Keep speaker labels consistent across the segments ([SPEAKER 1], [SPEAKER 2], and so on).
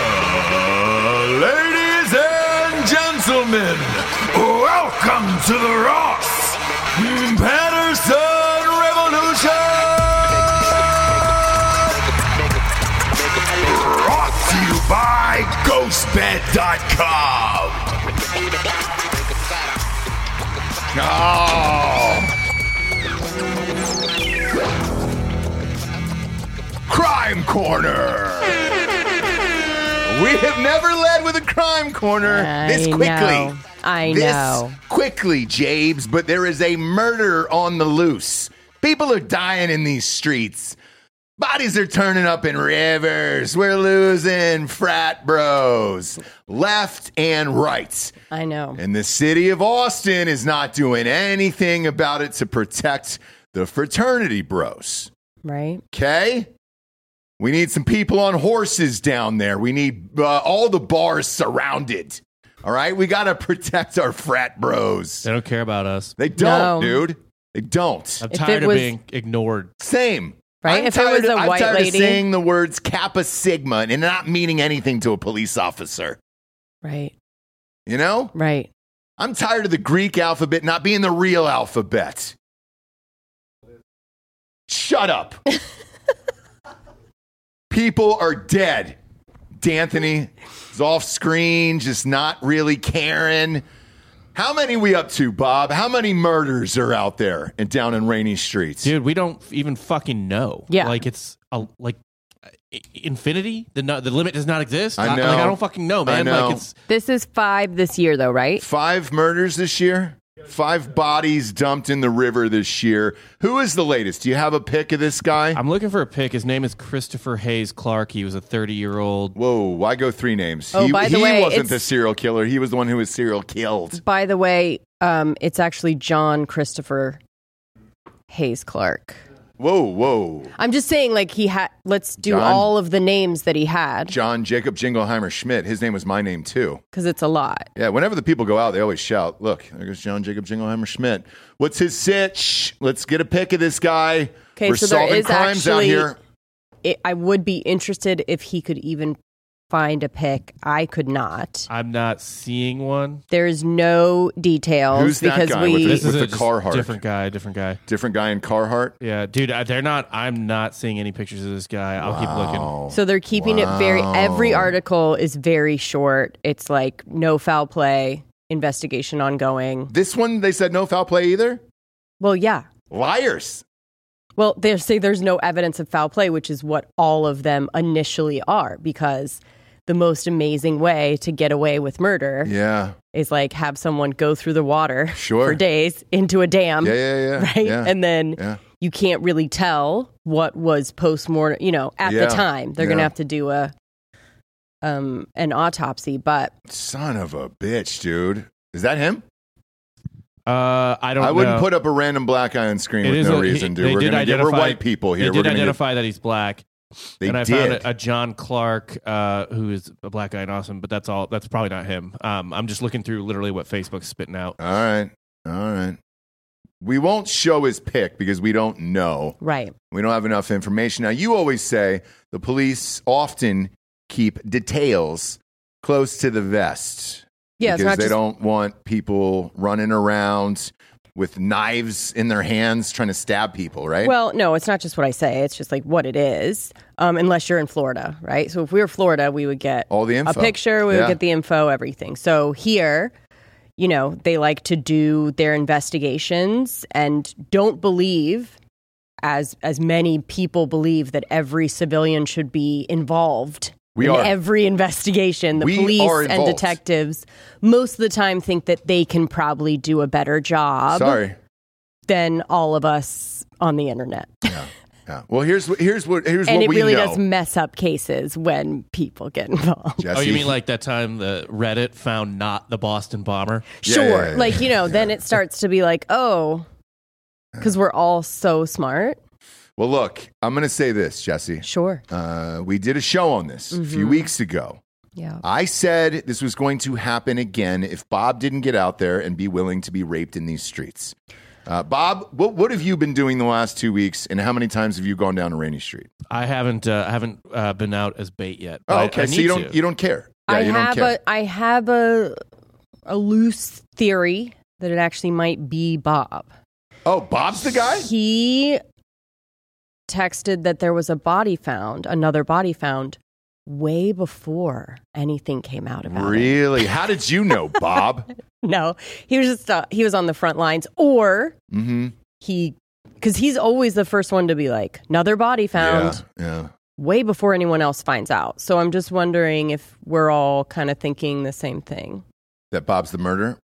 [SPEAKER 1] Uh, ladies and gentlemen, welcome to the Ross Patterson Revolution! Brought to you by GhostBed.com. Oh. Crime Corner! We have never led with a crime corner this
[SPEAKER 2] I
[SPEAKER 1] quickly.
[SPEAKER 2] know. I
[SPEAKER 1] this
[SPEAKER 2] know.
[SPEAKER 1] quickly, Jabes, but there is a murder on the loose. People are dying in these streets. Bodies are turning up in rivers. We're losing frat bros left and right.
[SPEAKER 2] I know.
[SPEAKER 1] And the city of Austin is not doing anything about it to protect the fraternity bros.
[SPEAKER 2] Right?
[SPEAKER 1] Okay? We need some people on horses down there. We need uh, all the bars surrounded. All right? We got to protect our frat bros.
[SPEAKER 3] They don't care about us.
[SPEAKER 1] They don't,
[SPEAKER 2] No.
[SPEAKER 1] dude. They don't.
[SPEAKER 3] I'm
[SPEAKER 2] If it
[SPEAKER 3] tired of
[SPEAKER 2] was-
[SPEAKER 3] being ignored.
[SPEAKER 1] Same.
[SPEAKER 2] Right?
[SPEAKER 1] I'm
[SPEAKER 2] If it
[SPEAKER 1] tired,
[SPEAKER 2] was a
[SPEAKER 1] I'm
[SPEAKER 2] white
[SPEAKER 1] tired
[SPEAKER 2] lady-
[SPEAKER 1] of saying the words Kappa Sigma and not meaning anything to a police officer.
[SPEAKER 2] Right.
[SPEAKER 1] You know?
[SPEAKER 2] Right.
[SPEAKER 1] I'm tired of the Greek alphabet not being the real alphabet. Shut up. People are dead. D'Anthony is off screen, just not really caring. How many we up to, Bob? How many murders are out there and down in rainy streets?
[SPEAKER 3] Dude, we don't even fucking know.
[SPEAKER 2] Yeah.
[SPEAKER 3] Like it's a, like uh, i- infinity. The no, the limit does not exist.
[SPEAKER 1] I know.
[SPEAKER 3] like I don't fucking know, man.
[SPEAKER 1] know.
[SPEAKER 3] Like it's
[SPEAKER 2] This is five this year, though, right?
[SPEAKER 1] Five murders this year. Five bodies dumped in the river this year. Who is the latest? Do you have a pick of this guy?
[SPEAKER 3] I'm looking for a pick. His name is Christopher Hayes Clark. He was a 30 year old.
[SPEAKER 1] Whoa, why go three names?
[SPEAKER 2] Oh,
[SPEAKER 1] he
[SPEAKER 2] by the
[SPEAKER 1] he
[SPEAKER 2] way,
[SPEAKER 1] wasn't
[SPEAKER 2] it's-
[SPEAKER 1] the serial killer. He was the one who was serial killed.
[SPEAKER 2] By the way, um, it's actually John Christopher Hayes Clark.
[SPEAKER 1] Whoa, whoa.
[SPEAKER 2] I'm just saying, like, he had, let's do
[SPEAKER 1] John?
[SPEAKER 2] all of the names that he had
[SPEAKER 1] John Jacob Jingleheimer Schmidt. His name was my name too.
[SPEAKER 2] because it's a lot.
[SPEAKER 1] Yeah, whenever the people go out, they always shout, Look, there goes John Jacob Jingleheimer Schmidt. What's his sitch? Let's get a pick of this guy.
[SPEAKER 2] 'Kay,
[SPEAKER 1] We're
[SPEAKER 2] so there
[SPEAKER 1] solving
[SPEAKER 2] is
[SPEAKER 1] crimes out
[SPEAKER 2] actually-
[SPEAKER 1] here.
[SPEAKER 2] It, I would be interested if he could even find a pick. I could not.
[SPEAKER 3] I'm not seeing one.
[SPEAKER 2] There is no details
[SPEAKER 1] Who's that
[SPEAKER 2] because
[SPEAKER 1] guy
[SPEAKER 2] we.
[SPEAKER 1] with
[SPEAKER 3] This is
[SPEAKER 1] the
[SPEAKER 3] a just
[SPEAKER 1] Carhartt.
[SPEAKER 3] different guy. Different guy.
[SPEAKER 1] Different guy in Carhartt.
[SPEAKER 3] Yeah, dude. I, they're not. I'm not seeing any pictures of this guy. I'll keep looking.
[SPEAKER 1] Oh.
[SPEAKER 2] So they're keeping it very. Every article is very short. It's like no foul play, investigation ongoing.
[SPEAKER 1] This one, they said no foul play either?
[SPEAKER 2] Well, yeah.
[SPEAKER 1] Liars.
[SPEAKER 2] Well, they say there's no evidence of foul play, which is what all of them initially are, because the most amazing way to get away with murder
[SPEAKER 1] Yeah.
[SPEAKER 2] is like have someone go through the water
[SPEAKER 1] Sure.
[SPEAKER 2] for days into a dam,
[SPEAKER 1] Yeah, yeah, yeah.
[SPEAKER 2] Um, right?
[SPEAKER 1] Yeah.
[SPEAKER 2] And then
[SPEAKER 1] Yeah.
[SPEAKER 2] you can't really tell what was post mortem. You know, at
[SPEAKER 1] Yeah.
[SPEAKER 2] the time, they're going
[SPEAKER 1] Yeah.
[SPEAKER 2] to have to do a um an autopsy, but.
[SPEAKER 1] Son of a bitch, dude. Is that him?
[SPEAKER 3] Uh, I don't.
[SPEAKER 1] I wouldn't
[SPEAKER 3] know.
[SPEAKER 1] put up a random black guy on screen
[SPEAKER 3] It
[SPEAKER 1] with
[SPEAKER 3] is
[SPEAKER 1] no
[SPEAKER 3] a- he-
[SPEAKER 1] reason, dude.
[SPEAKER 3] they
[SPEAKER 1] We're
[SPEAKER 3] did
[SPEAKER 1] gonna get we're
[SPEAKER 3] identify-
[SPEAKER 1] white people here.
[SPEAKER 3] They
[SPEAKER 1] We're
[SPEAKER 3] did
[SPEAKER 1] gonna get-
[SPEAKER 3] identify that he's black.
[SPEAKER 1] they
[SPEAKER 3] and I
[SPEAKER 1] did.
[SPEAKER 3] found a, a John Clark, uh, who is a black guy and awesome, but that's all. That's probably not him. Um, I'm just looking through literally what Facebook's spitting out.
[SPEAKER 1] all right, all right. We won't show his pick because we don't know.
[SPEAKER 2] Right.
[SPEAKER 1] We don't have enough information. Now, you always say the police often keep details close to the vest.
[SPEAKER 2] Yeah, it's
[SPEAKER 1] because
[SPEAKER 2] not
[SPEAKER 1] they
[SPEAKER 2] just-
[SPEAKER 1] don't want people running around with knives in their hands trying to stab people, right?
[SPEAKER 2] Well, no, it's not just what I say. It's just like what it is, um, unless you're in Florida, right? So if we were Florida, we would get
[SPEAKER 1] all the
[SPEAKER 2] a
[SPEAKER 1] info,
[SPEAKER 2] picture, we
[SPEAKER 1] Yeah.
[SPEAKER 2] would get the info, everything. So here, you know, they like to do their investigations and don't believe, as as many people believe, that every civilian should be involved.
[SPEAKER 1] We
[SPEAKER 2] in
[SPEAKER 1] are.
[SPEAKER 2] every investigation, the
[SPEAKER 1] We are
[SPEAKER 2] police and
[SPEAKER 1] involved.
[SPEAKER 2] detectives most of the time think that they can probably do a better job
[SPEAKER 1] Sorry.
[SPEAKER 2] than all of us on the internet.
[SPEAKER 1] Yeah. Well, here's what here's what here's
[SPEAKER 2] and
[SPEAKER 1] what
[SPEAKER 2] it
[SPEAKER 1] we
[SPEAKER 2] really
[SPEAKER 1] know.
[SPEAKER 2] does mess up cases when people get involved.
[SPEAKER 1] Jesse.
[SPEAKER 3] Oh, you mean like that time the Reddit found not the Boston bomber?
[SPEAKER 1] Yeah,
[SPEAKER 2] sure.
[SPEAKER 1] yeah, yeah,
[SPEAKER 2] Like, you know, then it starts to be like, oh, because we're all so smart.
[SPEAKER 1] Well, look, I'm going to say this, Jesse.
[SPEAKER 2] Sure.
[SPEAKER 1] Uh, we did a show on this a few weeks ago.
[SPEAKER 2] Yeah.
[SPEAKER 1] I said this was going to happen again if Bob didn't get out there and be willing to be raped in these streets. Uh, Bob, what, what have you been doing the last two weeks, and how many times have you gone down to Rainy Street?
[SPEAKER 3] I haven't uh, I haven't uh, been out as bait yet. but
[SPEAKER 1] Oh,
[SPEAKER 3] I-
[SPEAKER 1] okay.
[SPEAKER 3] I
[SPEAKER 1] so
[SPEAKER 3] need
[SPEAKER 1] you don't
[SPEAKER 3] to.
[SPEAKER 1] you don't care. Yeah,
[SPEAKER 2] I
[SPEAKER 1] you
[SPEAKER 2] have
[SPEAKER 1] don't care.
[SPEAKER 2] a I have a a loose theory that it actually might be Bob.
[SPEAKER 1] oh, Bob's the guy.
[SPEAKER 2] He texted that there was a body found, another body found, way before anything came out about it.
[SPEAKER 1] Really? How did you know, Bob?
[SPEAKER 2] No, he was just uh, he was on the front lines, or
[SPEAKER 1] mm-hmm.
[SPEAKER 2] he because he's always the first one to be like another body found
[SPEAKER 1] Yeah, yeah.
[SPEAKER 2] way before anyone else finds out. So I'm just wondering if we're all kind of thinking the same thing.
[SPEAKER 1] That Bob's the murderer.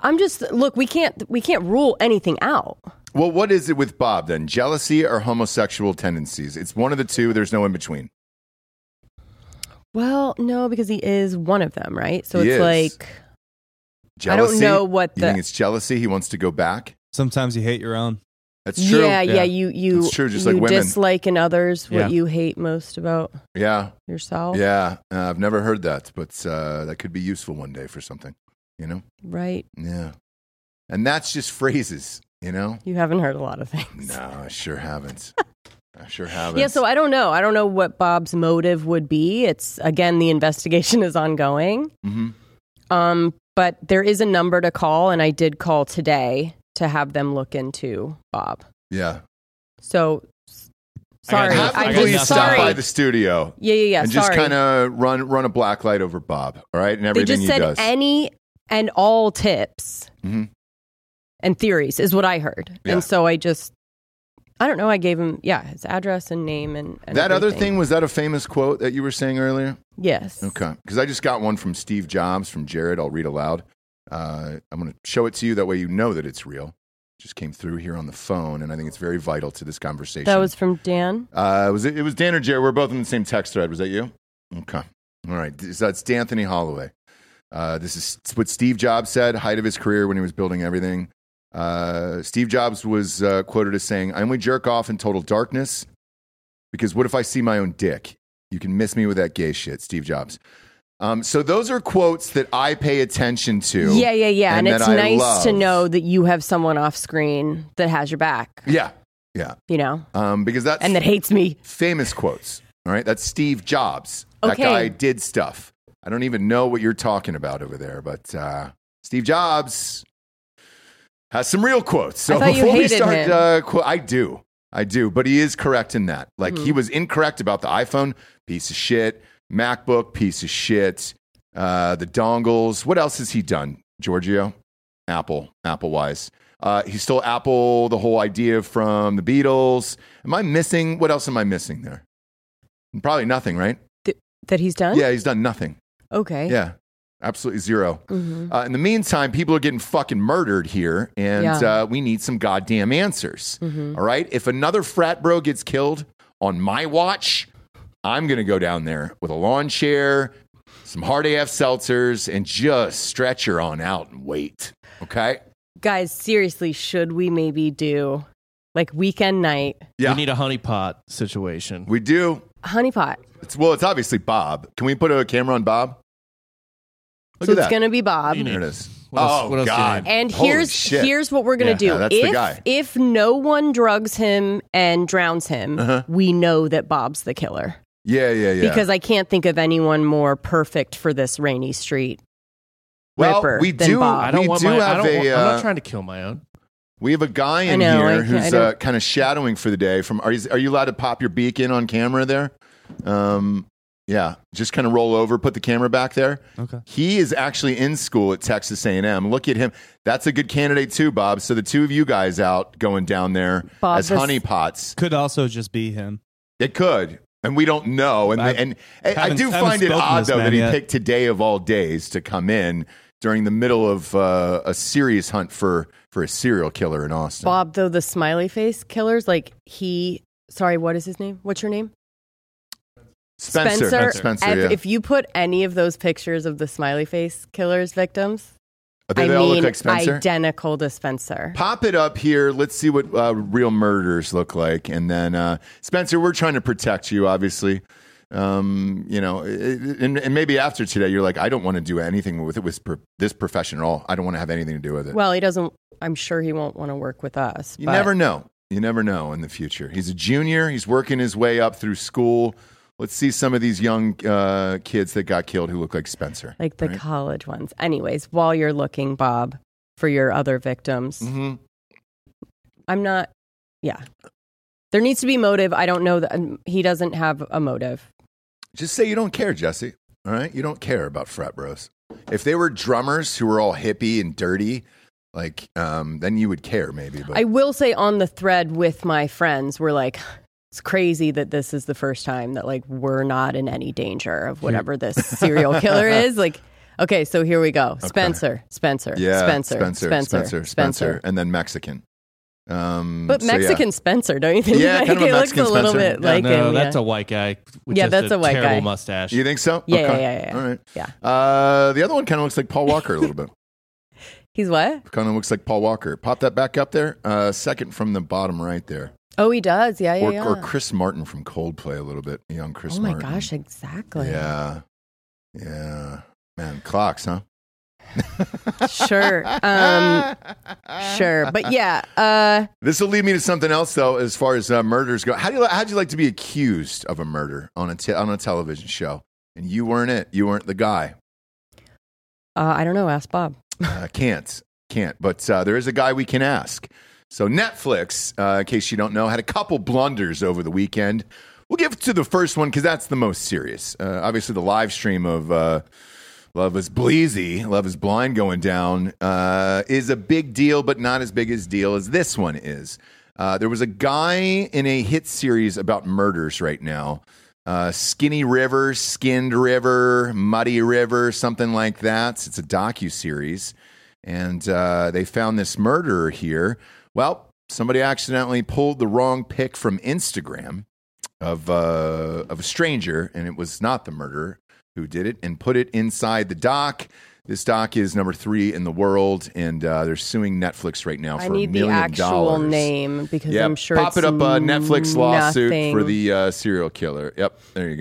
[SPEAKER 2] I'm just look, we can't we can't rule anything out.
[SPEAKER 1] Well, what is it with Bob then? Jealousy or homosexual tendencies? It's one of the two. There's no in between.
[SPEAKER 2] Well, no, because he is one of them, right? So
[SPEAKER 1] He
[SPEAKER 2] it's
[SPEAKER 1] is.
[SPEAKER 2] like I
[SPEAKER 1] Jealousy.
[SPEAKER 2] don't know what
[SPEAKER 1] You
[SPEAKER 2] the
[SPEAKER 1] think it's jealousy? He wants to go back.
[SPEAKER 4] Sometimes you hate your own.
[SPEAKER 1] That's true.
[SPEAKER 2] Yeah, yeah,
[SPEAKER 4] Yeah.
[SPEAKER 2] you you
[SPEAKER 1] It's true, just
[SPEAKER 2] you
[SPEAKER 1] like women.
[SPEAKER 2] dislike in others what
[SPEAKER 3] Yeah.
[SPEAKER 2] you hate most about
[SPEAKER 1] yeah.
[SPEAKER 2] yourself,
[SPEAKER 1] Yeah, uh, I've never heard that, but uh, that could be useful one day for something, you know?
[SPEAKER 2] right?
[SPEAKER 1] Yeah. And that's just phrases, you know?
[SPEAKER 2] You haven't heard a lot of things.
[SPEAKER 1] No, I sure haven't. I sure haven't.
[SPEAKER 2] Yeah, so I don't know. I don't know what Bob's motive would be. It's again the investigation is ongoing.
[SPEAKER 1] Mhm.
[SPEAKER 2] Um, but there is a number to call and I did call today to have them look into Bob.
[SPEAKER 1] Yeah.
[SPEAKER 2] So s-
[SPEAKER 3] I got
[SPEAKER 2] sorry.
[SPEAKER 3] nothing.
[SPEAKER 1] Have
[SPEAKER 2] I
[SPEAKER 1] them
[SPEAKER 3] got
[SPEAKER 2] just-
[SPEAKER 1] please
[SPEAKER 3] nothing.
[SPEAKER 1] stop
[SPEAKER 2] sorry.
[SPEAKER 1] by the studio
[SPEAKER 2] yeah, yeah, yeah.
[SPEAKER 1] and
[SPEAKER 2] sorry.
[SPEAKER 1] just kind of run run a black light over Bob, all right? And
[SPEAKER 2] they
[SPEAKER 1] everything
[SPEAKER 2] just
[SPEAKER 1] he
[SPEAKER 2] said
[SPEAKER 1] does.
[SPEAKER 2] any and all tips
[SPEAKER 1] Mhm.
[SPEAKER 2] and theories is what I heard,
[SPEAKER 1] Yeah.
[SPEAKER 2] and so I just I don't know. I gave him yeah his address and name and, and
[SPEAKER 1] that other
[SPEAKER 2] everything.
[SPEAKER 1] thing was that a famous quote that you were saying earlier?
[SPEAKER 2] Yes.
[SPEAKER 1] Okay, because I just got one from Steve Jobs from Jared. I'll read aloud. Uh, I'm going to show it to you. That way, you know that it's real. Just came through here on the phone, and I think it's very vital to this conversation.
[SPEAKER 2] That was from Dan.
[SPEAKER 1] Uh, was it, it was Dan or Jared. We're both in the same text thread. Was that you? Okay. All right. So that's D'Anthony Holloway. Uh, this is what Steve Jobs said, height of his career when he was building everything. Uh, Steve Jobs was uh, quoted as saying, I only jerk off in total darkness because what if I see my own dick? You can miss me with that gay shit, Steve Jobs. Um, so those are quotes that I pay attention to.
[SPEAKER 2] Yeah, yeah, yeah.
[SPEAKER 1] And
[SPEAKER 2] And,
[SPEAKER 1] that
[SPEAKER 2] it's
[SPEAKER 1] I
[SPEAKER 2] nice to
[SPEAKER 1] love.
[SPEAKER 2] know that you have someone off screen that has your back,
[SPEAKER 1] Yeah.
[SPEAKER 2] you know,
[SPEAKER 1] Um, because that's
[SPEAKER 2] and that hates me.
[SPEAKER 1] famous quotes. All right, that's Steve Jobs. That
[SPEAKER 2] Okay.
[SPEAKER 1] guy did stuff. I don't even know what you're talking about over there, but uh, Steve Jobs has some real quotes. So
[SPEAKER 2] I thought you
[SPEAKER 1] before we
[SPEAKER 2] hated
[SPEAKER 1] start,
[SPEAKER 2] him.
[SPEAKER 1] Uh, qu- I do, I do, but he is correct in that. Like he
[SPEAKER 2] Mm-hmm.
[SPEAKER 1] was incorrect about the iPhone, piece of shit. MacBook, piece of shit. Uh, the dongles. What else has he done, Giorgio? Apple, Apple wise. Uh, he stole Apple, the whole idea from the Beatles. Am I missing? What else am I missing there? Probably nothing, right?
[SPEAKER 2] That he's done.
[SPEAKER 1] Yeah, he's done nothing.
[SPEAKER 2] Okay.
[SPEAKER 1] Yeah, absolutely zero.
[SPEAKER 2] Mhm.
[SPEAKER 1] Uh, in the meantime, people are getting fucking murdered here, and
[SPEAKER 2] Yeah.
[SPEAKER 1] uh, we need some goddamn answers.
[SPEAKER 2] Mhm.
[SPEAKER 1] All right? If another frat bro gets killed on my watch, I'm going to go down there with a lawn chair, some hard AF seltzers, and just stretcher on out and wait. Okay?
[SPEAKER 2] Guys, seriously, should we maybe do like weekend night
[SPEAKER 1] Yeah.
[SPEAKER 3] We need a honeypot situation.
[SPEAKER 1] We do.
[SPEAKER 2] honeypot?
[SPEAKER 1] It's well, it's obviously Bob. Can we put a camera on Bob? Look
[SPEAKER 2] so
[SPEAKER 1] at
[SPEAKER 2] it's
[SPEAKER 1] that.
[SPEAKER 2] gonna be Bob.
[SPEAKER 3] You need-
[SPEAKER 1] there it is.
[SPEAKER 3] What else-
[SPEAKER 1] oh
[SPEAKER 3] what else do you
[SPEAKER 1] God!
[SPEAKER 3] need?
[SPEAKER 2] And
[SPEAKER 1] Holy
[SPEAKER 2] here's
[SPEAKER 1] shit.
[SPEAKER 2] here's what we're gonna
[SPEAKER 3] Yeah,
[SPEAKER 2] do.
[SPEAKER 1] yeah, that's the
[SPEAKER 2] if
[SPEAKER 1] guy.
[SPEAKER 2] if no one drugs him and drowns him,
[SPEAKER 1] Uh-huh.
[SPEAKER 2] we know that Bob's the killer.
[SPEAKER 1] yeah, yeah, yeah.
[SPEAKER 2] Because I can't think of anyone more perfect for this rainy street.
[SPEAKER 1] well,
[SPEAKER 2] Ripper
[SPEAKER 1] we
[SPEAKER 2] than
[SPEAKER 1] do.
[SPEAKER 2] Bob.
[SPEAKER 3] I don't
[SPEAKER 1] we
[SPEAKER 3] want
[SPEAKER 1] do
[SPEAKER 3] my, I
[SPEAKER 1] have
[SPEAKER 3] don't
[SPEAKER 1] a.
[SPEAKER 3] want, I'm
[SPEAKER 1] uh,
[SPEAKER 3] not trying to kill my own.
[SPEAKER 1] We have a guy in
[SPEAKER 2] know,
[SPEAKER 1] here
[SPEAKER 2] I can't- I
[SPEAKER 1] who's
[SPEAKER 2] don't-
[SPEAKER 1] uh, kind of shadowing for the day. From are you, are you allowed to pop your beak in on camera there? Um, yeah, just kind of roll over, put the camera back there.
[SPEAKER 4] Okay.
[SPEAKER 1] He is actually in school at Texas A and M. Look at him. That's a good candidate too, Bob. So the two of you guys out going down there
[SPEAKER 2] Bob,
[SPEAKER 1] as
[SPEAKER 2] this-
[SPEAKER 1] honeypots.
[SPEAKER 4] Could also just be him.
[SPEAKER 1] It could, and we don't know. And
[SPEAKER 4] I've-
[SPEAKER 1] and, and I
[SPEAKER 4] haven't-
[SPEAKER 1] do
[SPEAKER 4] haven't
[SPEAKER 1] find it
[SPEAKER 4] spoken to
[SPEAKER 1] odd
[SPEAKER 4] this
[SPEAKER 1] though that
[SPEAKER 4] man
[SPEAKER 1] he
[SPEAKER 4] yet.
[SPEAKER 1] picked today of all days to come in during the middle of uh, a serious hunt for for a serial killer in Austin.
[SPEAKER 2] Bob, though the smiley face killers, like he sorry, what is his name? What's your name?
[SPEAKER 1] Spencer.
[SPEAKER 2] Spencer.
[SPEAKER 1] Spencer,
[SPEAKER 2] if,
[SPEAKER 1] yeah.
[SPEAKER 2] if you put any of those pictures of the smiley face killers victims,
[SPEAKER 1] Do
[SPEAKER 2] I
[SPEAKER 1] they all
[SPEAKER 2] mean
[SPEAKER 1] look like Spencer?
[SPEAKER 2] identical to Spencer.
[SPEAKER 1] Pop it up here. Let's see what uh, real murders look like. And then, uh, Spencer, we're trying to protect you, obviously. um, you know, it- it- and, and maybe after today, you're like, I don't want to do anything with it with pro- this profession at all. I don't want to have anything to do with it.
[SPEAKER 2] Well, he doesn't. I'm sure he won't want to work with us.
[SPEAKER 1] you
[SPEAKER 2] but-
[SPEAKER 1] never know. You never know in the future. He's a junior. He's working his way up through school. Let's see some of these young uh, kids that got killed who look like Spencer.
[SPEAKER 2] like the
[SPEAKER 1] right?
[SPEAKER 2] college ones. Anyways, while you're looking, Bob, for your other victims,
[SPEAKER 1] Mhm.
[SPEAKER 2] I'm not. Yeah, there needs to be motive. I don't know that um, he doesn't have a motive.
[SPEAKER 1] Just say you don't care, Jesse. All right, you don't care about frat bros. If they were drummers who were all hippie and dirty, like, um, then you would care maybe. But
[SPEAKER 2] I will say on the thread with my friends, we're like, it's crazy that this is the first time that like we're not in any danger of whatever this serial killer is. Like, okay, so here we go. Spencer, Spencer,
[SPEAKER 1] yeah,
[SPEAKER 2] Spencer,
[SPEAKER 1] Spencer, Spencer, Spencer, and then Mexican. Um,
[SPEAKER 2] But
[SPEAKER 1] so, yeah.
[SPEAKER 2] Mexican Spencer, don't you think?
[SPEAKER 1] Yeah,
[SPEAKER 2] like,
[SPEAKER 1] kind of a
[SPEAKER 2] it looks a
[SPEAKER 1] Mexican
[SPEAKER 2] little
[SPEAKER 1] Spencer.
[SPEAKER 2] bit
[SPEAKER 3] Yeah,
[SPEAKER 2] like
[SPEAKER 3] no,
[SPEAKER 2] him.
[SPEAKER 3] that's
[SPEAKER 2] yeah.
[SPEAKER 3] a white guy. With
[SPEAKER 2] Yeah,
[SPEAKER 3] just
[SPEAKER 2] that's a white
[SPEAKER 3] terrible
[SPEAKER 2] guy.
[SPEAKER 3] mustache.
[SPEAKER 1] You think so?
[SPEAKER 2] Yeah,
[SPEAKER 1] okay.
[SPEAKER 2] yeah, yeah, yeah.
[SPEAKER 1] All right.
[SPEAKER 2] Yeah.
[SPEAKER 1] Uh, the other one kind of looks like Paul Walker a little bit.
[SPEAKER 2] He's what?
[SPEAKER 1] Kind of looks like Paul Walker. Pop that back up there. Uh, second from the bottom right there,
[SPEAKER 2] Oh, he does. Yeah, yeah,
[SPEAKER 1] or,
[SPEAKER 2] yeah.
[SPEAKER 1] or Chris Martin from Coldplay a little bit. Young Chris
[SPEAKER 2] oh my
[SPEAKER 1] Martin.
[SPEAKER 2] gosh, exactly.
[SPEAKER 1] Yeah. Yeah. Man, clocks, huh?
[SPEAKER 2] Sure. Um, sure. But yeah, uh,
[SPEAKER 1] This will lead me to something else, though, as far as uh, murders go. How do you how'd you like to be accused of a murder on a te- on a television show, and you weren't it? You weren't the guy.
[SPEAKER 2] uh, I don't know. Ask Bob.
[SPEAKER 1] Uh, can't can't. But uh, there is a guy we can ask. So Netflix, uh, in case you don't know, had a couple blunders over the weekend. We'll give to the first one because that's the most serious. Uh, obviously, the live stream of. Uh, Love is Bleazy, Love is Blind going down uh, is a big deal, but not as big as deal as this one is. Uh, there was a guy in a hit series about murders right now. Uh, Skinny River, Skinned River, Muddy River, something like that. It's a docu series, and uh, they found this murderer here. Well, somebody accidentally pulled the wrong pic from Instagram of uh, of a stranger, and it was not the murderer who did it, and put it inside the dock. This dock is number three in the world, and uh, they're suing Netflix right now for
[SPEAKER 2] I need
[SPEAKER 1] a
[SPEAKER 2] the
[SPEAKER 1] million
[SPEAKER 2] actual
[SPEAKER 1] dollars.
[SPEAKER 2] name because
[SPEAKER 1] Yeah,
[SPEAKER 2] I'm sure
[SPEAKER 1] pop
[SPEAKER 2] it's
[SPEAKER 1] it up a Netflix lawsuit
[SPEAKER 2] nothing.
[SPEAKER 1] for the uh, serial killer. Yep, there you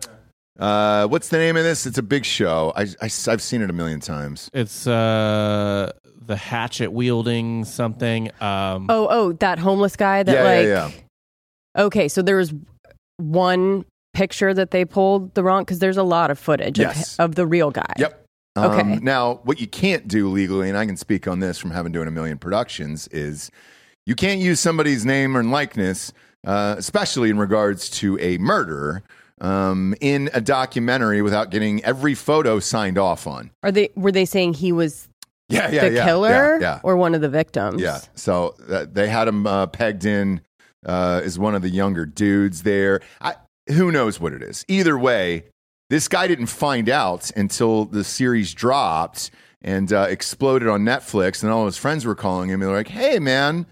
[SPEAKER 1] go. Uh, what's the name of this? It's a big show. I, I have seen it a million times.
[SPEAKER 3] It's uh, the hatchet wielding something. Um,
[SPEAKER 2] Oh, oh, that homeless guy that
[SPEAKER 1] Yeah,
[SPEAKER 2] like.
[SPEAKER 1] yeah,
[SPEAKER 2] Okay, so there was one picture that they pulled the wrong because there's a lot of footage
[SPEAKER 1] Yes.
[SPEAKER 2] of, of the real guy.
[SPEAKER 1] Yep. Um,
[SPEAKER 2] Okay.
[SPEAKER 1] Now, what you can't do legally, and I can speak on this from having doing a million productions, is you can't use somebody's name or likeness, uh, especially in regards to a murderer, um, in a documentary without getting every photo signed off on.
[SPEAKER 2] Are they? Were they saying he was
[SPEAKER 1] Yeah, yeah,
[SPEAKER 2] the
[SPEAKER 1] yeah,
[SPEAKER 2] killer
[SPEAKER 1] Yeah, yeah.
[SPEAKER 2] or one of the victims?
[SPEAKER 1] Yeah. So uh, they had him uh, pegged in uh, as one of the younger dudes there. I, who knows what it is? Either way, this guy didn't find out until the series dropped and uh, exploded on Netflix, and all his friends were calling him. And they're like, "Hey, man."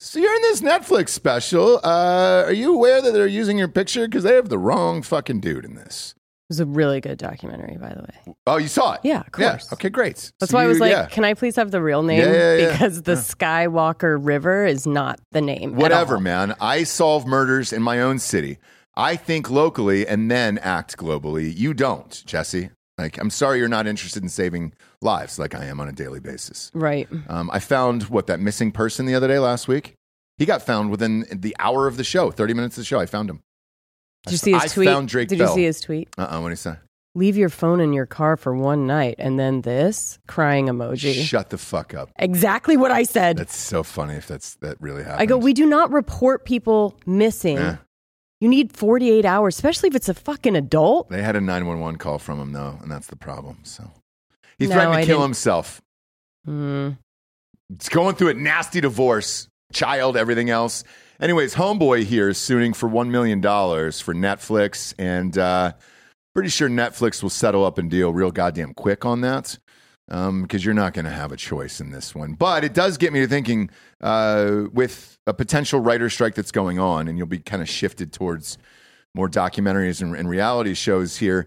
[SPEAKER 1] So you're in this Netflix special. Uh, are you aware that they're using your picture because they have the wrong fucking dude in this?
[SPEAKER 2] It was a really good documentary, by the way.
[SPEAKER 1] Oh, you saw it?
[SPEAKER 2] Yeah, of course.
[SPEAKER 1] Okay, great.
[SPEAKER 2] That's
[SPEAKER 1] So
[SPEAKER 2] why I
[SPEAKER 1] you-
[SPEAKER 2] was like,
[SPEAKER 1] yeah.
[SPEAKER 2] can I please have the real name?
[SPEAKER 1] Yeah, yeah, yeah.
[SPEAKER 2] Because the Skywalker River is not the name. at
[SPEAKER 1] Whatever,
[SPEAKER 2] all.
[SPEAKER 1] man. I solve murders in my own city. I think locally and then act globally. You don't, Jesse. Like, I'm sorry you're not interested in saving lives like I am on a daily basis.
[SPEAKER 2] Right.
[SPEAKER 1] Um, I found what that missing person the other day last week. He got found within the hour of the show, 30 minutes of the show. I found him.
[SPEAKER 2] Did you see his
[SPEAKER 1] I
[SPEAKER 2] tweet?
[SPEAKER 1] found Drake
[SPEAKER 2] Did
[SPEAKER 1] Bell.
[SPEAKER 2] you see his tweet?
[SPEAKER 1] Uh uh What did he say?
[SPEAKER 2] Leave your phone in your car for one night and then this crying emoji.
[SPEAKER 1] Shut the fuck up.
[SPEAKER 2] exactly what I said.
[SPEAKER 1] That's so funny if that's that really happened.
[SPEAKER 2] I go, we do not report people missing.
[SPEAKER 1] Yeah.
[SPEAKER 2] You need 48 hours, especially if it's a fucking adult.
[SPEAKER 1] They had a 911 call from him, though, and that's the problem. So he
[SPEAKER 2] No,
[SPEAKER 1] threatened to
[SPEAKER 2] I
[SPEAKER 1] kill
[SPEAKER 2] didn't-
[SPEAKER 1] himself.
[SPEAKER 2] Mm.
[SPEAKER 1] It's going through a nasty divorce, child, everything else. Anyways, Homeboy here is suing for $1 million for Netflix, and uh, pretty sure Netflix will settle up and deal real goddamn quick on that because you're not going to have a choice in this one. But it does get me to thinking uh, with a potential writer strike that's going on, and you'll be kind of shifted towards more documentaries and, and reality shows here.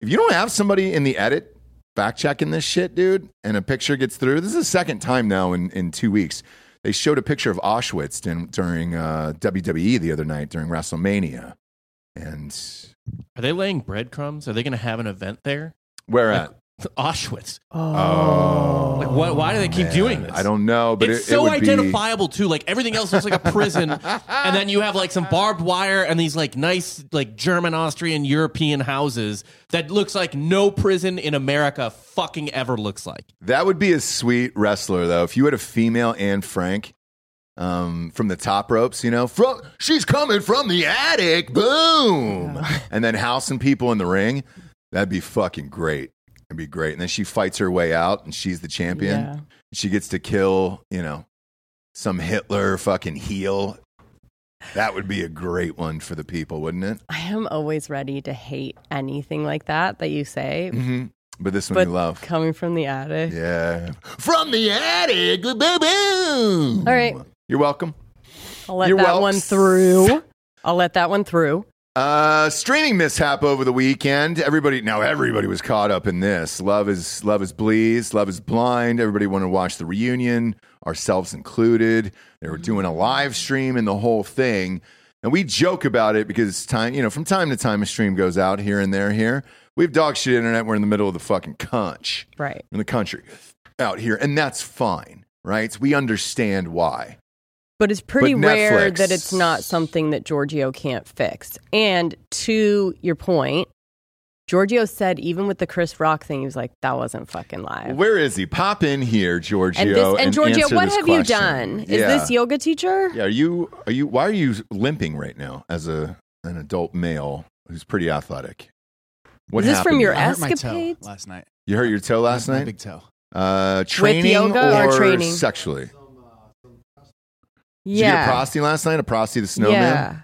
[SPEAKER 1] If you don't have somebody in the edit fact checking this shit, dude, and a picture gets through, this is the second time now in, in two weeks. They E showed a picture of Auschwitz din- during uh, WWE the other night during WrestleMania. And
[SPEAKER 3] Are they laying breadcrumbs? Are they going to have an event there?
[SPEAKER 1] where
[SPEAKER 3] Like,
[SPEAKER 1] at?
[SPEAKER 3] Auschwitz.
[SPEAKER 1] Oh.
[SPEAKER 3] Like, why, why do they keep
[SPEAKER 1] Man,
[SPEAKER 3] doing this?
[SPEAKER 1] I don't know, but
[SPEAKER 3] it's
[SPEAKER 1] it,
[SPEAKER 3] so
[SPEAKER 1] it would be-
[SPEAKER 3] identifiable too. Like everything else looks like a prison, and then you have like some barbed wire and these like nice like German, Austrian, European houses that looks like no prison in America fucking ever looks like.
[SPEAKER 1] That would be a sweet wrestler, though. If you had a female Anne Frank um, from the top ropes, you know, from she's coming from the attic, boom, and then housing people in the ring, that'd be fucking great. It'd be great. And then she fights her way out, and she's the champion.
[SPEAKER 2] Yeah.
[SPEAKER 1] She gets to kill, you know, some Hitler fucking heel. That would be a great one for the people, wouldn't it?
[SPEAKER 2] I am always ready to hate anything like that that you say.
[SPEAKER 1] hmm But this one
[SPEAKER 2] But
[SPEAKER 1] you love.
[SPEAKER 2] coming from the attic.
[SPEAKER 1] Yeah. From the attic, boo boo.
[SPEAKER 2] All right.
[SPEAKER 1] You're welcome.
[SPEAKER 2] I'll let
[SPEAKER 1] You're
[SPEAKER 2] that
[SPEAKER 1] welcome.
[SPEAKER 2] one through. I'll let that one through.
[SPEAKER 1] Uh, streaming mishap over the weekend. Everybody now everybody was caught up in this. Love is love is bleased, love is blind. Everybody wanted to watch the reunion, ourselves included. They were doing a live stream and the whole thing. And we joke about it because time, you know, from time to time a stream goes out here and there here. We've dog shit internet, we're in the middle of the fucking conch
[SPEAKER 2] Right.
[SPEAKER 1] in the country out here, and that's fine, right? We understand why.
[SPEAKER 2] But it's pretty
[SPEAKER 1] But
[SPEAKER 2] rare
[SPEAKER 1] Netflix-
[SPEAKER 2] that it's not something that Giorgio can't fix. And to your point, Giorgio said even with the Chris Rock thing, he was like, that wasn't fucking live.
[SPEAKER 1] Where is he? Pop in here, Giorgio.
[SPEAKER 2] and this and, Giorgio,
[SPEAKER 1] answer
[SPEAKER 2] what
[SPEAKER 1] this
[SPEAKER 2] have you
[SPEAKER 1] question.
[SPEAKER 2] done? Is
[SPEAKER 1] Yeah.
[SPEAKER 2] this yoga teacher?
[SPEAKER 1] Yeah, are you are you why are you limping right now as a an adult male who's pretty athletic? What
[SPEAKER 2] Is this
[SPEAKER 1] happened?
[SPEAKER 2] from your
[SPEAKER 1] to you?
[SPEAKER 4] I hurt my toe
[SPEAKER 2] escapades?
[SPEAKER 4] last night.
[SPEAKER 1] You hurt your toe last
[SPEAKER 4] my
[SPEAKER 1] night?
[SPEAKER 4] big toe.
[SPEAKER 1] Uh training
[SPEAKER 2] yoga or training?
[SPEAKER 1] sexually? Did you get a
[SPEAKER 2] Yeah.
[SPEAKER 1] prosty last night? A prosty the snowman?
[SPEAKER 2] yeah.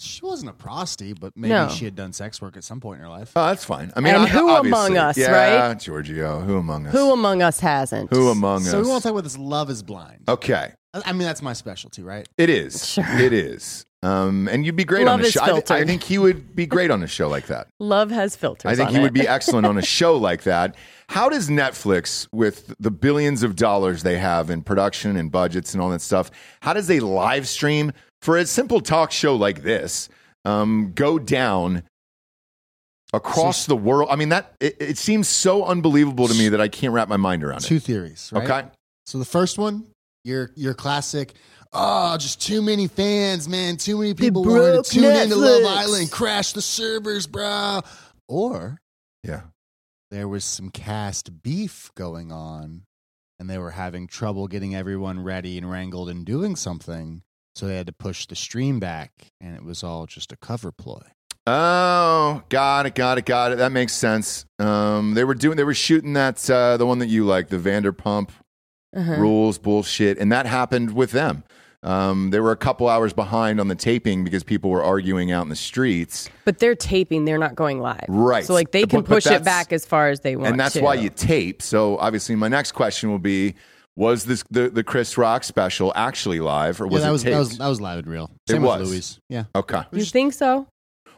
[SPEAKER 4] She wasn't a prosty, but maybe
[SPEAKER 2] No.
[SPEAKER 4] she had done sex work at some point in her life.
[SPEAKER 1] Oh, that's fine. I mean,
[SPEAKER 2] And
[SPEAKER 1] I-
[SPEAKER 2] who
[SPEAKER 1] obviously-
[SPEAKER 2] among us,
[SPEAKER 1] yeah,
[SPEAKER 2] right?
[SPEAKER 1] Giorgio, who among us?
[SPEAKER 2] Who among us hasn't?
[SPEAKER 1] Who among
[SPEAKER 4] so
[SPEAKER 1] us?
[SPEAKER 4] we want to talk about this love is blind.
[SPEAKER 1] okay.
[SPEAKER 4] I I mean, that's my specialty, right?
[SPEAKER 1] It is.
[SPEAKER 2] Sure.
[SPEAKER 1] It is. Um, and you'd be great
[SPEAKER 2] Love
[SPEAKER 1] on a
[SPEAKER 2] is
[SPEAKER 1] show. I, th- I
[SPEAKER 2] filtered.
[SPEAKER 1] think he would be great on a show like that.
[SPEAKER 2] Love has filters.
[SPEAKER 1] I think
[SPEAKER 2] on
[SPEAKER 1] he
[SPEAKER 2] it.
[SPEAKER 1] would be excellent on a show like that. How does Netflix, with the billions of dollars they have in production and budgets and all that stuff, how does they live stream for a simple talk show like this um, go down across the world? I mean, that it, it seems so unbelievable to me that I can't wrap my mind around
[SPEAKER 5] two
[SPEAKER 1] it.
[SPEAKER 5] theories, right?
[SPEAKER 1] Okay.
[SPEAKER 5] So the first one, your your classic, oh, just too many fans, man, too many people wanting
[SPEAKER 2] broke
[SPEAKER 5] to tune into
[SPEAKER 2] Netflix."
[SPEAKER 5] Love Island, crash the servers, bro. Or
[SPEAKER 1] Yeah.
[SPEAKER 5] there was some cast beef going on, and they were having trouble getting everyone ready and wrangled and doing something, so they had to push the stream back, and it was all just a cover ploy.
[SPEAKER 1] Oh, got it, got it, got it. That makes sense. Um, they were doing, they were shooting that uh, the one that you like, the Vanderpump
[SPEAKER 2] Uh-huh.
[SPEAKER 1] rules bullshit, and that happened with them. Um, they were a couple hours behind on the taping because people were arguing out in the streets,
[SPEAKER 2] But they're taping; they're not going live.
[SPEAKER 1] Right.
[SPEAKER 2] So like they can
[SPEAKER 1] But- but
[SPEAKER 2] push it
[SPEAKER 1] that's-
[SPEAKER 2] back as far as they want.
[SPEAKER 1] and that's
[SPEAKER 2] to.
[SPEAKER 1] why you tape. So obviously, my next question will be: Was this the, the Chris Rock special actually live, or was
[SPEAKER 5] yeah, that
[SPEAKER 1] it
[SPEAKER 5] was
[SPEAKER 1] taped?
[SPEAKER 5] that was that was live and real.
[SPEAKER 1] It
[SPEAKER 5] Same
[SPEAKER 1] was.
[SPEAKER 5] with Louis. Yeah.
[SPEAKER 1] okay.
[SPEAKER 2] You think so?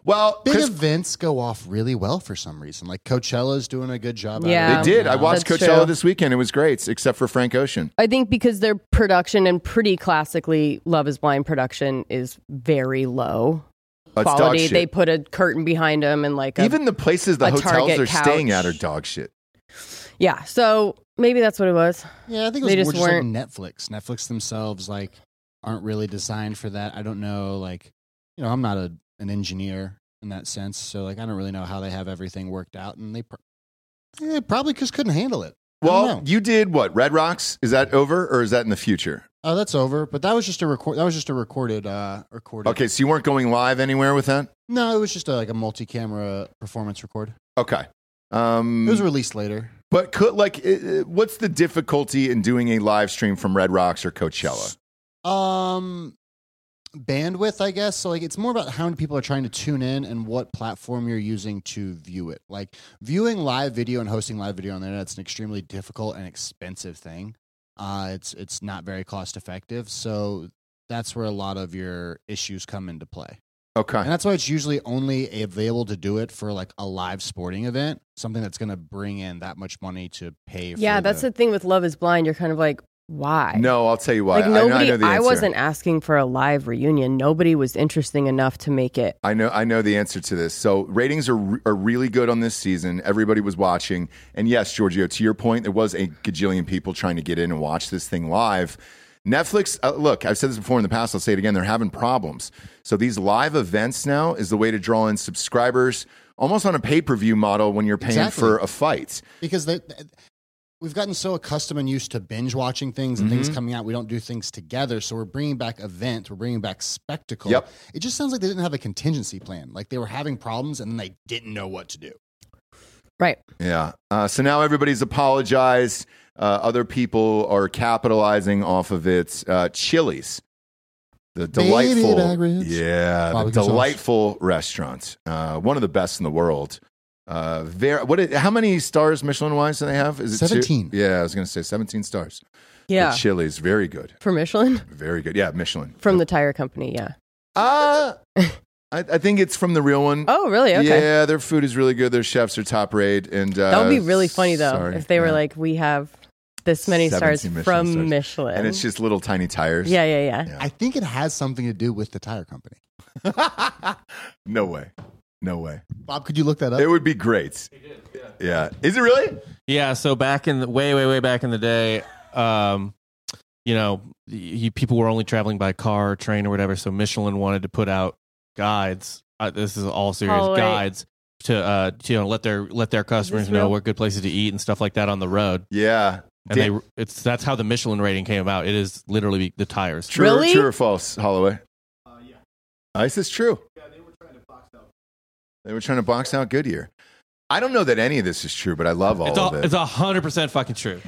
[SPEAKER 1] Well,
[SPEAKER 5] Big
[SPEAKER 1] Chris-
[SPEAKER 5] events go off really well for some reason. Like Coachella's doing a good job.
[SPEAKER 2] Yeah.
[SPEAKER 1] they
[SPEAKER 5] Out of it.
[SPEAKER 1] did.
[SPEAKER 5] Yeah.
[SPEAKER 1] I watched
[SPEAKER 2] That's
[SPEAKER 1] Coachella
[SPEAKER 2] true.
[SPEAKER 1] this weekend. It was great, except for Frank Ocean.
[SPEAKER 2] I think because their production and pretty classically Love Is Blind production is very low
[SPEAKER 1] That's dog
[SPEAKER 2] quality.
[SPEAKER 1] shit.
[SPEAKER 2] They put a curtain behind them and like a,
[SPEAKER 1] Even the places, the
[SPEAKER 2] a
[SPEAKER 1] hotels
[SPEAKER 2] Target
[SPEAKER 1] they're staying
[SPEAKER 2] couch.
[SPEAKER 1] at are dog shit.
[SPEAKER 2] yeah. So maybe that's what it was.
[SPEAKER 5] Yeah, I think it was
[SPEAKER 2] They
[SPEAKER 5] more
[SPEAKER 2] just
[SPEAKER 5] just like Netflix. Netflix themselves like aren't really designed for that. I don't know, like you know, I'm not a an engineer in that sense, so like I don't really know how they have everything worked out, and they pr- they probably just couldn't handle it. I don't
[SPEAKER 1] Well,
[SPEAKER 5] know.
[SPEAKER 1] you did what? Red Rocks? Is that over, or is that in the future?
[SPEAKER 5] oh, that's over. But that was just a record. That was just a recorded uh recorded.
[SPEAKER 1] Okay, so you weren't going live anywhere with that.
[SPEAKER 5] no, it was just a, like a multi-camera performance record.
[SPEAKER 1] Okay. Um,
[SPEAKER 5] It was released later.
[SPEAKER 1] But could like, uh, uh, what's the difficulty in doing a live stream from Red Rocks or Coachella?
[SPEAKER 5] Um, bandwidth, I guess. So like, it's more about how many people are trying to tune in and what platform you're using to view it. Like viewing live video and hosting live video on the internet's an extremely difficult and expensive thing. Uh, it's it's not very cost effective. So that's where a lot of your issues come into play. And
[SPEAKER 1] Okay,
[SPEAKER 5] that's why it's usually only available to do it for like a live sporting event, something that's going to bring in that much money to pay.
[SPEAKER 2] yeah,
[SPEAKER 5] for
[SPEAKER 2] that's
[SPEAKER 5] the,
[SPEAKER 2] the thing with Love Is Blind. You're kind of like, Why?
[SPEAKER 1] No, I'll tell you why.
[SPEAKER 2] Like
[SPEAKER 1] I know- I,
[SPEAKER 2] nobody,
[SPEAKER 1] know the
[SPEAKER 2] I,
[SPEAKER 1] answer.
[SPEAKER 2] wasn't asking for a live reunion. Nobody was interesting enough to make it.
[SPEAKER 1] I know I know the answer to this. So ratings are re- are really good on this season. Everybody was watching, and yes, Giorgio, to your point, there was a gajillion people trying to get in and watch this thing live. Netflix, uh, look, I've said this before in the past. I'll say it again. They're having problems. So these live events now is the way to draw in subscribers, almost on a pay per view model when you're paying
[SPEAKER 5] Exactly.
[SPEAKER 1] for a fight.
[SPEAKER 5] because they, th- we've gotten so accustomed and used to binge watching things and
[SPEAKER 1] Mm-hmm.
[SPEAKER 5] things coming out. We don't do things together, so we're bringing back event, we're bringing back spectacle.
[SPEAKER 1] Yep.
[SPEAKER 5] It just sounds like they didn't have a contingency plan. Like they were having problems and then they didn't know what to do.
[SPEAKER 2] Right.
[SPEAKER 1] Yeah. Uh, so now everybody's apologized. Uh, other people are capitalizing off of it. Uh, Chili's, the
[SPEAKER 5] Baby
[SPEAKER 1] delightful,
[SPEAKER 5] back ribs.
[SPEAKER 1] yeah, the
[SPEAKER 5] Barbecue sauce.
[SPEAKER 1] delightful restaurant, uh, one of the best in the world. Uh, very, what? Is, how many stars Michelin wise do they have? Is it two?
[SPEAKER 5] 17.
[SPEAKER 1] Yeah, I was going to say seventeen stars.
[SPEAKER 2] Yeah.
[SPEAKER 1] But Chili's, very good,
[SPEAKER 2] For Michelin?
[SPEAKER 1] very good. Yeah, Michelin.
[SPEAKER 2] From the tire company, yeah.
[SPEAKER 1] Uh, I, I think it's from the real one.
[SPEAKER 2] Oh, really? Okay.
[SPEAKER 1] Yeah, their food is really good. Their chefs are top rate, and uh,
[SPEAKER 2] that would be really funny, though,
[SPEAKER 1] sorry.
[SPEAKER 2] if they were
[SPEAKER 1] Yeah.
[SPEAKER 2] like, we have this many stars
[SPEAKER 1] 17 Michelin
[SPEAKER 2] from
[SPEAKER 1] stars.
[SPEAKER 2] Michelin.
[SPEAKER 1] and it's just little tiny tires.
[SPEAKER 2] yeah, yeah, yeah.
[SPEAKER 1] Yeah.
[SPEAKER 5] I think it has something to do with the tire company.
[SPEAKER 1] No way. No way.
[SPEAKER 5] Bob, could you look that up?
[SPEAKER 1] It would be great. yeah. Is it really?
[SPEAKER 3] Yeah, so back in the way, way, way back in the day, um, you know, you, people were only traveling by car, train, or whatever. So Michelin wanted to put out guides. Uh, this is all serious
[SPEAKER 2] Oh, wait.
[SPEAKER 3] guides to, uh, to you know let their let their customers
[SPEAKER 2] this
[SPEAKER 3] know
[SPEAKER 2] real?
[SPEAKER 3] where good places to eat and stuff like that on the road.
[SPEAKER 1] Yeah.
[SPEAKER 3] And they it's that's how the Michelin rating came about. It is literally the tires.
[SPEAKER 1] true,
[SPEAKER 2] Really?
[SPEAKER 1] true or false, Holloway? Uh, yeah. Ice is true. Yeah, they were trying to box out. They were trying to box out Goodyear. I don't know that any of this is true, but I love all
[SPEAKER 3] It's all,
[SPEAKER 1] of
[SPEAKER 3] it's
[SPEAKER 1] it.
[SPEAKER 3] a hundred percent fucking true.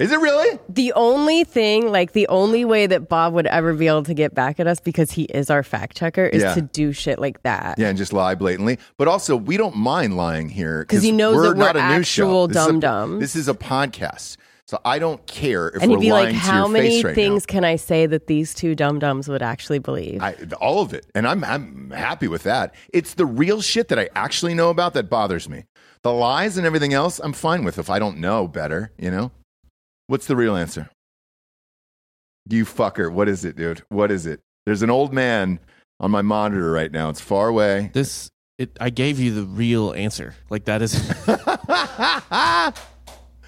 [SPEAKER 1] Is it really?
[SPEAKER 2] The only thing, like, the only way that Bob would ever be able to get back at us because he is our fact checker is
[SPEAKER 1] Yeah.
[SPEAKER 2] to do shit like that.
[SPEAKER 1] Yeah, and just lie blatantly. But also, we don't mind lying here
[SPEAKER 2] 'Cause he knows that we're
[SPEAKER 1] not a news show.
[SPEAKER 2] actual
[SPEAKER 1] This is a-
[SPEAKER 2] dum-dums.
[SPEAKER 1] This is a podcast, so I don't care if
[SPEAKER 2] And
[SPEAKER 1] we're
[SPEAKER 2] he'd be
[SPEAKER 1] lying
[SPEAKER 2] like,
[SPEAKER 1] to
[SPEAKER 2] how
[SPEAKER 1] your
[SPEAKER 2] many
[SPEAKER 1] face right now.
[SPEAKER 2] things can I say that these two dum dums would actually believe?
[SPEAKER 1] I, all of it, and I'm I'm happy with that. It's the real shit that I actually know about that bothers me. The lies and everything else, I'm fine with if I don't know better. You know, what's the real answer? You fucker! What is it, dude? What is it? There's an old man on my monitor right now. It's far away.
[SPEAKER 3] This it, I gave you the real answer. Like that is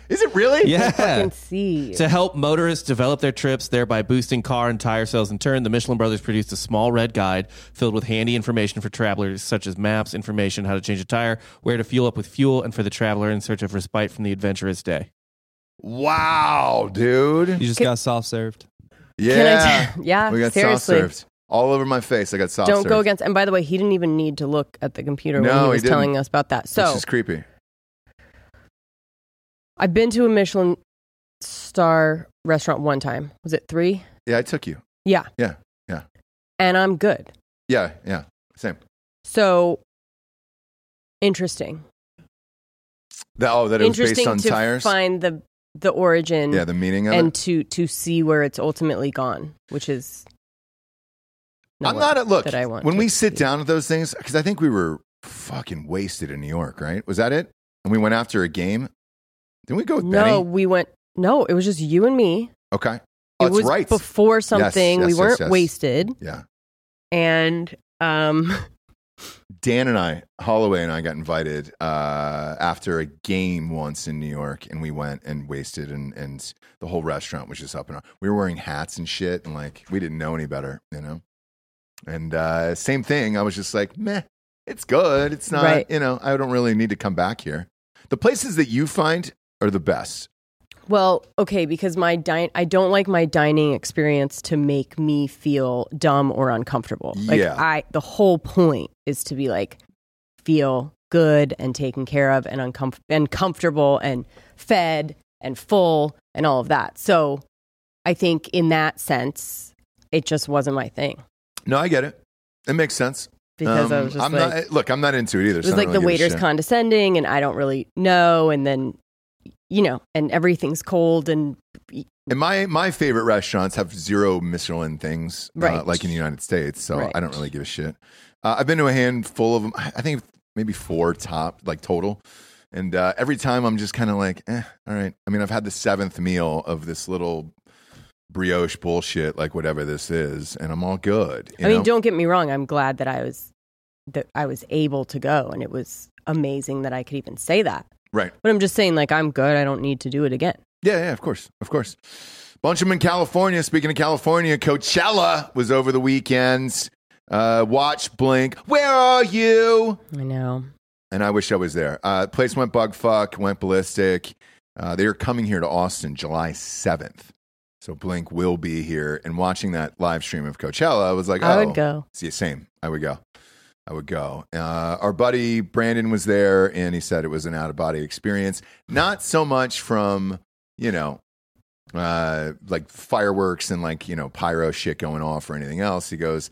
[SPEAKER 1] is it really?
[SPEAKER 2] I
[SPEAKER 3] yeah.
[SPEAKER 2] can see.
[SPEAKER 3] To help motorists develop their trips, thereby boosting car and tire sales in turn, the Michelin Brothers produced a small red guide filled with handy information for travelers, such as maps, information, how to change a tire, where to fuel up with fuel, and for the traveler in search of respite from the adventurous day.
[SPEAKER 1] Wow, dude.
[SPEAKER 6] You just got soft served.
[SPEAKER 1] Yeah.
[SPEAKER 2] Can I t- yeah,
[SPEAKER 1] we got soft
[SPEAKER 2] seriously.
[SPEAKER 1] served all over my face. I got soft
[SPEAKER 2] Don't
[SPEAKER 1] served.
[SPEAKER 2] go against. And by the way, he didn't even need to look at the computer
[SPEAKER 1] No,
[SPEAKER 2] when he
[SPEAKER 1] he
[SPEAKER 2] was
[SPEAKER 1] didn't.
[SPEAKER 2] telling us about that. So
[SPEAKER 1] which is creepy.
[SPEAKER 2] I've been to a Michelin star restaurant one time. Was it three?
[SPEAKER 1] Yeah, I took you.
[SPEAKER 2] Yeah.
[SPEAKER 1] Yeah, yeah.
[SPEAKER 2] And I'm good.
[SPEAKER 1] Yeah, yeah. Same.
[SPEAKER 2] So interesting.
[SPEAKER 1] That, oh, that it was
[SPEAKER 2] interesting
[SPEAKER 1] based on
[SPEAKER 2] to
[SPEAKER 1] tires.
[SPEAKER 2] find the the origin
[SPEAKER 1] yeah, the meaning of
[SPEAKER 2] and
[SPEAKER 1] it.
[SPEAKER 2] to to see where it's ultimately gone, which is. not
[SPEAKER 1] I'm
[SPEAKER 2] what-
[SPEAKER 1] not at look.
[SPEAKER 2] that I want
[SPEAKER 1] when
[SPEAKER 2] to
[SPEAKER 1] we sit
[SPEAKER 2] see.
[SPEAKER 1] down at those things, because I think we were fucking wasted in New York, right? Was that it? And we went after a game. Didn't we go with Benny?
[SPEAKER 2] No, we went. No, it was just you and me.
[SPEAKER 1] Okay. Oh,
[SPEAKER 2] it
[SPEAKER 1] that's
[SPEAKER 2] was
[SPEAKER 1] right.
[SPEAKER 2] before something.
[SPEAKER 1] yes,
[SPEAKER 2] we
[SPEAKER 1] yes,
[SPEAKER 2] weren't
[SPEAKER 1] yes.
[SPEAKER 2] wasted,
[SPEAKER 1] yeah.
[SPEAKER 2] and um,
[SPEAKER 1] Dan and I, Holloway and I got invited uh, after a game once in New York, and we went and wasted, and, and the whole restaurant was just up and on. We were wearing hats and shit, and like we didn't know any better, you know? And uh, same thing. I was just like, meh, it's good. It's not,
[SPEAKER 2] Right.
[SPEAKER 1] you know, I don't really need to come back here. The places that you find are the best.
[SPEAKER 2] Well, okay, because my dine I don't like my dining experience to make me feel dumb or uncomfortable. Like
[SPEAKER 1] Yeah.
[SPEAKER 2] I the whole point is to be like feel good and taken care of and uncomf- and comfortable and fed and full and all of that. So I think in that sense it just wasn't my thing
[SPEAKER 1] No, I get it. It makes sense.
[SPEAKER 2] because I
[SPEAKER 1] Um,
[SPEAKER 2] was just
[SPEAKER 1] I'm
[SPEAKER 2] like
[SPEAKER 1] not, look, I'm not into it either.
[SPEAKER 2] it was like the waiter's condescending and I don't really know and then you know and everything's cold and
[SPEAKER 1] And my my favorite restaurants have zero Michelin things, uh,
[SPEAKER 2] Right.
[SPEAKER 1] like in the United States. So
[SPEAKER 2] Right.
[SPEAKER 1] I don't really give a shit. Uh, I've been to a handful of them. I I think maybe four top, like total. And uh, every time I'm just kind of like, eh, all right. I mean, I've had the seventh meal of this little brioche bullshit, like whatever this is, and I'm all good. you
[SPEAKER 2] I mean,
[SPEAKER 1] know?
[SPEAKER 2] don't get me wrong. I'm glad that I was that I was able to go, and it was amazing that I could even say that.
[SPEAKER 1] right?
[SPEAKER 2] But I'm just saying, like, I'm good. I don't need to do it again.
[SPEAKER 1] Yeah, yeah, of course, of course. Bunch of them in California. Speaking of California, Coachella was over the weekends. Uh, watch Blink. Where are you?
[SPEAKER 2] I know.
[SPEAKER 1] and I wish I was there. Uh, place went bug fuck, went ballistic. Uh, they are coming here to Austin July 7th. So Blink will be here. And watching that live stream of Coachella, I was like, oh,
[SPEAKER 2] I would go.
[SPEAKER 1] See, same. I would go. I would go. Uh, our buddy Brandon was there and he said it was an out of body experience. Not so much from, you know, uh, like fireworks and like, you know, pyro shit going off or anything else. He goes,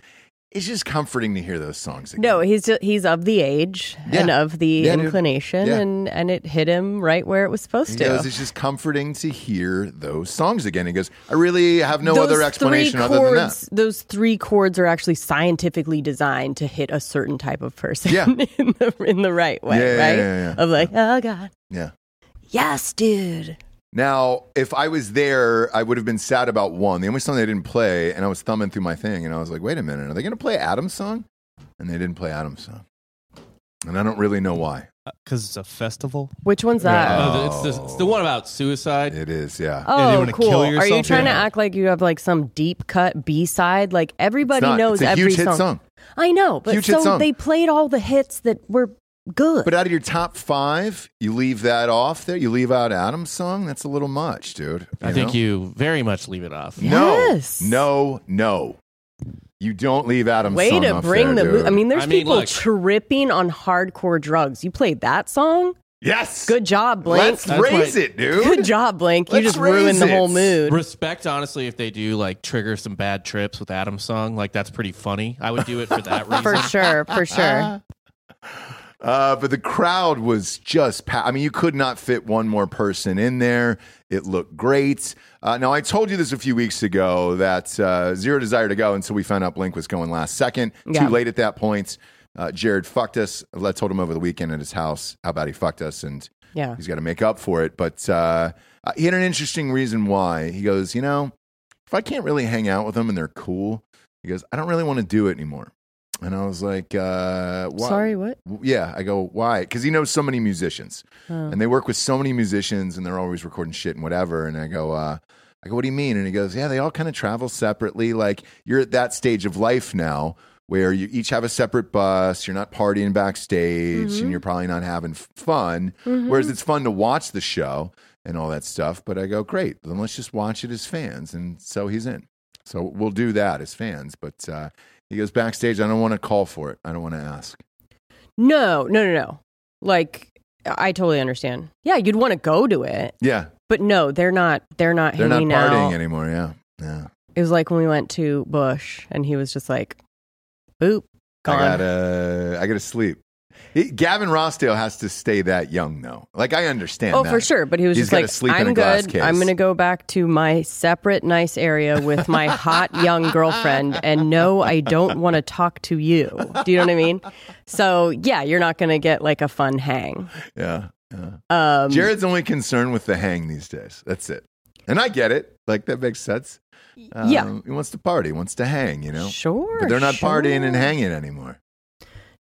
[SPEAKER 1] it's just comforting to hear those songs again.
[SPEAKER 2] No, he's he's of the age and
[SPEAKER 1] Yeah.
[SPEAKER 2] of the
[SPEAKER 1] Yeah, dude.
[SPEAKER 2] inclination,
[SPEAKER 1] Yeah.
[SPEAKER 2] and and it hit him right where it was supposed
[SPEAKER 1] He
[SPEAKER 2] to.
[SPEAKER 1] goes, it's just comforting to hear those songs again. He goes, I really have no
[SPEAKER 2] Those
[SPEAKER 1] other
[SPEAKER 2] three
[SPEAKER 1] explanation other than
[SPEAKER 2] chords,
[SPEAKER 1] that.
[SPEAKER 2] Those three chords are actually scientifically designed to hit a certain type of person
[SPEAKER 1] Yeah.
[SPEAKER 2] in, the, in the right way,
[SPEAKER 1] Yeah, yeah,
[SPEAKER 2] right?
[SPEAKER 1] yeah, yeah.
[SPEAKER 2] Of like, oh god,
[SPEAKER 1] Yeah.
[SPEAKER 2] yes, dude.
[SPEAKER 1] Now, if I was there, I would have been sad about one. The only song they didn't play, and I was thumbing through my thing, and I was like, wait a minute, are they going to play Adam's song? And they didn't play Adam's song. And I don't really know why.
[SPEAKER 7] uh,
[SPEAKER 6] Because it's a festival.
[SPEAKER 2] Which one's that?
[SPEAKER 3] Uh, it's, the, it's the one about suicide.
[SPEAKER 1] It is, yeah.
[SPEAKER 6] Yeah, they
[SPEAKER 2] Oh,
[SPEAKER 6] wanna
[SPEAKER 2] cool.
[SPEAKER 6] kill
[SPEAKER 2] Are you
[SPEAKER 6] yourself?
[SPEAKER 2] trying to
[SPEAKER 6] Yeah.
[SPEAKER 2] act like you have like some deep cut B side? Like
[SPEAKER 1] It's
[SPEAKER 2] everybody
[SPEAKER 1] not-
[SPEAKER 2] knows
[SPEAKER 1] it's a
[SPEAKER 2] every
[SPEAKER 1] huge hit song.
[SPEAKER 2] I know, but
[SPEAKER 1] Huge hit
[SPEAKER 2] so
[SPEAKER 1] song.
[SPEAKER 2] they played all the hits that were good.
[SPEAKER 1] But out of your top five, you leave that off there. You leave out Adam's song. That's a little much, dude.
[SPEAKER 3] I think
[SPEAKER 1] know?
[SPEAKER 3] you very much leave it off.
[SPEAKER 1] No,
[SPEAKER 2] Yes.
[SPEAKER 1] no, no. You don't leave Adam's
[SPEAKER 2] Way
[SPEAKER 1] song
[SPEAKER 2] to
[SPEAKER 1] off
[SPEAKER 2] bring
[SPEAKER 1] there,
[SPEAKER 2] the. mo-
[SPEAKER 1] dude.
[SPEAKER 2] I mean, there's
[SPEAKER 3] I mean,
[SPEAKER 2] people
[SPEAKER 3] look.
[SPEAKER 2] tripping on hardcore drugs. You played that song.
[SPEAKER 1] yes,
[SPEAKER 2] Good job, Blink.
[SPEAKER 1] Let's
[SPEAKER 3] That's
[SPEAKER 1] raise
[SPEAKER 3] right.
[SPEAKER 1] it, dude.
[SPEAKER 2] Good job, Blink. You
[SPEAKER 1] Let's
[SPEAKER 2] just ruined the
[SPEAKER 1] raise
[SPEAKER 2] whole
[SPEAKER 1] it.
[SPEAKER 2] mood.
[SPEAKER 3] Respect, honestly, if they do like trigger some bad trips with Adam's song, like that's pretty funny. I would do it for that reason.
[SPEAKER 2] For sure, for sure.
[SPEAKER 1] Uh, but the crowd was just pa- I mean, you could not fit one more person in there. It looked great. Uh, now, I told you this a few weeks ago that uh, Zero Desire to Go until we found out Blink was going last second.
[SPEAKER 2] Yeah.
[SPEAKER 1] Too late at that point. Uh, Jared fucked us. I told him over the weekend at his house how bad he fucked us, and
[SPEAKER 2] Yeah.
[SPEAKER 1] he's got to make up for it. But uh, uh, he had an interesting reason why. He goes, you know, if I can't really hang out with them and they're cool, he goes, I don't really want to do it anymore. And I was like, uh, why?
[SPEAKER 2] Sorry, what?
[SPEAKER 1] Yeah, I go, why? Because he knows so many musicians
[SPEAKER 2] Oh.
[SPEAKER 1] and they work with so many musicians and they're always recording shit and whatever. And I go, uh, I go, what do you mean? And he goes, yeah, they all kind of travel separately. Like you're at that stage of life now where you each have a separate bus, you're not partying backstage and you're probably not having f- fun. Whereas it's fun to watch the show and all that stuff. But I go, great, then let's just watch it as fans. And so he's in. So we'll do that as fans. But uh, he goes backstage, I don't want to call for it. I don't want to ask.
[SPEAKER 2] No, no, no, no. Like I totally understand. Yeah, you'd want to go to it,
[SPEAKER 1] Yeah.
[SPEAKER 2] but no, they're not. They're not
[SPEAKER 1] They're not
[SPEAKER 2] hanging
[SPEAKER 1] partying
[SPEAKER 2] out.
[SPEAKER 1] anymore. Yeah. Yeah.
[SPEAKER 2] It was like when we went to Bush, and he was just like, "Boop, gone."
[SPEAKER 1] I gotta, I gotta sleep. He- Gavin Rossdale has to stay that young, though. Like I understand.
[SPEAKER 2] Oh,
[SPEAKER 1] that.
[SPEAKER 2] for sure. But he was
[SPEAKER 1] uh, He's
[SPEAKER 2] just
[SPEAKER 1] gotta
[SPEAKER 2] like,
[SPEAKER 1] sleep in
[SPEAKER 2] I'm
[SPEAKER 1] a glass
[SPEAKER 2] good.
[SPEAKER 1] case."
[SPEAKER 2] I'm going to go back to my separate, nice area with my hot young girlfriend. And no, I don't want to talk to you. Do you know what I mean? So, yeah, you're not going to get like a fun hang.
[SPEAKER 1] Yeah, yeah.
[SPEAKER 2] Um,
[SPEAKER 1] Jared's only concerned with the hang these days. That's it, and I get it. Like that makes sense.
[SPEAKER 2] yeah.
[SPEAKER 1] Um, he wants to party, wants to hang. You know,
[SPEAKER 2] Sure.
[SPEAKER 1] but they're not
[SPEAKER 2] sure.
[SPEAKER 1] partying and hanging anymore.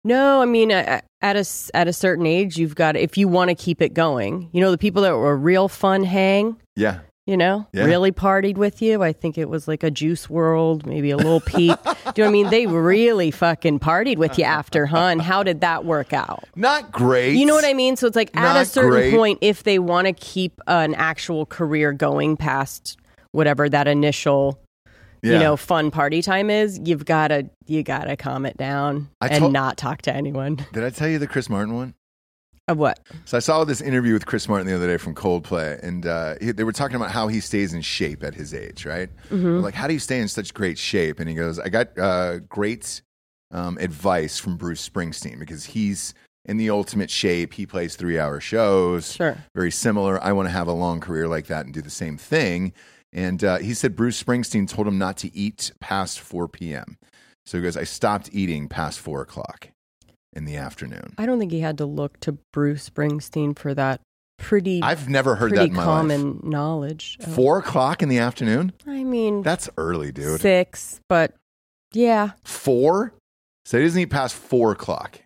[SPEAKER 2] No, I mean, a- a- at a, s- at a certain age, you've got, if you want to keep it going, you know, the people that were a real fun hang.
[SPEAKER 1] Yeah,
[SPEAKER 2] You know,
[SPEAKER 1] Yeah.
[SPEAKER 2] really partied with you. I think it was like a Juice World, maybe a little peep. Do you know what I mean? They really fucking partied with you after, huh? And how did that work out?
[SPEAKER 1] not great.
[SPEAKER 2] You know what I mean? So it's like at a
[SPEAKER 1] Not
[SPEAKER 2] certain
[SPEAKER 1] great.
[SPEAKER 2] point, if they want to keep an actual career going past whatever that initial,
[SPEAKER 1] Yeah.
[SPEAKER 2] you know, fun party time is, you've gotta you gotta calm it down
[SPEAKER 1] I
[SPEAKER 2] and
[SPEAKER 1] told-
[SPEAKER 2] not talk to anyone.
[SPEAKER 1] Did I tell you the Chris Martin one?
[SPEAKER 2] Of what?
[SPEAKER 1] So I saw this interview with Chris Martin the other day from Coldplay, and uh, he, they were talking about how he stays in shape at his age, right?
[SPEAKER 2] Mm-hmm.
[SPEAKER 1] They're Like, how do you stay in such great shape? And he goes, I got uh, great um, advice from Bruce Springsteen because he's in the ultimate shape. He plays three hour shows,
[SPEAKER 2] Sure.
[SPEAKER 1] very similar. I want to have a long career like that and do the same thing. And uh, he said Bruce Springsteen told him not to eat past 4 p.m. So he goes, I stopped eating past four o'clock in the afternoon.
[SPEAKER 2] I don't think he had to look to Bruce Springsteen for that pretty
[SPEAKER 1] I've never heard that
[SPEAKER 2] pretty
[SPEAKER 1] in my life.
[SPEAKER 2] common knowledge. of-
[SPEAKER 1] Four o'clock in the afternoon?
[SPEAKER 2] I mean,
[SPEAKER 1] That's early, dude.
[SPEAKER 2] six, but yeah,
[SPEAKER 1] Four? So he doesn't eat past four o'clock.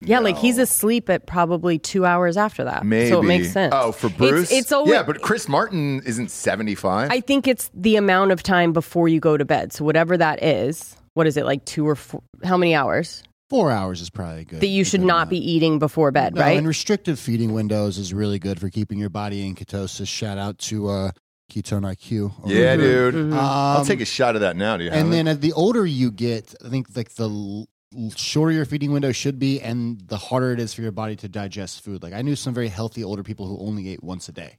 [SPEAKER 2] yeah. Like
[SPEAKER 1] No.
[SPEAKER 2] he's asleep at probably two hours after that,
[SPEAKER 1] Maybe.
[SPEAKER 2] so it makes sense.
[SPEAKER 1] Oh, for
[SPEAKER 2] It's-
[SPEAKER 1] Bruce?
[SPEAKER 2] it's, always.
[SPEAKER 1] yeah, but Chris Martin isn't 75.
[SPEAKER 2] I think it's the amount of time before you go to bed. So whatever that is, what is it like two or four, how many hours
[SPEAKER 5] Four hours is probably good.
[SPEAKER 2] that you should not be eating before bed,
[SPEAKER 5] No,
[SPEAKER 2] right?
[SPEAKER 5] And restricted feeding windows is really good for keeping your body in ketosis. Shout out to uh, Ketone IQ. over
[SPEAKER 1] yeah,
[SPEAKER 5] here.
[SPEAKER 1] dude.
[SPEAKER 2] Mhm.
[SPEAKER 1] I'll
[SPEAKER 5] Um,
[SPEAKER 1] take a shot of that now. Do you have
[SPEAKER 5] And
[SPEAKER 1] it?
[SPEAKER 5] then as the older you get, I think like the l- l- shorter your feeding window should be, and the harder it is for your body to digest food. Like I knew some very healthy older people who only ate once a day.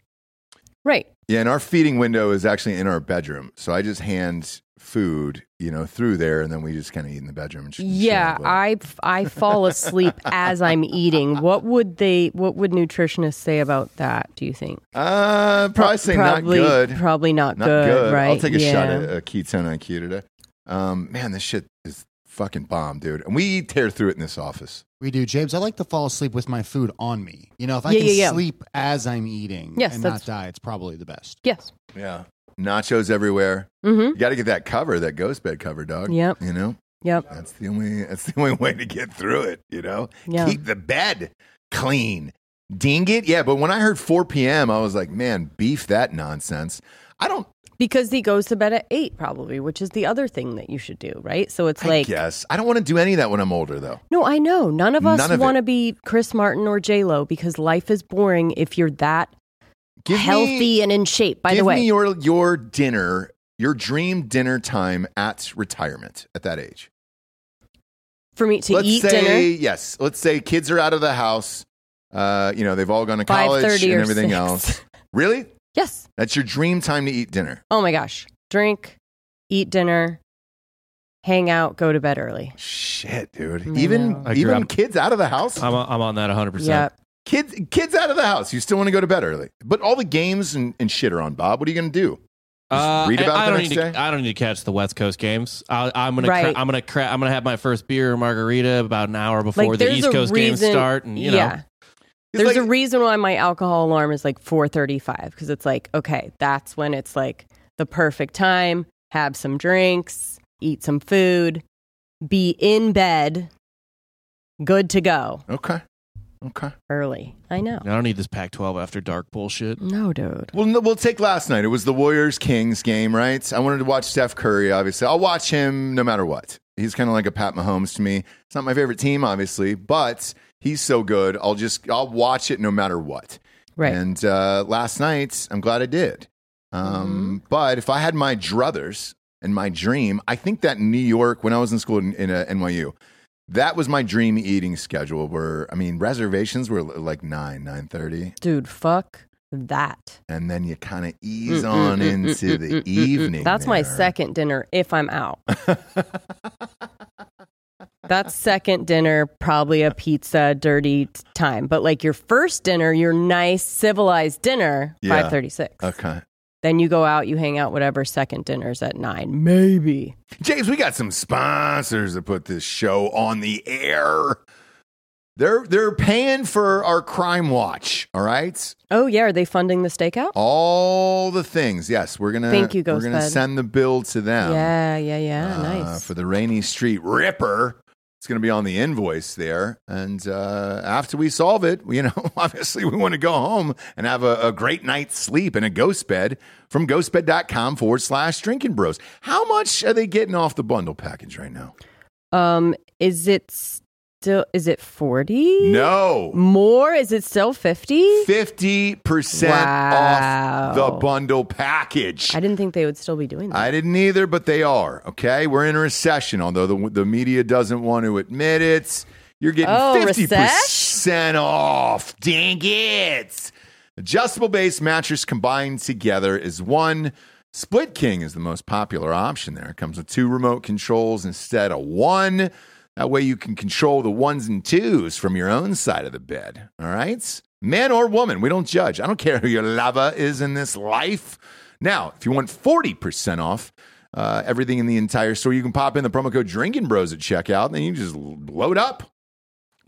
[SPEAKER 2] Right.
[SPEAKER 1] Yeah, and our feeding window is actually in our bedroom. So I just hand food, you know, through there, and then we just kind of eat in the bedroom. And sh-
[SPEAKER 2] Yeah,
[SPEAKER 1] chill, but-
[SPEAKER 2] I I fall asleep as I'm eating. What would they? What would nutritionists say about that? Do you think?
[SPEAKER 1] uh, probably say
[SPEAKER 2] probably,
[SPEAKER 1] not good,
[SPEAKER 2] Probably not,
[SPEAKER 1] not
[SPEAKER 2] good,
[SPEAKER 1] good.
[SPEAKER 2] Right.
[SPEAKER 1] I'll take a
[SPEAKER 2] yeah.
[SPEAKER 1] shot at a ketone IQ today. Um, man, this shit is fucking bomb, dude. And we tear through it in this office.
[SPEAKER 5] We do, James. I like to fall asleep with my food on me. You know, if I
[SPEAKER 2] Yeah,
[SPEAKER 5] can
[SPEAKER 2] yeah, yeah.
[SPEAKER 5] sleep as I'm eating
[SPEAKER 2] Yes,
[SPEAKER 5] and
[SPEAKER 2] that's-
[SPEAKER 5] not die, it's probably the best.
[SPEAKER 2] Yes.
[SPEAKER 1] Yeah, nachos everywhere.
[SPEAKER 2] Mm-hmm.
[SPEAKER 1] You got to get that cover, that ghost bed cover, dog.
[SPEAKER 2] Yep.
[SPEAKER 1] You know,
[SPEAKER 2] Yep.
[SPEAKER 1] that's the only that's the only way to get through it. You know,
[SPEAKER 2] Yeah.
[SPEAKER 1] keep the bed clean. Ding it, yeah. But when I heard 4 p.m., I was like, man, beef that nonsense. I don't.
[SPEAKER 2] Because he goes to bed at eight, probably, which is the other thing that you should do, right? So it's
[SPEAKER 1] I
[SPEAKER 2] like,
[SPEAKER 1] guess I don't want to do any of that when I'm older, though.
[SPEAKER 2] no, I know none of
[SPEAKER 1] None
[SPEAKER 2] us
[SPEAKER 1] of
[SPEAKER 2] want
[SPEAKER 1] it.
[SPEAKER 2] to be Chris Martin or J Lo because life is boring if you're that
[SPEAKER 1] Give me-
[SPEAKER 2] healthy and in shape. By
[SPEAKER 1] give
[SPEAKER 2] the way,
[SPEAKER 1] me your your dinner, your dream dinner time at retirement at that age.
[SPEAKER 2] for me to
[SPEAKER 1] let's
[SPEAKER 2] eat
[SPEAKER 1] say
[SPEAKER 2] dinner,
[SPEAKER 1] yes. Let's say kids are out of the house. Uh, you know, they've all gone to
[SPEAKER 2] five
[SPEAKER 1] college
[SPEAKER 2] thirty
[SPEAKER 1] and
[SPEAKER 2] or
[SPEAKER 1] everything
[SPEAKER 2] 6.
[SPEAKER 1] else. Really?
[SPEAKER 2] Yes.
[SPEAKER 1] That's your dream time to eat dinner.
[SPEAKER 2] Oh my gosh. Drink, eat dinner, hang out, go to bed early.
[SPEAKER 1] Shit, dude.
[SPEAKER 2] I know.
[SPEAKER 1] Even
[SPEAKER 3] I agree.
[SPEAKER 1] even
[SPEAKER 3] I'm-
[SPEAKER 1] kids out of the house.
[SPEAKER 3] I'm, I'm on that 100%.
[SPEAKER 2] Yeah.
[SPEAKER 1] kids kids out of the house. You still want to go to bed early, but all the games and, and shit are on. Bob, what are you going to do?
[SPEAKER 3] Uh,
[SPEAKER 1] read
[SPEAKER 3] I-
[SPEAKER 1] about it
[SPEAKER 3] I
[SPEAKER 1] the
[SPEAKER 3] don't
[SPEAKER 1] next
[SPEAKER 3] need to,
[SPEAKER 1] day?
[SPEAKER 3] I don't need to catch the West Coast games. I, I'm gonna.
[SPEAKER 2] Right.
[SPEAKER 3] Cra- I'm gonna. Cra- I'm gonna have my first beer or margarita about an hour before the
[SPEAKER 2] there's
[SPEAKER 3] East
[SPEAKER 2] a
[SPEAKER 3] Coast games
[SPEAKER 2] reason-
[SPEAKER 3] start, and you know.
[SPEAKER 2] yeah.
[SPEAKER 1] It's
[SPEAKER 2] There's
[SPEAKER 1] like-
[SPEAKER 2] a reason why my alcohol alarm is like 4:35 because it's like, okay, that's when it's like the perfect time, have some drinks, eat some food, be in bed, good to go
[SPEAKER 1] Okay, okay.
[SPEAKER 2] early. I know.
[SPEAKER 3] I don't need this Pac-12 after dark bullshit.
[SPEAKER 2] No, dude.
[SPEAKER 1] Well, no, we'll take last night. It was the Warriors Kings game, right? I wanted to watch Steph Curry. Obviously, I'll watch him no matter what. He's kind of like a Pat Mahomes to me. It's not my favorite team, obviously, but he's so good. I'll just I'll watch it no matter what.
[SPEAKER 2] Right.
[SPEAKER 1] And uh, last night, I'm glad I did. Um, But if I had my druthers and my dream, I think that in New York, when I was in school in, in uh, NYU, that was my dream eating schedule. Where I mean, reservations were l- like nine, nine thirty,
[SPEAKER 2] Dude, fuck that.
[SPEAKER 1] and then you kind of ease
[SPEAKER 2] Mm, mm,
[SPEAKER 1] on
[SPEAKER 2] mm, mm,
[SPEAKER 1] into
[SPEAKER 2] mm,
[SPEAKER 1] the
[SPEAKER 2] mm, mm, mm.
[SPEAKER 1] evening.
[SPEAKER 2] That's my
[SPEAKER 1] there.
[SPEAKER 2] second dinner if I'm out. That's second dinner, probably a pizza, dirty t- time. But like your first dinner, your nice civilized dinner,
[SPEAKER 1] Yeah.
[SPEAKER 2] five thirty six.
[SPEAKER 1] Okay,
[SPEAKER 2] Then you go out, you hang out, whatever. Second dinner's at nine, maybe.
[SPEAKER 1] James, we got some sponsors that put this show on the air. They're they're paying for our crime watch. All right.
[SPEAKER 2] Oh yeah, are they funding the stakeout?
[SPEAKER 1] Oh, all the things. Yes, we're gonna
[SPEAKER 2] Thank you, Ghost
[SPEAKER 1] We're gonna
[SPEAKER 2] Bed.
[SPEAKER 1] send the bill to them.
[SPEAKER 2] yeah, yeah, yeah.
[SPEAKER 1] uh,
[SPEAKER 2] nice.
[SPEAKER 1] for the Rainy Street Ripper. It's gonna be on the invoice there, and uh, after we solve it, you know, obviously we want to go home and have a, a great night's sleep in a ghost bed from ghostbed.com forward slash drinking bros. How much are they getting off the bundle package right now?
[SPEAKER 2] um, is it still? Is it forty?
[SPEAKER 1] No.
[SPEAKER 2] More? Is it still fifty?
[SPEAKER 1] 50%
[SPEAKER 2] Wow.
[SPEAKER 1] off the bundle package.
[SPEAKER 2] I didn't think they would still be doing that.
[SPEAKER 1] I didn't either, but they are. Okay, we're in a recession, although the the media doesn't want to admit it. You're
[SPEAKER 2] Oh,
[SPEAKER 1] getting fifty percent off. Dang it! Adjustable base mattress combined together is one. Split King is the most popular option. There it comes with two remote controls instead of one. That way you can control the ones and twos from your own side of the bed. All right? Man or woman, we don't judge. I don't care who your lover is in this life. Now, if you want 40% off uh, everything in the entire store, you can pop in the promo code Drinking Bros at checkout, and then you just load up.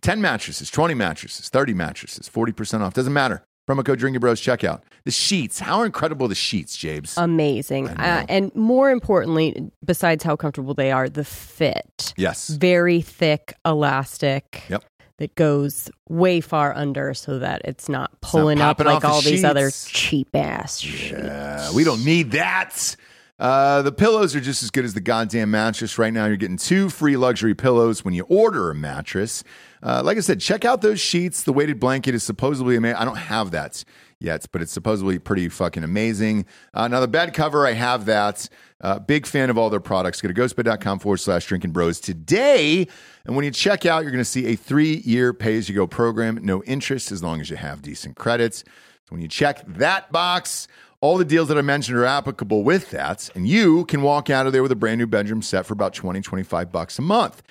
[SPEAKER 1] 10 mattresses, 20 mattresses, 30 mattresses, 40% off. Doesn't matter. Promo code Drinking Bros checkout. The sheets. How incredible are the sheets, Jabes.
[SPEAKER 2] Amazing.
[SPEAKER 1] I know.
[SPEAKER 2] Uh, and more importantly, besides how comfortable they are, the fit.
[SPEAKER 1] yes.
[SPEAKER 2] Very thick, elastic.
[SPEAKER 1] Yep.
[SPEAKER 2] That goes way far under so that it's not pulling up
[SPEAKER 1] popping off
[SPEAKER 2] like
[SPEAKER 1] the
[SPEAKER 2] all these other
[SPEAKER 1] sheets.
[SPEAKER 2] cheap ass shit.
[SPEAKER 1] Uh, we don't need that. Uh, the pillows are just as good as the goddamn mattress. Right now, you're getting two free luxury pillows when you order a mattress. Uh, like I said, check out those sheets. The weighted blanket is supposedly amazing. I don't have that yet, but it's supposedly pretty fucking amazing. Uh, now, the bed cover, I have that. Uh, big fan of all their products. Go to ghostbed.com forward slash drinking bros today. And when you check out, you're going to see a three year pay as you go program. No interest as long as you have decent credits. So when you check that box, all the deals that I mentioned are applicable with that. And you can walk out of there with a brand new bedroom set for about 20, 25 bucks a month.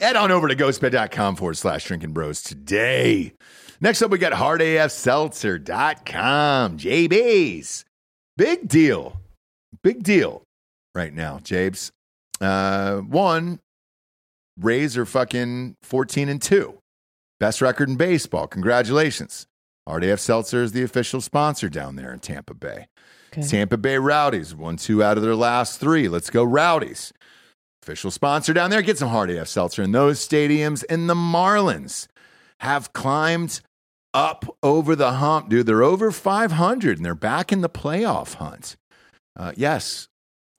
[SPEAKER 1] Head on over to ghostbed.com forward slash drinking bros today. Next up, we got hardafseltzer.com. JB's. Big deal. Big deal right now, Jabes. Uh, one, Rays are fucking 14 and 2. Best record in baseball. Congratulations. RDF Seltzer is the official sponsor down there in Tampa Bay.
[SPEAKER 2] Okay.
[SPEAKER 1] Tampa Bay Rowdies won two out of their last three. Let's go, Rowdies. Official sponsor down there. Get some hard AF seltzer in those stadiums. And the Marlins have climbed up over the hump, dude. They're over 500 and they're back in the playoff hunt. Uh, yes,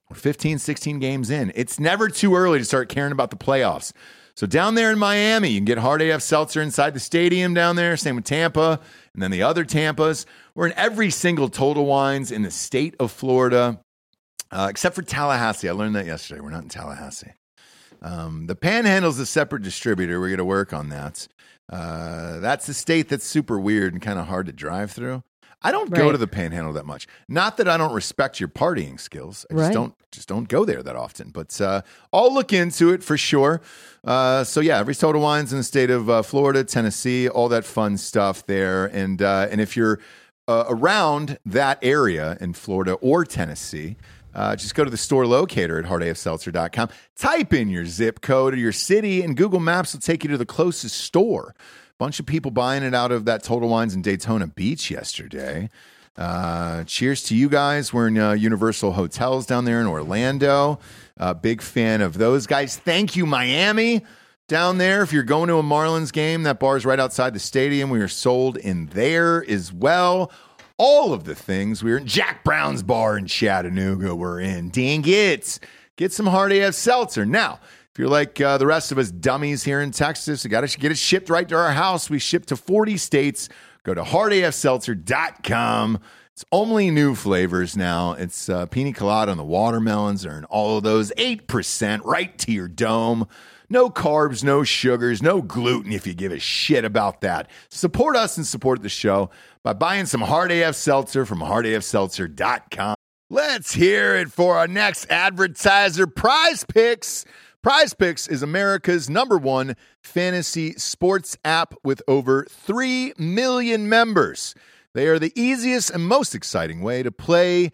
[SPEAKER 1] we're 15, 16 games in. It's never too early to start caring about the playoffs. So down there in Miami, you can get hard AF seltzer inside the stadium down there. Same with Tampa, and then the other Tampas. We're in every single Total Wines in the state of Florida, uh, except for Tallahassee. I learned that yesterday. We're not in Tallahassee. Um, the Panhandle's a separate distributor. We're going to work on that. Uh, that's a state that's super weird and kind of hard to drive through. I don't go
[SPEAKER 2] Right.
[SPEAKER 1] to the Panhandle that much. Not that I don't respect your partying skills. I just
[SPEAKER 2] Right.
[SPEAKER 1] don't just don't go there that often. But uh, I'll look into it for sure. Uh, so yeah, every soda wine's in the state of uh, Florida, Tennessee, all that fun stuff there. And uh, and if you're uh, around that area in Florida or Tennessee. Uh, just go to the store locator at hardafseltzer.com. Type in your zip code or your city, and Google Maps will take you to the closest store. Bunch of people buying it out of that Total Wines in Daytona Beach yesterday. Uh, cheers to you guys. We're in uh, Universal Hotels down there in Orlando. Uh, big fan of those guys. Thank you, Miami. Down there, if you're going to a Marlins game, that bar's right outside the stadium. We are sold in there as well. All of the things. We are in Jack Brown's bar in Chattanooga. We're in. Dang it. Get some hard AF seltzer. Now, if you're like uh, the rest of us dummies here in Texas, you got to get it shipped right to our house. We ship to 40 states. Go to hardafseltzer.com. It's only new flavors now. It's uh, pina colada and the watermelons are in all of those. 8% right to your dome. No carbs, no sugars, no gluten if you give a shit about that. Support us and support the show by buying some Hard AF Seltzer from hardafseltzer.com. Let's hear it for our next advertiser, Prize Picks. Prize Picks is America's number one fantasy sports app with over 3 million members. They are the easiest and most exciting way to play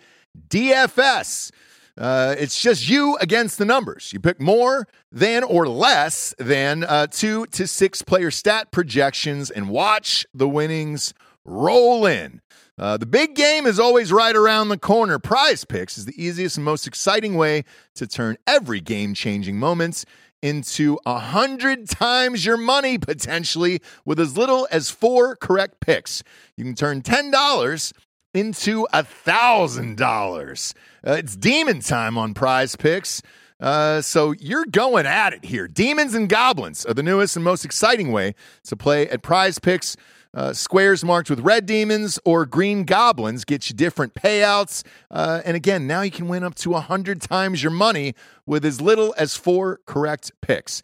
[SPEAKER 1] DFS. Uh, it's just you against the numbers. You pick more than or less than uh, two to six player stat projections and watch the winnings roll in. Uh, the big game is always right around the corner. Prize picks is the easiest and most exciting way to turn every game changing moments into a hundred times your money potentially with as little as four correct picks. You can turn ten dollars into a thousand dollars. Uh, It's demon time on Prize Picks. Uh, so you're going at it here. Demons and goblins are the newest and most exciting way to play at Prize Picks. Uh, squares marked with red demons or green goblins get you different payouts. Uh, and again, now you can win up to 100 times your money with as little as four correct picks.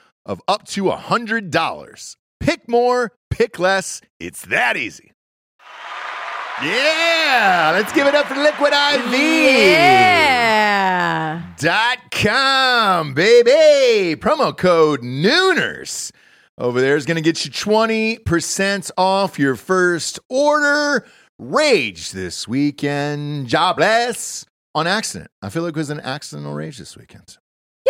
[SPEAKER 1] of up to $100. Pick more, pick less. It's that easy. Yeah, let's give it up for Liquid IV.
[SPEAKER 2] Yeah.
[SPEAKER 1] Dot com, baby. Promo code Nooners over there is going to get you 20% off your first order. Rage this weekend. Jobless on accident. I feel like it was an accidental rage this weekend.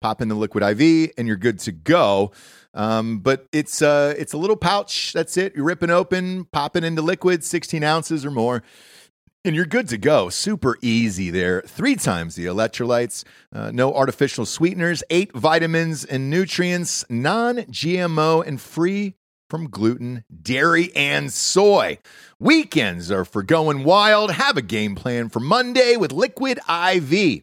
[SPEAKER 1] Pop in the liquid IV, and you're good to go. Um, but it's uh, it's a little pouch. That's it. You're ripping open, popping into liquid, 16 ounces or more and you're good to go. Super easy there. Three times the electrolytes, uh, no artificial sweeteners, eight vitamins and nutrients, non GMO, and free from gluten, dairy, and soy. Weekends are for going wild. Have a game plan for Monday with Liquid IV.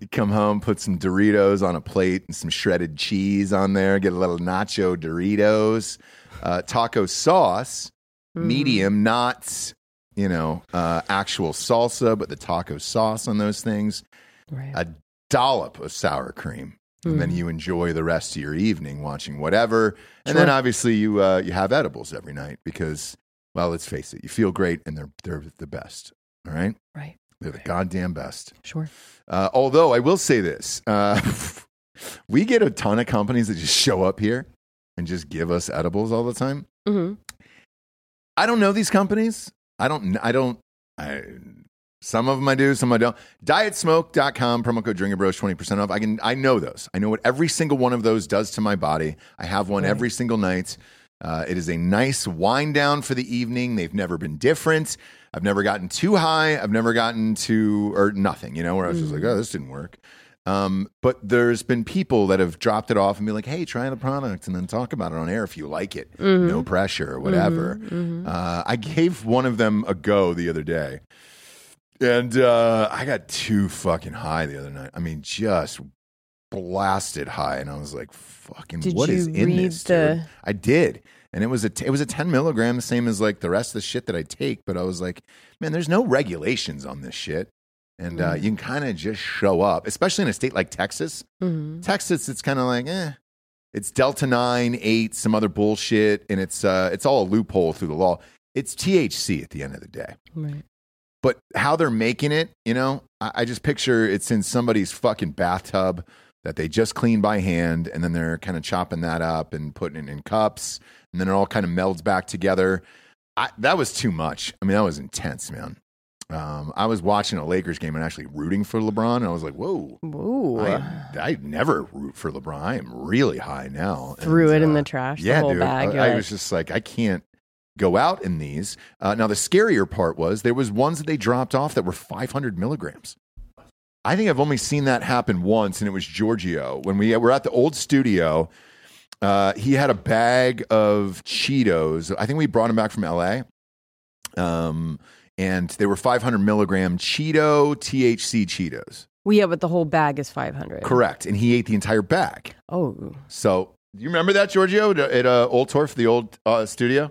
[SPEAKER 1] You come home, put some Doritos on a plate and some shredded cheese on there, get a little nacho Doritos, uh, taco sauce,
[SPEAKER 2] Hmm. Mm-hmm.
[SPEAKER 1] medium, not, you know, uh, actual salsa, but the taco sauce on those things,
[SPEAKER 2] Right. Mm-hmm.
[SPEAKER 1] a dollop of sour cream. And
[SPEAKER 2] Hmm.
[SPEAKER 1] then you enjoy the rest of your evening watching whatever. And then obviously you, uh, you have edibles every night because, well, let's face it, you feel great and they're, they're the best. All right?
[SPEAKER 2] right.
[SPEAKER 1] They're the goddamn best.
[SPEAKER 2] Sure.
[SPEAKER 1] Uh, although I will say this, uh, we get a ton of companies that just show up here and just give us edibles all the time.
[SPEAKER 2] hmm
[SPEAKER 1] I don't know these companies. I don't. kn- I don't. I, some of them I do, some I don't. Dietsmoke.com promo code Drinkerbros twenty percent off. I can. I know those. I know what every single one of those does to my body. I have one every single night. Uh, it is a nice wind down for the evening. They've never been different. I've never gotten too high. I've never gotten to or nothing. You know, where I was just like, oh, this didn't work. Um, but there's been people that have dropped it off and be like, hey, try the product and then talk about it on air if you like it. No pressure
[SPEAKER 2] Mm-hmm.
[SPEAKER 1] or whatever. Uh, I gave one of them a go the other day. And uh, I got too fucking high the other night. I mean, just blasted high. And I was like, fucking,
[SPEAKER 2] Did
[SPEAKER 1] what
[SPEAKER 2] you
[SPEAKER 1] is in
[SPEAKER 2] read
[SPEAKER 1] this?
[SPEAKER 2] the-
[SPEAKER 1] Dude? I did. And it was a t- it was a ten milligram, the same as like the rest of the shit that I take. But I was like, man, there's no regulations on this shit, and
[SPEAKER 2] Mm.
[SPEAKER 1] uh, you can kind of just show up, especially in a state like Texas.
[SPEAKER 2] hmm
[SPEAKER 1] Texas, it's kind of like, eh. It's Delta 9, 8, some other bullshit, and it's, uh, it's all a loophole through the law. It's THC at the end of the day.
[SPEAKER 2] Mm-hmm. Right.
[SPEAKER 1] But how they're making it, you know, I, I just picture it's in somebody's fucking bathtub that they just cleaned by hand, and then they're kind of chopping that up and putting it in cups, and then it all kind of melds back together. I, that was too much. I mean, that was intense, man. Um, I was watching a Lakers game and actually rooting for LeBron, and I was like, "Whoa,
[SPEAKER 2] Ooh.
[SPEAKER 1] I, I never root for LeBron. I am really high now."
[SPEAKER 2] Threw
[SPEAKER 1] And,
[SPEAKER 2] it in
[SPEAKER 1] uh,
[SPEAKER 2] the trash,
[SPEAKER 1] yeah,
[SPEAKER 2] the whole
[SPEAKER 1] dude.
[SPEAKER 2] bag. You're
[SPEAKER 1] I, I
[SPEAKER 2] like,
[SPEAKER 1] was just like, I can't go out in these. Uh, now, the scarier part was there was ones that they dropped off that were 500 milligrams. I think I've only seen that happen once, and it was Giorgio when we were at the old studio. Uh, he had a bag of Cheetos. I think we brought him back from LA. Um, and they were 500 milligram Cheeto THC Cheetos.
[SPEAKER 2] well, yeah, but the whole bag is 500.
[SPEAKER 1] Correct. And he ate the entire bag.
[SPEAKER 2] Oh,
[SPEAKER 1] So you remember that, Giorgio, at, at uh, Old Torf, the old uh, studio?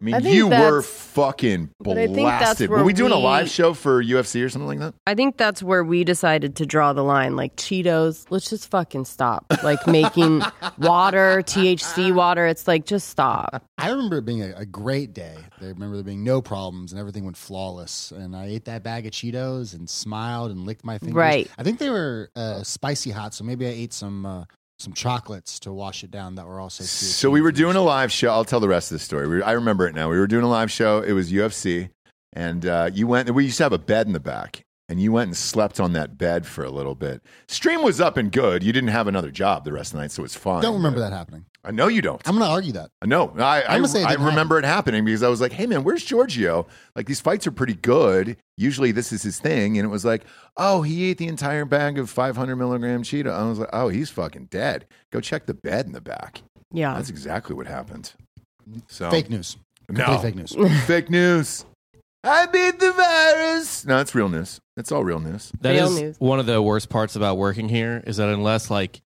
[SPEAKER 1] I mean,
[SPEAKER 6] I think
[SPEAKER 1] you were
[SPEAKER 6] that's-
[SPEAKER 1] fucking
[SPEAKER 6] but I think that's
[SPEAKER 1] blasted. Were
[SPEAKER 6] where
[SPEAKER 1] we doing a
[SPEAKER 6] we-
[SPEAKER 1] live show for UFC or something like that?
[SPEAKER 2] I think that's where we decided to draw the line. Like Cheetos, let's just fucking stop. Like making water, THC water. It's like just stop.
[SPEAKER 5] I remember it being a, a great day. I remember there being no problems and everything went flawless. And I ate that bag of Cheetos and smiled and licked my fingers.
[SPEAKER 2] Right.
[SPEAKER 5] I think they were uh, spicy hot, so maybe I ate some uh, some chocolates to wash it down that were also. THC
[SPEAKER 1] So we were doing
[SPEAKER 5] infused.
[SPEAKER 1] a live show. I'll tell the rest of the story. We, I remember it now. We were doing a live show. It was UFC, and uh, you went. We used to have a bed in the back, and you went and slept on that bed for a little bit. Stream was up and good. You didn't have another job the rest of the night, so it's fine.
[SPEAKER 5] Don't remember that happening.
[SPEAKER 1] I know you don't.
[SPEAKER 5] I'm going to argue that.
[SPEAKER 1] No, I I,
[SPEAKER 5] gonna say it
[SPEAKER 1] I
[SPEAKER 5] didn't
[SPEAKER 1] remember it happening because I was like, "Hey man, where's Giorgio? Like these fights are pretty good. Usually this is his thing." And it was like, "Oh, he ate the entire bag of 500 milligram cheetah." I was like, "Oh, he's fucking dead. Go check the bed in the back."
[SPEAKER 2] Yeah.
[SPEAKER 1] That's exactly what happened. So
[SPEAKER 5] Fake news.
[SPEAKER 1] no
[SPEAKER 5] Complete fake news.
[SPEAKER 1] fake news. I beat the virus. No, it's real news. It's all real news.
[SPEAKER 3] That
[SPEAKER 2] Real
[SPEAKER 3] is
[SPEAKER 2] news.
[SPEAKER 3] one of the worst parts about working here is that unless like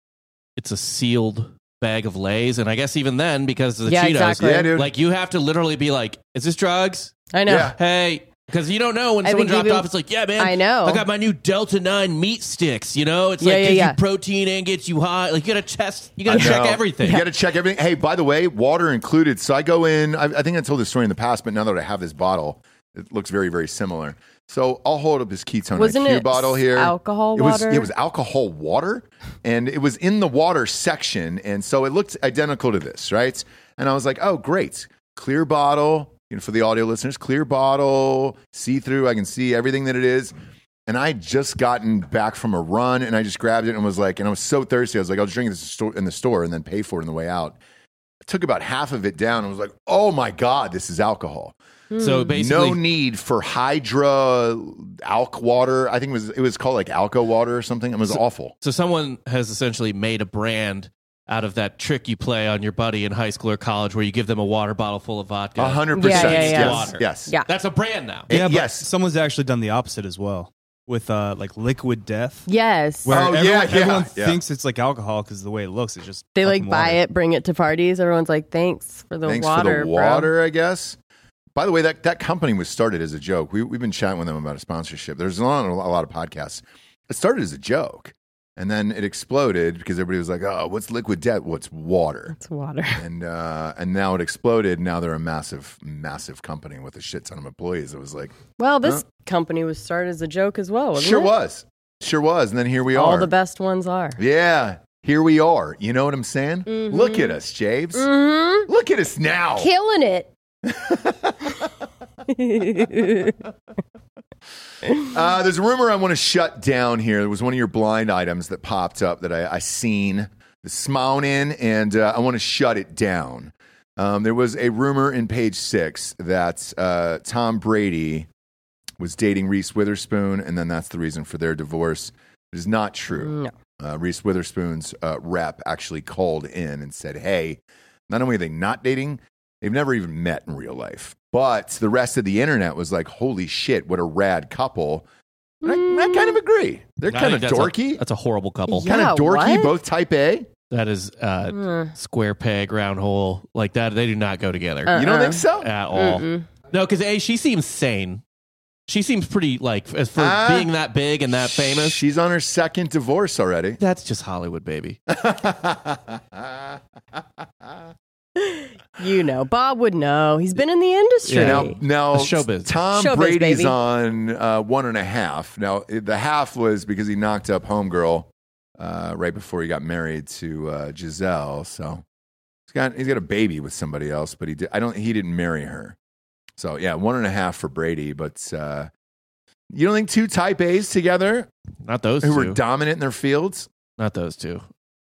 [SPEAKER 3] it's a sealed bag of Lay's, and I guess even then because of the
[SPEAKER 2] Yeah,
[SPEAKER 3] Cheetos,
[SPEAKER 2] exactly.
[SPEAKER 1] Yeah, dude.
[SPEAKER 3] like you have to literally be like, "Is this drugs?
[SPEAKER 2] I know.
[SPEAKER 1] Yeah.
[SPEAKER 3] Hey." Because you don't know when
[SPEAKER 2] I
[SPEAKER 3] someone
[SPEAKER 2] think
[SPEAKER 3] dropped
[SPEAKER 2] even-
[SPEAKER 3] off, it's like, yeah, man,
[SPEAKER 2] I know.
[SPEAKER 3] I got my new Delta Nine meat sticks. You know, it's
[SPEAKER 2] Yeah,
[SPEAKER 3] like
[SPEAKER 2] yeah,
[SPEAKER 3] gives
[SPEAKER 2] yeah.
[SPEAKER 3] you protein and gets you high. Like you gotta test, you
[SPEAKER 1] I
[SPEAKER 3] gotta check
[SPEAKER 1] know.
[SPEAKER 3] everything.
[SPEAKER 1] You got to check everything. Hey, by the way, water included. So I go in. I, I think I told this story in the past, but now that I have this bottle, it looks very, very similar. So I'll hold up this ketone
[SPEAKER 2] Wasn't
[SPEAKER 1] IQ
[SPEAKER 2] it
[SPEAKER 1] bottle here.
[SPEAKER 2] alcohol
[SPEAKER 1] it was,
[SPEAKER 2] water?
[SPEAKER 1] It was alcohol water, and it was in the water section, and so it looked identical to this, right? And I was like, oh, great, clear bottle. You know, for the audio listeners, clear bottle, see through. I can see everything that it is. And I had just gotten back from a run, and I just grabbed it and was like, and I was so thirsty. I was like, I'll just drink this sto- in the store and then pay for it on the way out. I took about half of it down and was like, oh my god, this is alcohol
[SPEAKER 2] Hmm.
[SPEAKER 3] So basically,
[SPEAKER 1] no need for Hydra Alk water. I think it was it was called like Alco water or something. It was awful.
[SPEAKER 3] So someone has essentially made a brand out of that trick you play on your buddy in high school or college where you give them a water bottle full of vodka.
[SPEAKER 1] A hundred
[SPEAKER 2] Yeah,
[SPEAKER 1] percent.
[SPEAKER 2] yeah, yeah.
[SPEAKER 1] Yes.
[SPEAKER 3] Water.
[SPEAKER 1] Yes.
[SPEAKER 2] Yeah.
[SPEAKER 3] That's a brand now.
[SPEAKER 1] Yeah,
[SPEAKER 7] but
[SPEAKER 1] yes.
[SPEAKER 7] someone's actually done the opposite as well with uh, like liquid death.
[SPEAKER 2] Yes.
[SPEAKER 7] Where
[SPEAKER 1] Oh, yeah,
[SPEAKER 7] everyone,
[SPEAKER 1] yeah,
[SPEAKER 7] everyone
[SPEAKER 1] yeah.
[SPEAKER 7] thinks it's like alcohol because the way it looks, it's just
[SPEAKER 2] They like
[SPEAKER 7] fucking
[SPEAKER 2] buy
[SPEAKER 7] water.
[SPEAKER 2] it, bring it to parties. Everyone's like, thanks for the
[SPEAKER 1] Thanks for
[SPEAKER 2] water.
[SPEAKER 1] the
[SPEAKER 2] bro."
[SPEAKER 1] water, I guess. By the way, that, that company was started as a joke. We, we've been chatting with them about a sponsorship. There's not a lot a lot of podcasts. It started as a joke, and then it exploded because everybody was like, "Oh, what's liquid debt? What's water?"
[SPEAKER 2] It's water.
[SPEAKER 1] and uh, and now it exploded. Now they're a massive, massive company with a shit ton of employees. It was like,
[SPEAKER 2] Well, this
[SPEAKER 1] Huh?
[SPEAKER 2] company was started as a joke as well. Wasn't
[SPEAKER 1] sure
[SPEAKER 2] Oh, it?
[SPEAKER 1] was, sure was, and then here we
[SPEAKER 2] All
[SPEAKER 1] are.
[SPEAKER 2] the best ones are.
[SPEAKER 1] Yeah, here we are. You know what I'm saying? Look at us, James.
[SPEAKER 2] Mm-hmm.
[SPEAKER 1] Look at us now.
[SPEAKER 2] Killing it.
[SPEAKER 1] Uh, there's a rumor I want to shut down here. There was one of your blind items that popped up that I, I seen this morning, and uh, I want to shut it down. Um, there was a rumor in page six that uh, Tom Brady was dating Reese Witherspoon, and then that's the reason for their divorce. It is not true.
[SPEAKER 2] no.
[SPEAKER 1] uh, Reese Witherspoon's uh, rep actually called in and said, "Hey, not only are they not dating, they've never even met in real life." But the rest of the internet was like, "Holy shit, what a rad couple!" And
[SPEAKER 2] Mm.
[SPEAKER 1] I, I kind of agree. They're
[SPEAKER 3] I
[SPEAKER 1] kind of
[SPEAKER 3] think that's a-
[SPEAKER 1] dorky,
[SPEAKER 3] that's a horrible couple.
[SPEAKER 2] Yeah.
[SPEAKER 1] kind of dorky,
[SPEAKER 2] what?
[SPEAKER 1] both type A.
[SPEAKER 3] That is uh,
[SPEAKER 2] Mm.
[SPEAKER 3] square peg, round hole. Like that, they do not go together
[SPEAKER 2] Uh,
[SPEAKER 1] You don't think so?
[SPEAKER 3] at all.
[SPEAKER 2] Mm-mm.
[SPEAKER 3] No, because A, she seems sane. She seems pretty, like, as for
[SPEAKER 1] Ah.
[SPEAKER 3] being that big and that famous.
[SPEAKER 1] She's on her second divorce already.
[SPEAKER 3] that's just Hollywood, baby.
[SPEAKER 2] You know, Bob would know. He's been in the industry.
[SPEAKER 3] Yeah.
[SPEAKER 1] Now, now
[SPEAKER 3] That's showbiz.
[SPEAKER 1] Tom
[SPEAKER 2] Showbiz,
[SPEAKER 1] Brady's
[SPEAKER 2] baby.
[SPEAKER 1] on uh, one and a half. Now, it- the half was because he knocked up Homegirl uh, right before he got married to uh, Giselle. So he's got he's got a baby with somebody else, but he did, I don't he didn't marry her. So yeah, one and a half for Brady, but uh, You don't think two type A's together
[SPEAKER 3] Not those
[SPEAKER 1] who
[SPEAKER 3] two.
[SPEAKER 1] were dominant in their fields?
[SPEAKER 3] Not those two.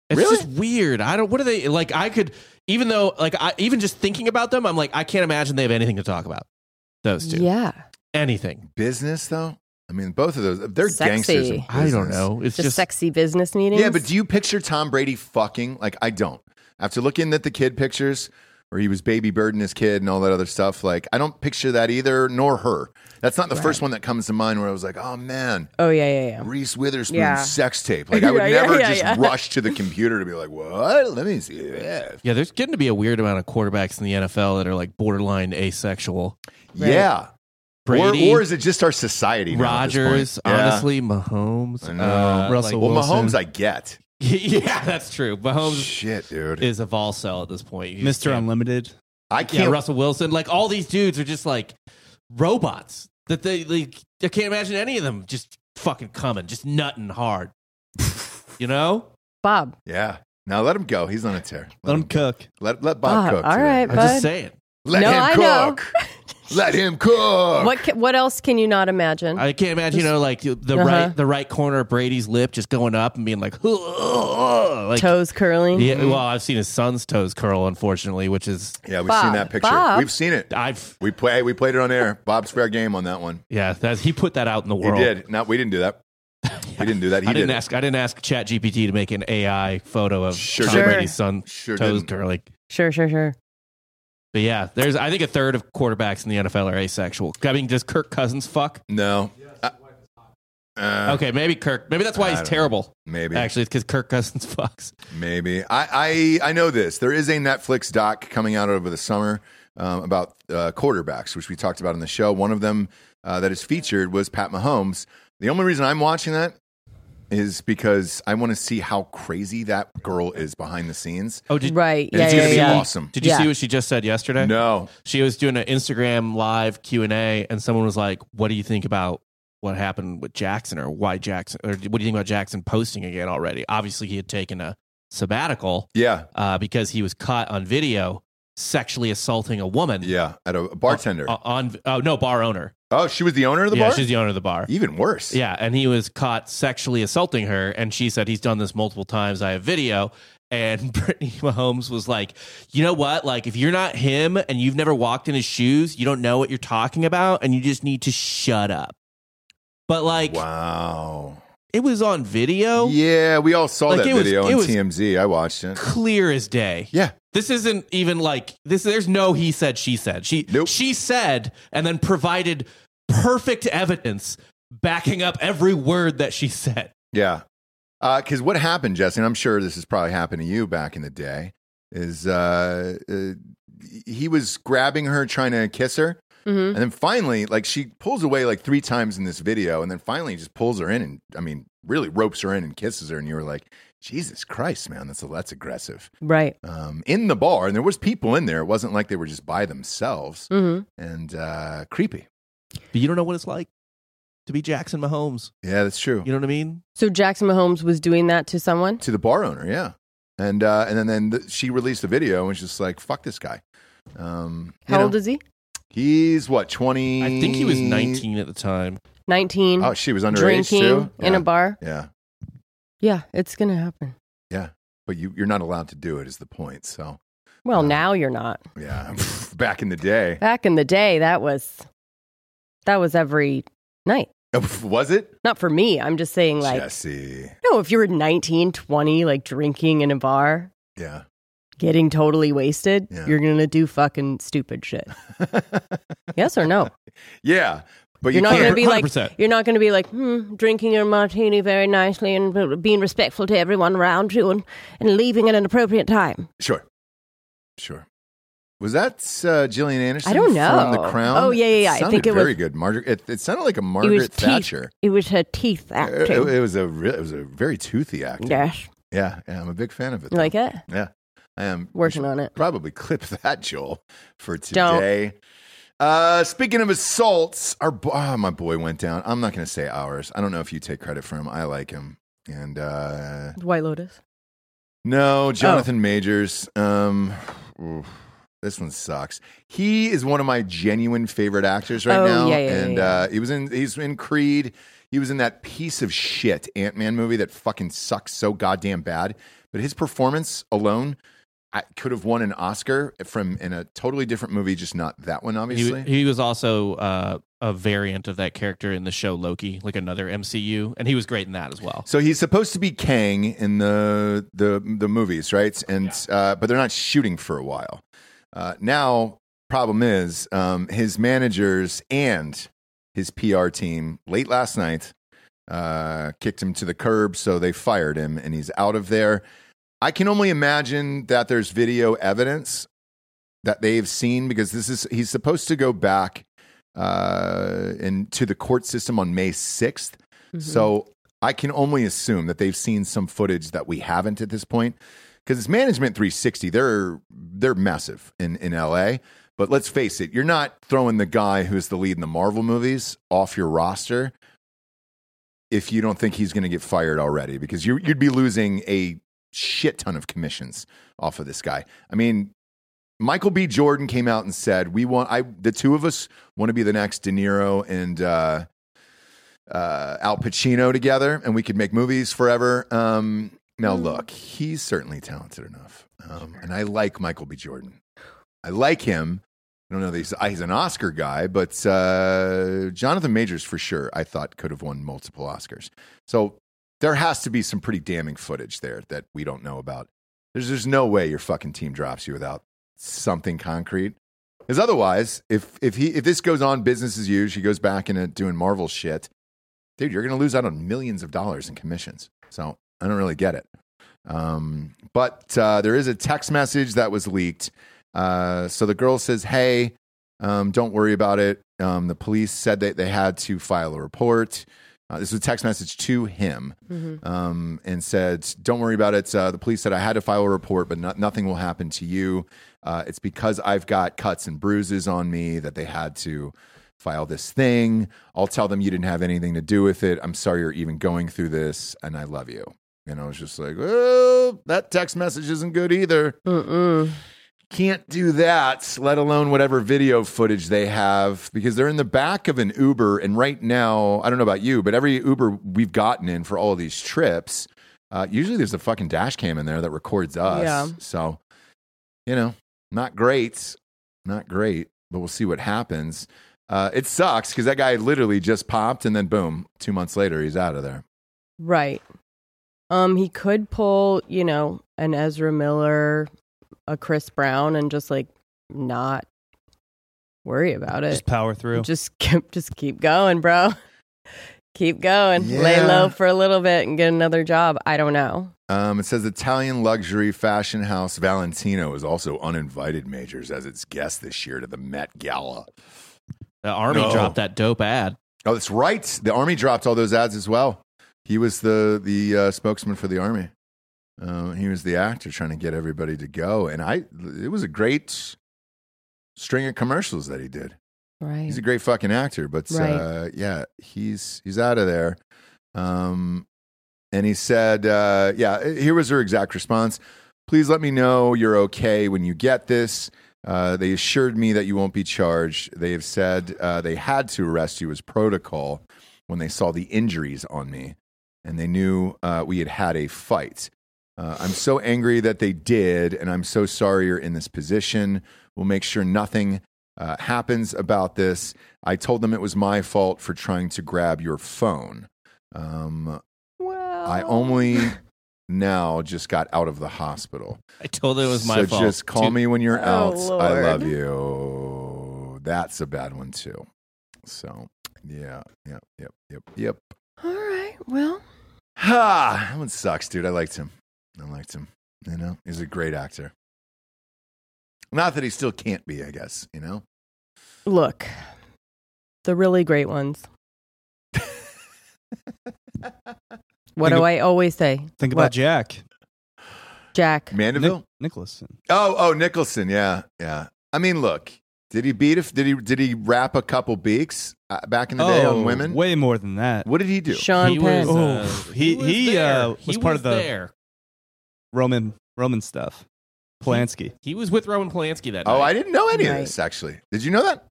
[SPEAKER 3] It's
[SPEAKER 1] Really?
[SPEAKER 3] just weird. I don't. What are they like? I could even though like I even just thinking about them, I'm like I can't imagine they have anything to talk about. Those two.
[SPEAKER 2] Yeah.
[SPEAKER 3] Anything.
[SPEAKER 1] Business though? I mean, both of those they're
[SPEAKER 2] Sexy.
[SPEAKER 1] gangsters. in
[SPEAKER 3] I don't
[SPEAKER 1] business.
[SPEAKER 3] know. It's
[SPEAKER 2] Just,
[SPEAKER 3] just,
[SPEAKER 2] sexy business meetings.
[SPEAKER 1] Yeah, but do you picture Tom Brady fucking? Like, I don't. After looking at the kid pictures where he was baby bird and his kid and all that other stuff, like, I don't picture that either, nor her. That's not the first one that comes to mind where I was like, oh man,
[SPEAKER 2] oh yeah, yeah, yeah.
[SPEAKER 1] Reese Witherspoon
[SPEAKER 2] Yeah.
[SPEAKER 1] sex tape. Like, I would
[SPEAKER 2] Yeah, yeah,
[SPEAKER 1] never
[SPEAKER 2] yeah,
[SPEAKER 1] just
[SPEAKER 2] yeah.
[SPEAKER 1] rush to the computer to be like, what? Let me see that.
[SPEAKER 3] yeah. There's getting to be a weird amount of quarterbacks in the NFL that are like borderline asexual.
[SPEAKER 1] Yeah.
[SPEAKER 3] Brady,
[SPEAKER 1] or, or is it just our society? now at this point?
[SPEAKER 3] Rodgers,
[SPEAKER 1] Yeah.
[SPEAKER 3] honestly, uh, Mahomes,
[SPEAKER 1] I know.
[SPEAKER 7] Russell
[SPEAKER 1] Well,
[SPEAKER 7] Wilson.
[SPEAKER 1] Mahomes, I get.
[SPEAKER 3] yeah, that's true. Mahomes
[SPEAKER 1] Shit, dude.
[SPEAKER 3] is a vol cell at this point. You just
[SPEAKER 7] Mr.
[SPEAKER 3] can't-
[SPEAKER 7] Unlimited.
[SPEAKER 1] I
[SPEAKER 3] yeah,
[SPEAKER 1] can't.
[SPEAKER 3] Russell Wilson. Like all these dudes are just like robots that they like. I can't imagine any of them just fucking coming, just nutting hard. You know,
[SPEAKER 2] Bob.
[SPEAKER 1] yeah. Now let him go. He's on a tear.
[SPEAKER 7] Let him cook.
[SPEAKER 1] Let, let Bob
[SPEAKER 2] Ah,
[SPEAKER 1] cook.
[SPEAKER 2] all
[SPEAKER 1] today.
[SPEAKER 2] right.
[SPEAKER 3] I'm
[SPEAKER 2] Bud.
[SPEAKER 3] just saying.
[SPEAKER 1] Let
[SPEAKER 2] No,
[SPEAKER 1] him
[SPEAKER 2] I know.
[SPEAKER 1] cook. Let him cook.
[SPEAKER 2] What ca- what else can you not imagine?
[SPEAKER 3] I can't imagine. You know, like the
[SPEAKER 2] Uh-huh.
[SPEAKER 3] right the right corner of Brady's lip just going up and being like, like
[SPEAKER 2] Toes curling.
[SPEAKER 3] Yeah, well, I've seen his son's toes curl, unfortunately, which is
[SPEAKER 1] Yeah, we've seen
[SPEAKER 2] Bob,
[SPEAKER 1] that picture.
[SPEAKER 2] Bob.
[SPEAKER 1] We've seen it.
[SPEAKER 3] I've
[SPEAKER 1] We play. We played it on air. Bob's fair game on that one.
[SPEAKER 3] yeah. That's, he put that out in the
[SPEAKER 1] He
[SPEAKER 3] world.
[SPEAKER 1] did. No, we didn't do that. We didn't do that. He
[SPEAKER 3] I didn't
[SPEAKER 1] did. it.
[SPEAKER 3] ask. I didn't ask ChatGPT to make an AI photo of
[SPEAKER 1] Sure
[SPEAKER 3] Tom
[SPEAKER 2] didn't.
[SPEAKER 3] Brady's son
[SPEAKER 1] Sure
[SPEAKER 3] toes
[SPEAKER 1] didn't.
[SPEAKER 3] curling.
[SPEAKER 2] Sure, sure, sure.
[SPEAKER 3] But yeah, there's. I think a third of quarterbacks in the NFL are asexual. I mean, does Kirk Cousins fuck?
[SPEAKER 1] No. Uh, uh,
[SPEAKER 3] Okay, maybe Kirk. Maybe that's
[SPEAKER 1] I
[SPEAKER 3] why he's
[SPEAKER 1] don't know.
[SPEAKER 3] terrible.
[SPEAKER 1] Maybe.
[SPEAKER 3] Actually, it's because Kirk Cousins fucks.
[SPEAKER 1] Maybe. I, I I know this. There is a Netflix doc coming out over the summer um, about uh, quarterbacks, which we talked about on the show. One of them uh, that is featured was Pat Mahomes. The only reason I'm watching that is because I want to see how crazy that girl is behind the scenes.
[SPEAKER 3] Oh, did,
[SPEAKER 2] right.
[SPEAKER 1] And
[SPEAKER 2] Yeah,
[SPEAKER 1] it's
[SPEAKER 2] yeah,
[SPEAKER 1] gonna be
[SPEAKER 2] yeah.
[SPEAKER 1] awesome.
[SPEAKER 3] did you
[SPEAKER 2] Yeah.
[SPEAKER 3] see what she just said yesterday?
[SPEAKER 1] No,
[SPEAKER 3] She was doing an Instagram live Q and A, and someone was like, "What do you think about what happened with Jackson, or why Jackson, or what do you think about Jackson posting again already? Obviously, he had taken a sabbatical
[SPEAKER 1] yeah,
[SPEAKER 3] uh, because he was caught on video sexually assaulting a woman.
[SPEAKER 1] yeah, at a, a bartender.
[SPEAKER 3] Uh, on oh no, bar owner.
[SPEAKER 1] oh, she was the owner of the
[SPEAKER 3] yeah,
[SPEAKER 1] bar.
[SPEAKER 3] she's the owner of the bar.
[SPEAKER 1] Even worse.
[SPEAKER 3] Yeah, and he was caught sexually assaulting her, and she said he's done this multiple times. I have video. And Brittany Mahomes was like, you know what? Like, if you're not him and you've never walked in his shoes, you don't know what you're talking about, and you just need to shut up. But like,
[SPEAKER 1] Wow.
[SPEAKER 3] it was on video,
[SPEAKER 1] Yeah, we all saw
[SPEAKER 3] Like,
[SPEAKER 1] that
[SPEAKER 3] it was-
[SPEAKER 1] video
[SPEAKER 3] it
[SPEAKER 1] on
[SPEAKER 3] was-
[SPEAKER 1] TMZ. I watched it.
[SPEAKER 3] clear as day.
[SPEAKER 1] Yeah.
[SPEAKER 3] This isn't even like this. There's no he said, she said. She
[SPEAKER 1] Nope.
[SPEAKER 3] she said, and then provided perfect evidence backing up every word that she said.
[SPEAKER 1] Yeah. Because what happened, Jesse, and I'm sure this has probably happened to you back in the day, is uh, uh, he was grabbing her, trying to kiss her.
[SPEAKER 2] Mhm.
[SPEAKER 1] And then finally, like she pulls away like three times in this video. And then finally, he just pulls her in and, I mean, really ropes her in and kisses her. And you were like, Jesus Christ, man, that's, that's aggressive.
[SPEAKER 2] Right.
[SPEAKER 1] Um, in the bar, and there was people in there. It wasn't like they were just by themselves.
[SPEAKER 2] hmm
[SPEAKER 1] And uh, creepy.
[SPEAKER 3] But you don't know what it's like to be Jackson Mahomes.
[SPEAKER 1] Yeah, that's true.
[SPEAKER 3] You know what I mean?
[SPEAKER 2] So Jackson Mahomes was doing that to someone.
[SPEAKER 1] to the bar owner, yeah. And uh, and then then the, she released a video and was just like, "Fuck this guy." Um, you
[SPEAKER 2] How
[SPEAKER 1] know,
[SPEAKER 2] old is he?
[SPEAKER 1] he's? What twenty?
[SPEAKER 3] I think he was
[SPEAKER 1] Mm.
[SPEAKER 3] 19 at the time.
[SPEAKER 2] Nineteen.
[SPEAKER 1] Oh, she was underage
[SPEAKER 2] drinking
[SPEAKER 1] too. Yeah.
[SPEAKER 2] in a bar.
[SPEAKER 1] yeah,
[SPEAKER 2] Yeah, it's gonna happen.
[SPEAKER 1] but you you're not allowed to do it is the point. So
[SPEAKER 2] Well,
[SPEAKER 1] Yeah.
[SPEAKER 2] now you're not.
[SPEAKER 1] yeah, back in the day,
[SPEAKER 2] Back in the day, that was that was every night.
[SPEAKER 1] was it?
[SPEAKER 2] Not for me. I'm just saying, like,
[SPEAKER 1] Jesse,
[SPEAKER 2] no, if you were 19, 20, like drinking in a bar,
[SPEAKER 1] yeah.
[SPEAKER 2] getting totally wasted,
[SPEAKER 1] Yeah.
[SPEAKER 2] you're gonna do fucking stupid shit. yes or no?
[SPEAKER 1] yeah, but
[SPEAKER 2] You're
[SPEAKER 1] you
[SPEAKER 2] not
[SPEAKER 1] can't.
[SPEAKER 2] gonna be like
[SPEAKER 3] 100%.
[SPEAKER 2] you're not gonna be like hmm, drinking your martini very nicely and being respectful to everyone around you and, and leaving at an appropriate time.
[SPEAKER 1] sure, sure. Was that uh, Gillian Anderson?
[SPEAKER 2] I don't know.
[SPEAKER 1] From The Crown.
[SPEAKER 2] Oh, yeah, yeah, yeah. I
[SPEAKER 1] Sounded
[SPEAKER 2] think it was-
[SPEAKER 1] very good. Margaret. It, it sounded like a
[SPEAKER 2] It was
[SPEAKER 1] Margaret
[SPEAKER 2] teeth.
[SPEAKER 1] Thatcher. Uh,
[SPEAKER 2] It was her teeth
[SPEAKER 1] It,
[SPEAKER 2] acting.
[SPEAKER 1] it was a re- it was a very toothy acting.
[SPEAKER 2] Yes,
[SPEAKER 1] yeah, yeah, I'm a big fan of it.
[SPEAKER 2] you
[SPEAKER 1] though.
[SPEAKER 2] like it?
[SPEAKER 1] yeah, I am we
[SPEAKER 2] Working
[SPEAKER 1] should
[SPEAKER 2] on it.
[SPEAKER 1] Probably clip that, Joel, for
[SPEAKER 2] Don't.
[SPEAKER 1] today. Uh, speaking of assaults, our bo- ah, my boy went down. I'm not going to say ours. I don't know if you take credit for him. I like him. And uh,
[SPEAKER 2] White Lotus. Oh.
[SPEAKER 1] no, Jonathan Majors. Um, oof. This one sucks. He is one of my genuine favorite actors right
[SPEAKER 2] Oh,
[SPEAKER 1] now,
[SPEAKER 2] yeah, yeah, yeah,
[SPEAKER 1] and
[SPEAKER 2] yeah.
[SPEAKER 1] Uh, he was in he's in Creed. He was in that piece of shit Ant Man movie that fucking sucks so goddamn bad. But his performance alone, I could have won an Oscar from in a totally different movie, just not that one,
[SPEAKER 3] He,
[SPEAKER 1] obviously.
[SPEAKER 3] he was also uh, a variant of that character in the show Loki, like another MCU, and he was great in that as well.
[SPEAKER 1] so he's supposed to be Kang in the the the movies, right? And uh, but they're not shooting for a while. Uh, now, problem is, um, his managers and his PR team late last night uh, kicked him to the curb, so they fired him, and he's out of there. I can only imagine that there's video evidence that they've seen because this is he's supposed to go back uh, into the court system on May 6th. So I can only assume that they've seen some footage that we haven't at this point because it's management 360 they're they're massive in in LA but let's face it you're not throwing the guy who's the lead in the Marvel movies off your roster if you don't think he's going to get fired already because you you'd be losing a shit ton of commissions off of this guy i mean Michael B. Jordan came out and said, "We want I the two of us want to be the next De Niro and uh, uh, Al Pacino together, and we could make movies forever." Um, now, look, he's certainly talented enough, um, and I like Michael B. Jordan. I like him. I don't know that he's, uh, he's an Oscar guy, but uh, Jonathan Majors for sure. I thought could have won multiple Oscars. So there has to be some pretty damning footage there that we don't know about. There's there's no way your fucking team drops you without something concrete. Because otherwise, if if he if this goes on business as usual, he goes back into doing Marvel shit, dude, you're gonna lose out on millions of dollars in commissions. So I don't really get it. Um, but uh, there is a text message that was leaked. Uh, so the girl says, "Hey, um, don't worry about it. Um, the police said that they had to file a report." Uh, this was a text message to him um, and said, Don't worry about it. Uh, the police said I had to file a report, but not, nothing will happen to you. Uh, it's because I've got cuts and bruises on me that they had to file this thing. I'll tell them you didn't have anything to do with it. I'm sorry you're even going through this, and I love you. And I was just like, Well, that text message isn't good either
[SPEAKER 2] Mm-mm.
[SPEAKER 1] can't do that, let alone whatever video footage they have, because they're in the back of an Uber. And right now, I don't know about you, but every Uber we've gotten in for all of these trips, uh, usually there's a fucking dash cam in there that records us.
[SPEAKER 2] Yeah.
[SPEAKER 1] So, you know, not great. Not great, but we'll see what happens. Uh, it sucks because that guy literally just popped and then boom, two months later, he's out of there.
[SPEAKER 2] Right. Um, he could pull, you know, an Ezra Miller, a Chris Brown, and just like not worry about it.
[SPEAKER 7] Just power through.
[SPEAKER 2] Just keep, just keep going, bro. keep going. Lay
[SPEAKER 1] Yeah.
[SPEAKER 2] low for a little bit and get another job. I don't know.
[SPEAKER 1] Um, it says Italian luxury fashion house Valentino is also uninvited majors as its guest this year to the Met Gala.
[SPEAKER 3] The army
[SPEAKER 1] No.
[SPEAKER 3] dropped that dope ad.
[SPEAKER 1] Oh, that's right. The army dropped all those ads as well. He was the the uh, spokesman for the army. Um, he was the actor trying to get everybody to go, and I. It was a great string of commercials that he did.
[SPEAKER 2] Right.
[SPEAKER 1] He's a great fucking actor, but uh,
[SPEAKER 2] Right.
[SPEAKER 1] yeah, he's he's out of there. Um, and he said, uh, yeah, here was her exact response. Please let me know you're okay when you get this. Uh, they assured me that you won't be charged. They have said uh, they had to arrest you as protocol when they saw the injuries on me, and they knew uh, we had had a fight. Uh, I'm so angry that they did, and I'm so sorry you're in this position. We'll make sure nothing uh, happens about this. I told them it was my fault for trying to grab your phone. Um,
[SPEAKER 2] well,
[SPEAKER 1] I only now just got out of the hospital.
[SPEAKER 3] I told it was my
[SPEAKER 1] so
[SPEAKER 3] fault.
[SPEAKER 1] just call
[SPEAKER 3] Dude,
[SPEAKER 1] me when you're
[SPEAKER 2] Oh,
[SPEAKER 1] out. I
[SPEAKER 2] Lord.
[SPEAKER 1] love you. That's a bad one too. So yeah, yeah, yep, yep, yep.
[SPEAKER 2] All right. Well,
[SPEAKER 1] Ha! That one sucks, dude. I liked him. I liked him. You know, he's a great actor. Not that he still can't be, I guess. You know.
[SPEAKER 2] look, the really great ones. what
[SPEAKER 7] Think
[SPEAKER 2] do
[SPEAKER 7] ab-
[SPEAKER 2] I always say?
[SPEAKER 7] Think
[SPEAKER 2] What?
[SPEAKER 7] about Jack.
[SPEAKER 2] Jack.
[SPEAKER 1] Mandeville.
[SPEAKER 7] Nic- Nicholson.
[SPEAKER 1] Oh, oh, Nicholson. Yeah, yeah. I mean, look, did he beat? If did he did he wrap a couple beaks uh, back in the day
[SPEAKER 3] Oh,
[SPEAKER 1] on women?
[SPEAKER 7] Oh, way more than that.
[SPEAKER 1] what did he do?
[SPEAKER 2] Sean
[SPEAKER 3] he
[SPEAKER 2] Penn.
[SPEAKER 3] was, uh,
[SPEAKER 7] Oh, he- he,
[SPEAKER 3] there.
[SPEAKER 7] uh, was part of the-
[SPEAKER 3] there.
[SPEAKER 7] Roman Roman stuff. Polanski.
[SPEAKER 3] He was with Roman Polanski that
[SPEAKER 1] Oh,
[SPEAKER 3] night.
[SPEAKER 1] I didn't know any
[SPEAKER 2] Right.
[SPEAKER 1] of this actually. Did you know that?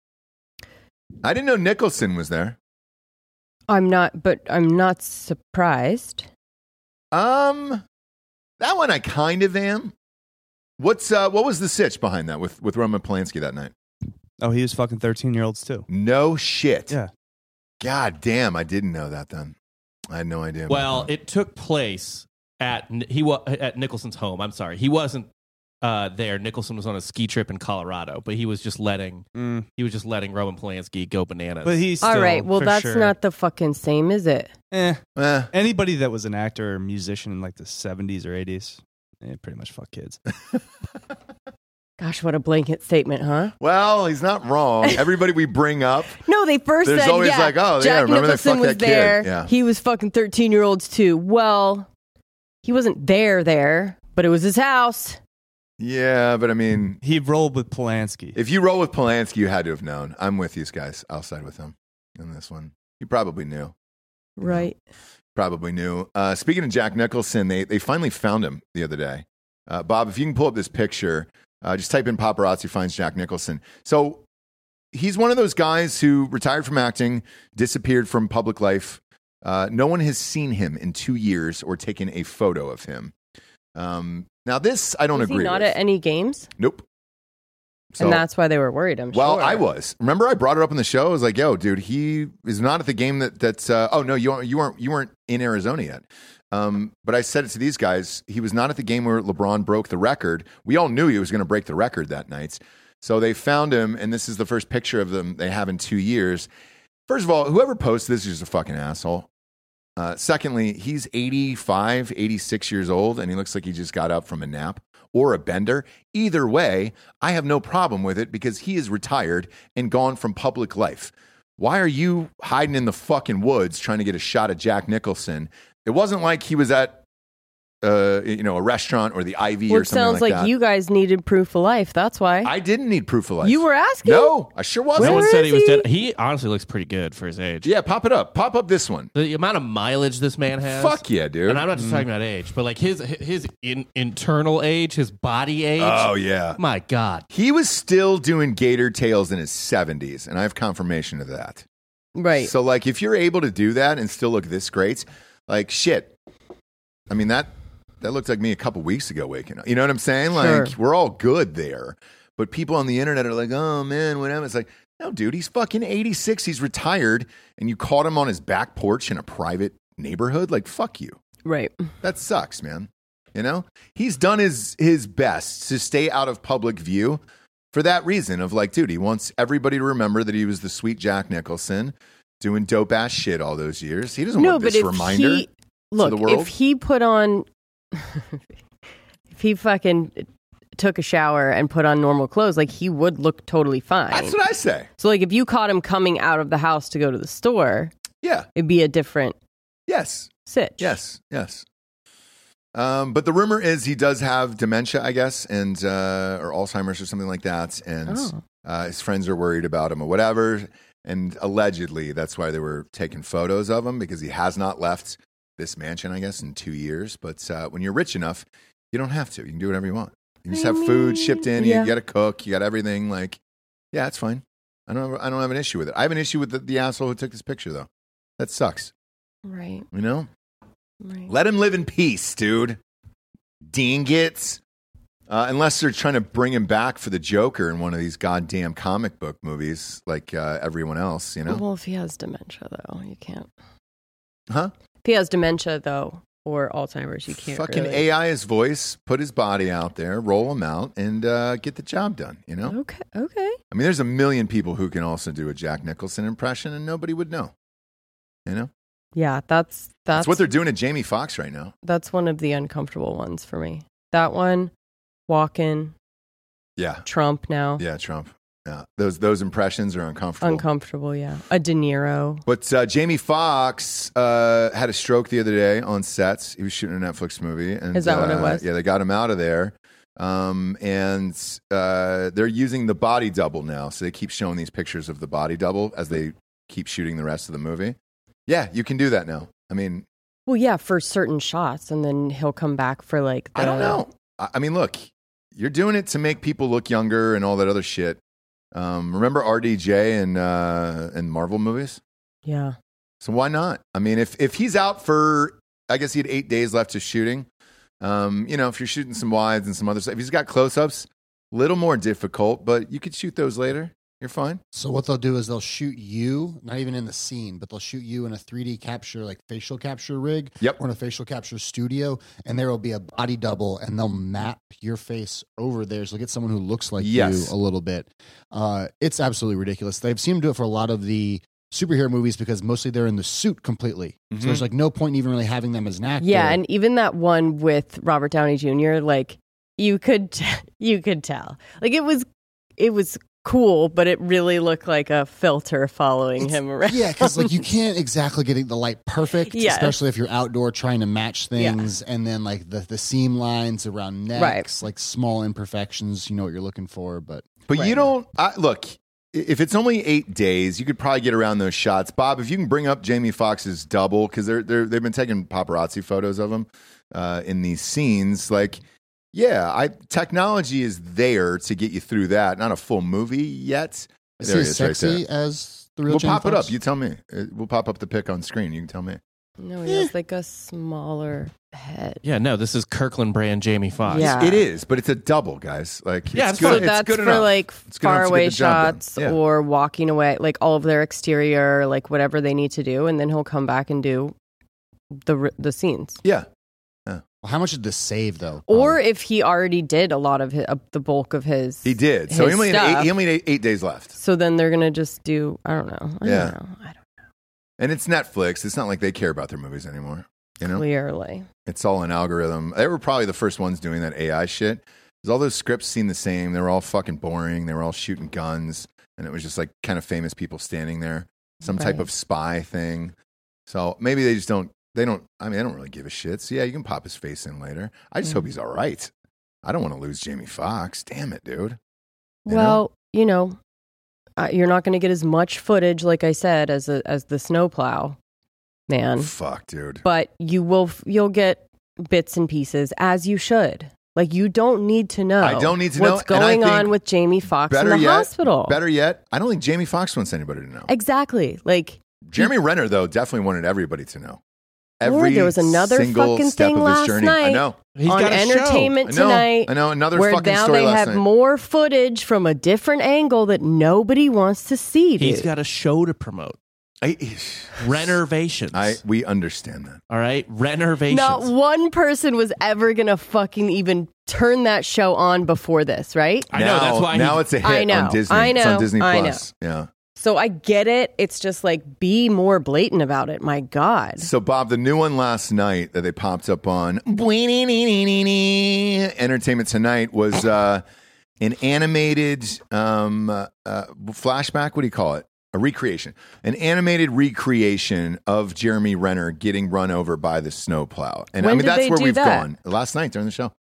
[SPEAKER 1] I didn't know Nicholson was there.
[SPEAKER 2] I'm not, but I'm not surprised.
[SPEAKER 1] Um, that one I kind of am. What's uh, what was the sitch behind that with with Roman Polanski that night?
[SPEAKER 7] Oh, he was fucking 13 year olds too.
[SPEAKER 1] No shit.
[SPEAKER 7] Yeah.
[SPEAKER 1] God damn, I didn't know that then. I had no idea. about
[SPEAKER 3] Well,
[SPEAKER 1] that.
[SPEAKER 3] it took place at N- he wa- at Nicholson's home. I'm sorry, he wasn't uh, there. Nicholson was on a ski trip in Colorado, but he was just letting
[SPEAKER 7] Mm.
[SPEAKER 3] he was just letting Roman Polanski go bananas.
[SPEAKER 7] But he's
[SPEAKER 2] All
[SPEAKER 7] still,
[SPEAKER 2] right. Well,
[SPEAKER 7] for
[SPEAKER 2] that's
[SPEAKER 7] sure-
[SPEAKER 2] not the fucking same, is it?
[SPEAKER 7] Eh,
[SPEAKER 1] Eh,
[SPEAKER 7] anybody that was an actor or musician in like the 70s or 80s, eh, pretty much fuck kids.
[SPEAKER 2] Gosh, what a blanket statement, huh?
[SPEAKER 1] well, he's not wrong. Everybody we bring up,
[SPEAKER 2] No, they first
[SPEAKER 1] There's
[SPEAKER 2] said,
[SPEAKER 1] always
[SPEAKER 2] yeah,
[SPEAKER 1] like, oh, yeah,
[SPEAKER 2] Jack
[SPEAKER 1] remember they
[SPEAKER 2] Nicholson
[SPEAKER 1] fucked
[SPEAKER 2] was
[SPEAKER 1] that kid.
[SPEAKER 2] there.
[SPEAKER 1] Yeah.
[SPEAKER 2] He was fucking 13 year olds too. Well, he wasn't there, there, but it was his house.
[SPEAKER 1] yeah, but I mean,
[SPEAKER 7] He rolled with Polanski.
[SPEAKER 1] if you roll with Polanski, you had to have known. I'm with these guys. I'll side with them in this one. You probably knew.
[SPEAKER 2] Right.
[SPEAKER 1] Probably knew. Uh, speaking of Jack Nicholson, they, they finally found him the other day. Uh, Bob, if you can pull up this picture, uh, just type in paparazzi finds Jack Nicholson. So he's one of those guys who retired from acting, disappeared from public life. Uh, no one has seen him in two years or taken a photo of him. Um, now, this I don't
[SPEAKER 2] was he
[SPEAKER 1] agree
[SPEAKER 2] not
[SPEAKER 1] with.
[SPEAKER 2] at any games?
[SPEAKER 1] nope. So-
[SPEAKER 2] and that's why they were worried, I'm
[SPEAKER 1] well,
[SPEAKER 2] sure.
[SPEAKER 1] I was. Remember, I brought it up on the show. I was like, "Yo, dude, he is not at the game that that's." Uh, oh no, you aren't. You weren't. You weren't in Arizona yet. Um, but I said it to these guys. He was not at the game where LeBron broke the record. We all knew he was going to break the record that night. So they found him, and this is the first picture of them they have in two years. First of all, whoever posted this is just a fucking asshole. Uh, secondly, he's 85, 86 years old, and he looks like he just got up from a nap or a bender. Either way, I have no problem with it because he is retired and gone from public life. Why are you hiding in the fucking woods trying to get a shot at Jack Nicholson? It wasn't like he was at, uh, you know, a restaurant or the Ivy
[SPEAKER 2] Well,
[SPEAKER 1] or
[SPEAKER 2] it
[SPEAKER 1] something
[SPEAKER 2] sounds
[SPEAKER 1] like,
[SPEAKER 2] like,
[SPEAKER 1] that.
[SPEAKER 2] you guys needed proof of life. That's why.
[SPEAKER 1] I didn't need proof of life.
[SPEAKER 2] you were asking?
[SPEAKER 1] no, I sure wasn't.
[SPEAKER 3] no one
[SPEAKER 2] Where
[SPEAKER 3] said
[SPEAKER 2] is
[SPEAKER 3] he was
[SPEAKER 2] he?
[SPEAKER 3] dead. He honestly looks pretty good for his age.
[SPEAKER 1] Yeah, pop it up. Pop up this one.
[SPEAKER 3] The amount of mileage this man has.
[SPEAKER 1] Fuck yeah, dude.
[SPEAKER 3] And I'm not just talking about age, but like his his in, internal age, his body age.
[SPEAKER 1] oh yeah.
[SPEAKER 3] my god!
[SPEAKER 1] He was still doing gator tails in his 70s, and I have confirmation of that.
[SPEAKER 2] Right.
[SPEAKER 1] So, like, if you're able to do that and still look this great, like, shit. I mean, that that looked like me a couple weeks ago waking up. You know what I'm saying? Like,
[SPEAKER 2] Sure.
[SPEAKER 1] we're all good there. But people on the internet are like, oh, man, whatever. It's like, no, dude, he's fucking 86. He's retired, and you caught him on his back porch in a private neighborhood. Like, fuck you.
[SPEAKER 2] right.
[SPEAKER 1] That sucks, man. You know, he's done his his best to stay out of public view for that reason of like, dude, he wants everybody to remember that he was the sweet Jack Nicholson doing dope ass shit all those years. He doesn't
[SPEAKER 2] No,
[SPEAKER 1] want
[SPEAKER 2] but
[SPEAKER 1] this
[SPEAKER 2] if
[SPEAKER 1] reminder.
[SPEAKER 2] he look,
[SPEAKER 1] the world?
[SPEAKER 2] if he put on, if he fucking took a shower and put on normal clothes, like he would look totally fine.
[SPEAKER 1] That's what I say.
[SPEAKER 2] so, like, if you caught him coming out of the house to go to the store,
[SPEAKER 1] Yeah.
[SPEAKER 2] it'd be a different
[SPEAKER 1] Yes.
[SPEAKER 2] sitch.
[SPEAKER 1] Yes. Yes. Um, but the rumor is he does have dementia, I guess, and uh, or Alzheimer's or something like that, and
[SPEAKER 2] Oh.
[SPEAKER 1] uh, his friends are worried about him or whatever. And allegedly, that's why they were taking photos of him because he has not left this mansion, I guess, in two years. But uh, when you're rich enough, you don't have to. You can do whatever you want. You just
[SPEAKER 2] I
[SPEAKER 1] have food
[SPEAKER 2] mean,
[SPEAKER 1] shipped in. You,
[SPEAKER 2] yeah.
[SPEAKER 1] got to cook. You got everything. Like, yeah, it's fine. I don't. Have, I don't have an issue with it. I have an issue with the, the asshole who took this picture, though. That sucks.
[SPEAKER 2] Right.
[SPEAKER 1] You know.
[SPEAKER 2] Right.
[SPEAKER 1] Let him live in peace, dude. Dingits. Uh, unless they're trying to bring him back for the Joker in one of these goddamn comic book movies, like uh, everyone else, you know?
[SPEAKER 2] Well, if he has dementia, though, you can't.
[SPEAKER 1] Huh?
[SPEAKER 2] If he has dementia, though, or Alzheimer's, you can't.
[SPEAKER 1] Fucking
[SPEAKER 2] really-
[SPEAKER 1] AI his voice, put his body out there, roll him out, and uh, get the job done, you know?
[SPEAKER 2] Okay. Okay.
[SPEAKER 1] I mean, there's a million people who can also do a Jack Nicholson impression, and nobody would know. You know?
[SPEAKER 2] Yeah, that's that's
[SPEAKER 1] That's what they're doing to Jamie Foxx right now.
[SPEAKER 2] that's one of the uncomfortable ones for me. That one, Walken,
[SPEAKER 1] Yeah.
[SPEAKER 2] Trump now.
[SPEAKER 1] Yeah, Trump. Yeah. Those, those impressions are uncomfortable.
[SPEAKER 2] Uncomfortable, yeah. A De Niro.
[SPEAKER 1] But uh, Jamie Fox uh, had a stroke the other day on sets. He was shooting a Netflix movie, and
[SPEAKER 2] Is that what it
[SPEAKER 1] uh,
[SPEAKER 2] was?
[SPEAKER 1] Yeah, they got him out of there. Um, and uh, they're using the body double now, so they keep showing these pictures of the body double as they keep shooting the rest of the movie. Yeah, you can do that now. I mean,
[SPEAKER 2] Well, yeah, for certain shots, and then he'll come back for like. The,
[SPEAKER 1] I don't know. I, I mean, look, you're doing it to make people look younger and all that other shit. Um, remember RDJ and uh, and Marvel movies?
[SPEAKER 2] Yeah.
[SPEAKER 1] So why not? I mean, if if he's out for, I guess he had eight days left to shooting. Um, you know, if you're shooting some wides and some other stuff, if he's got close ups, little more difficult, but you could shoot those later. You're fine.
[SPEAKER 5] So what they'll do is they'll shoot you, not even in the scene, but they'll shoot you in a 3D capture, like facial capture rig,
[SPEAKER 1] Yep.
[SPEAKER 5] or in a facial capture studio, and there will be a body double, and they'll map your face over theirs. They'll get someone who looks like
[SPEAKER 1] Yes.
[SPEAKER 5] you a little bit. Uh, it's absolutely ridiculous. They've seen him do it for a lot of the superhero movies because mostly they're in the suit completely.
[SPEAKER 1] Mhm.
[SPEAKER 5] So there's like no point in even really having them as an actor.
[SPEAKER 2] Yeah, and even that one with Robert Downey Jr. like you could t- you could tell. Like it was it was cool, but it really looked like a filter following
[SPEAKER 5] It's-
[SPEAKER 2] him around.
[SPEAKER 5] Yeah, because like you can't exactly get the light perfect,
[SPEAKER 2] Yes.
[SPEAKER 5] especially if you're outdoor trying to match
[SPEAKER 2] Yeah.
[SPEAKER 5] things, and then like the the seam lines around necks, like small imperfections. You know what you're looking for, but
[SPEAKER 1] But you
[SPEAKER 2] Right.
[SPEAKER 1] don't I, look. i- If it's only eight days, you could probably get around those shots, Bob. If you can bring up Jamie Foxx's double, because they're, they're they've been taking paparazzi photos of him uh, in these scenes. Like, yeah, I technology is there to get you through that. Not a full movie yet.
[SPEAKER 5] is
[SPEAKER 1] There it
[SPEAKER 5] he as
[SPEAKER 1] is, right
[SPEAKER 5] sexy
[SPEAKER 1] there.
[SPEAKER 5] as the real?
[SPEAKER 1] We'll
[SPEAKER 5] Jamie
[SPEAKER 1] pop it
[SPEAKER 5] Foxx?
[SPEAKER 1] up. You tell me. Uh, We'll pop up the pic on screen. You can tell me.
[SPEAKER 2] No, he has like a smaller head.
[SPEAKER 3] Yeah, no, this is Kirkland brand Jamie Foxx.
[SPEAKER 2] Yeah.
[SPEAKER 1] It is, but it's a double, guys. Like,
[SPEAKER 3] Yeah,
[SPEAKER 1] it's
[SPEAKER 3] it's
[SPEAKER 1] good.
[SPEAKER 2] Ah. so
[SPEAKER 1] it's
[SPEAKER 2] that's
[SPEAKER 1] good
[SPEAKER 2] for
[SPEAKER 1] enough.
[SPEAKER 2] like
[SPEAKER 1] It's good enough to get
[SPEAKER 2] faraway
[SPEAKER 1] the job done.
[SPEAKER 2] shots
[SPEAKER 1] Yeah.
[SPEAKER 2] or walking away, like all of their exterior, like whatever they need to do, and then he'll come back and do the r- the scenes.
[SPEAKER 1] yeah.
[SPEAKER 5] Well, How much did this save though?
[SPEAKER 2] Or
[SPEAKER 5] Um,
[SPEAKER 2] if he already did a lot of his, uh, the bulk of his,
[SPEAKER 1] He did. So he
[SPEAKER 2] His
[SPEAKER 1] only, had eight,
[SPEAKER 2] stuff.
[SPEAKER 1] he only had eight, eight days left.
[SPEAKER 2] So then they're gonna just do I don't know. I
[SPEAKER 1] Yeah.
[SPEAKER 2] don't know. I don't
[SPEAKER 1] And it's Netflix. It's not like they care about their movies anymore. You know,
[SPEAKER 2] clearly.
[SPEAKER 1] it's all an algorithm. They were probably the first ones doing that AI shit. 'Cause all those scripts seemed the same. They were all fucking boring. They were all shooting guns, and it was just like kind of famous people standing there, some type
[SPEAKER 2] Right.
[SPEAKER 1] of spy thing. So maybe they just don't. They don't. I mean, they don't really give a shit. So yeah, you can pop his face in later. I just
[SPEAKER 2] Hmm.
[SPEAKER 1] hope he's all right. I don't want to lose Jamie Foxx. Damn it, dude. You know?
[SPEAKER 2] Well, you know, uh, you're not gonna get as much footage, like I said, as a, as the snowplow man,
[SPEAKER 1] Fuck, dude.
[SPEAKER 2] but you will f- you'll get bits and pieces as you should. Like you don't need to know.
[SPEAKER 1] I don't need to
[SPEAKER 2] what's
[SPEAKER 1] know, and I
[SPEAKER 2] going on
[SPEAKER 1] think
[SPEAKER 2] with Jamie Foxx in
[SPEAKER 1] better
[SPEAKER 2] the
[SPEAKER 1] yet-
[SPEAKER 2] hospital.
[SPEAKER 1] Better yet, I don't think Jamie Foxx wants anybody to know.
[SPEAKER 2] Exactly. Like
[SPEAKER 1] Jeremy Renner, though, definitely wanted everybody to know. Every
[SPEAKER 2] Lord, there was another
[SPEAKER 1] single
[SPEAKER 2] fucking
[SPEAKER 1] step
[SPEAKER 2] thing
[SPEAKER 1] of his
[SPEAKER 2] last
[SPEAKER 1] journey. I
[SPEAKER 2] night.
[SPEAKER 1] know.
[SPEAKER 3] He's
[SPEAKER 2] on
[SPEAKER 3] got a
[SPEAKER 1] I
[SPEAKER 3] show.
[SPEAKER 2] entertainment
[SPEAKER 1] know.
[SPEAKER 2] tonight.
[SPEAKER 1] I know. Another
[SPEAKER 2] where
[SPEAKER 1] fucking
[SPEAKER 2] now
[SPEAKER 1] story
[SPEAKER 2] they
[SPEAKER 1] last
[SPEAKER 2] have
[SPEAKER 1] night.
[SPEAKER 2] more footage from a different angle that nobody wants to see. Dude.
[SPEAKER 3] He's got a show to promote.
[SPEAKER 1] I,
[SPEAKER 3] Renovations.
[SPEAKER 1] I, we understand that.
[SPEAKER 3] All right, renovations.
[SPEAKER 2] Not one person was ever gonna fucking even turn that show on before this, right?
[SPEAKER 3] I
[SPEAKER 1] now,
[SPEAKER 3] know that's why
[SPEAKER 1] now
[SPEAKER 3] he-
[SPEAKER 1] it's a hit
[SPEAKER 2] I know,
[SPEAKER 1] on Disney.
[SPEAKER 2] I
[SPEAKER 1] It's on
[SPEAKER 2] know,
[SPEAKER 1] Disney
[SPEAKER 2] I
[SPEAKER 1] Plus. Yeah.
[SPEAKER 2] So I get it. It's just like be more blatant about it. My God.
[SPEAKER 1] So, Bob, the new one last night that they popped up on Entertainment Tonight was uh, an animated um, uh, uh, flashback. What do you call it? A recreation, an animated recreation of Jeremy Renner getting run over by the snowplow. And I
[SPEAKER 2] When
[SPEAKER 1] mean,
[SPEAKER 2] did
[SPEAKER 1] that's
[SPEAKER 2] they
[SPEAKER 1] where
[SPEAKER 2] do
[SPEAKER 1] we've
[SPEAKER 2] that?
[SPEAKER 1] gone last night during the show.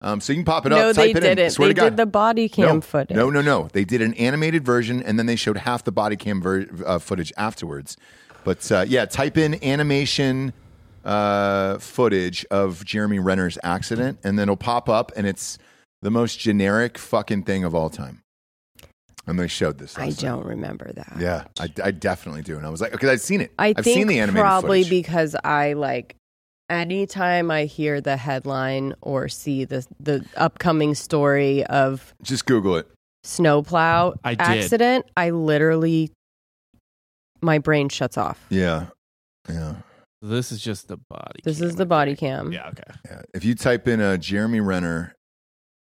[SPEAKER 1] Um, so you can pop it up.
[SPEAKER 2] No, they
[SPEAKER 1] type it in.
[SPEAKER 2] didn't.
[SPEAKER 1] Swear
[SPEAKER 2] They
[SPEAKER 1] to God.
[SPEAKER 2] did the body cam
[SPEAKER 1] no,
[SPEAKER 2] footage.
[SPEAKER 1] No, no, no. They did an animated version, and then they showed half the body cam ver- uh, footage afterwards. But uh, yeah, type in animation uh, footage of Jeremy Renner's accident, and then it'll pop up, and it's the most generic fucking thing of all time. And they showed this.
[SPEAKER 2] I
[SPEAKER 1] last night.
[SPEAKER 2] don't remember that.
[SPEAKER 1] Yeah, I, I definitely do, and I was like, because I've seen it.
[SPEAKER 2] I
[SPEAKER 1] have
[SPEAKER 2] think
[SPEAKER 1] seen the animated
[SPEAKER 2] probably
[SPEAKER 1] footage.
[SPEAKER 2] because I like anytime I hear the headline or see the the upcoming story of
[SPEAKER 1] Just Google it.
[SPEAKER 2] snowplow
[SPEAKER 3] I did.
[SPEAKER 2] accident, I literally my brain shuts off.
[SPEAKER 1] Yeah, yeah,
[SPEAKER 3] This is just the body.
[SPEAKER 2] This
[SPEAKER 3] cam,
[SPEAKER 2] is the
[SPEAKER 3] I
[SPEAKER 2] body
[SPEAKER 3] think.
[SPEAKER 2] cam.
[SPEAKER 3] Yeah. Okay.
[SPEAKER 1] yeah. If you type in a Jeremy Renner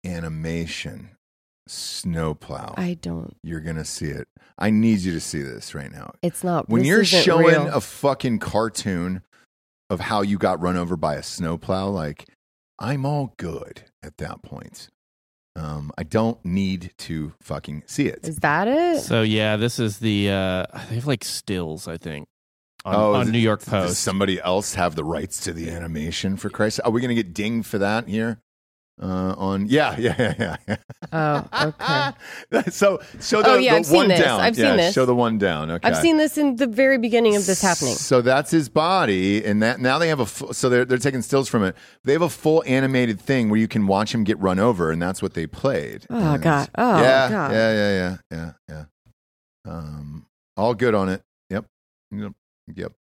[SPEAKER 1] animation snowplow,
[SPEAKER 2] I don't.
[SPEAKER 1] you're gonna see it. I need you to see this right now.
[SPEAKER 2] It's not
[SPEAKER 1] When
[SPEAKER 2] this
[SPEAKER 1] you're
[SPEAKER 2] isn't
[SPEAKER 1] showing
[SPEAKER 2] real.
[SPEAKER 1] a fucking cartoon of how you got run over by a snowplow, like I'm all good at that point. Um, I don't need to fucking see it.
[SPEAKER 2] is that it?
[SPEAKER 3] So yeah, this is the. uh They have like stills, I think, on,
[SPEAKER 1] Oh,
[SPEAKER 3] on
[SPEAKER 1] is it-
[SPEAKER 3] New York
[SPEAKER 1] Does
[SPEAKER 3] Post.
[SPEAKER 1] somebody else have the rights to the animation for Christ? Are we gonna get dinged for that here? Uh, on yeah, yeah, yeah, yeah.
[SPEAKER 2] Oh, okay.
[SPEAKER 1] so show the,
[SPEAKER 2] Oh, yeah,
[SPEAKER 1] the
[SPEAKER 2] I've seen
[SPEAKER 1] one
[SPEAKER 2] this.
[SPEAKER 1] down.
[SPEAKER 2] I've
[SPEAKER 1] yeah,
[SPEAKER 2] seen this.
[SPEAKER 1] Show the one down. Okay.
[SPEAKER 2] I've seen this in the very beginning of this happening.
[SPEAKER 1] So that's his body, and that now they have a full, so they're they're taking stills from it. They have a full animated thing where you can watch him get run over, and that's what they played.
[SPEAKER 2] Oh,
[SPEAKER 1] And-
[SPEAKER 2] God. Oh,
[SPEAKER 1] yeah,
[SPEAKER 2] God.
[SPEAKER 1] yeah, yeah, yeah, yeah, yeah. Um, all good on it. Yep, yep, yep,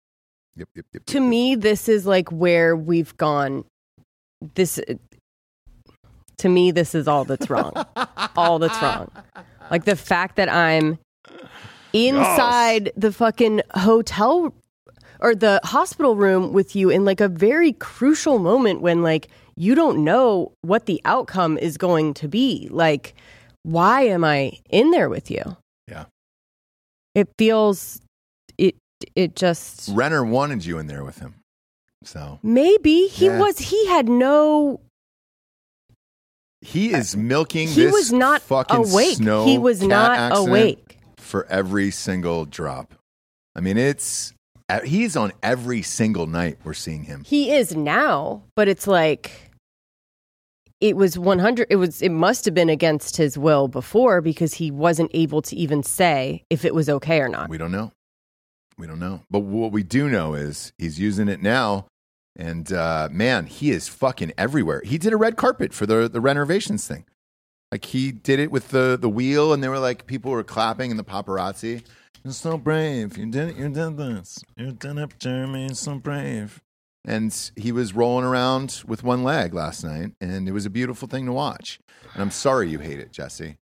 [SPEAKER 1] yep, yep. yep
[SPEAKER 2] To
[SPEAKER 1] yep.
[SPEAKER 2] me, this is like where we've gone. This, uh, to me, this is all that's wrong. all that's wrong. Like the fact that I'm inside the fucking hotel or the hospital room with you in like a very crucial moment when like you don't know what the outcome is going to be. Like, why am I in there with you?
[SPEAKER 1] Yeah.
[SPEAKER 2] It feels it it just
[SPEAKER 1] Renner wanted you in there with him, so
[SPEAKER 2] Maybe he
[SPEAKER 1] Yeah.
[SPEAKER 2] was. He had no.
[SPEAKER 1] he is milking.
[SPEAKER 2] He
[SPEAKER 1] this
[SPEAKER 2] was not
[SPEAKER 1] fucking
[SPEAKER 2] awake.
[SPEAKER 1] Snow
[SPEAKER 2] He was
[SPEAKER 1] cat
[SPEAKER 2] not
[SPEAKER 1] accident.
[SPEAKER 2] awake.
[SPEAKER 1] for every single drop. I mean, it's he's on every single night we're seeing him.
[SPEAKER 2] He is now, but it's like it was 100 it was it must have been against his will before because he wasn't able to even say if it was okay or not.
[SPEAKER 1] We don't know. We don't know. But what we do know is he's using it now. And uh, man, he is fucking everywhere. He did a red carpet for the, the renovations thing. Like he did it with the, the wheel, and they were like, people were clapping in the paparazzi. You're so brave. You did it. You did this. You did it, Jeremy. You're so brave. And he was rolling around with one leg last night, and it was a beautiful thing to watch. And I'm sorry you hate it, Jesse.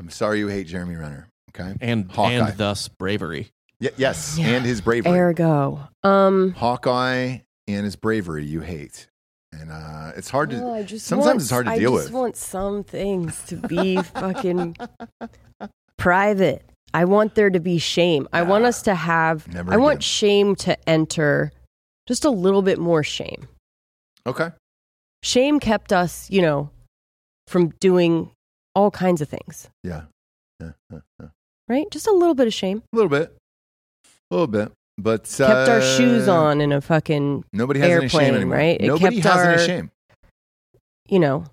[SPEAKER 1] I'm sorry you hate Jeremy Renner. Okay.
[SPEAKER 3] and
[SPEAKER 1] Hawkeye.
[SPEAKER 3] and thus bravery.
[SPEAKER 1] Y- yes,
[SPEAKER 2] Yeah.
[SPEAKER 1] and his bravery.
[SPEAKER 2] Ergo. Um
[SPEAKER 1] Hawkeye and his bravery you hate. And uh, it's hard to
[SPEAKER 2] oh, I just
[SPEAKER 1] sometimes
[SPEAKER 2] want-
[SPEAKER 1] it's hard to
[SPEAKER 2] I
[SPEAKER 1] deal
[SPEAKER 2] just
[SPEAKER 1] with.
[SPEAKER 2] want some things to be fucking private. I want there to be shame. I want
[SPEAKER 1] Nah.
[SPEAKER 2] us to have
[SPEAKER 1] Never
[SPEAKER 2] I want
[SPEAKER 1] again.
[SPEAKER 2] shame to enter just a little bit more shame.
[SPEAKER 1] okay.
[SPEAKER 2] shame kept us, you know, from doing all kinds of things,
[SPEAKER 1] Yeah. yeah. yeah, yeah.
[SPEAKER 2] right? Just a little bit of shame.
[SPEAKER 1] A little bit. A little bit. But
[SPEAKER 2] kept our
[SPEAKER 1] uh,
[SPEAKER 2] shoes on in a fucking,
[SPEAKER 1] Nobody has any shame
[SPEAKER 2] airplane,
[SPEAKER 1] anymore.
[SPEAKER 2] right? It
[SPEAKER 1] Nobody
[SPEAKER 2] kept
[SPEAKER 1] has any
[SPEAKER 2] our-
[SPEAKER 1] shame.
[SPEAKER 2] you know,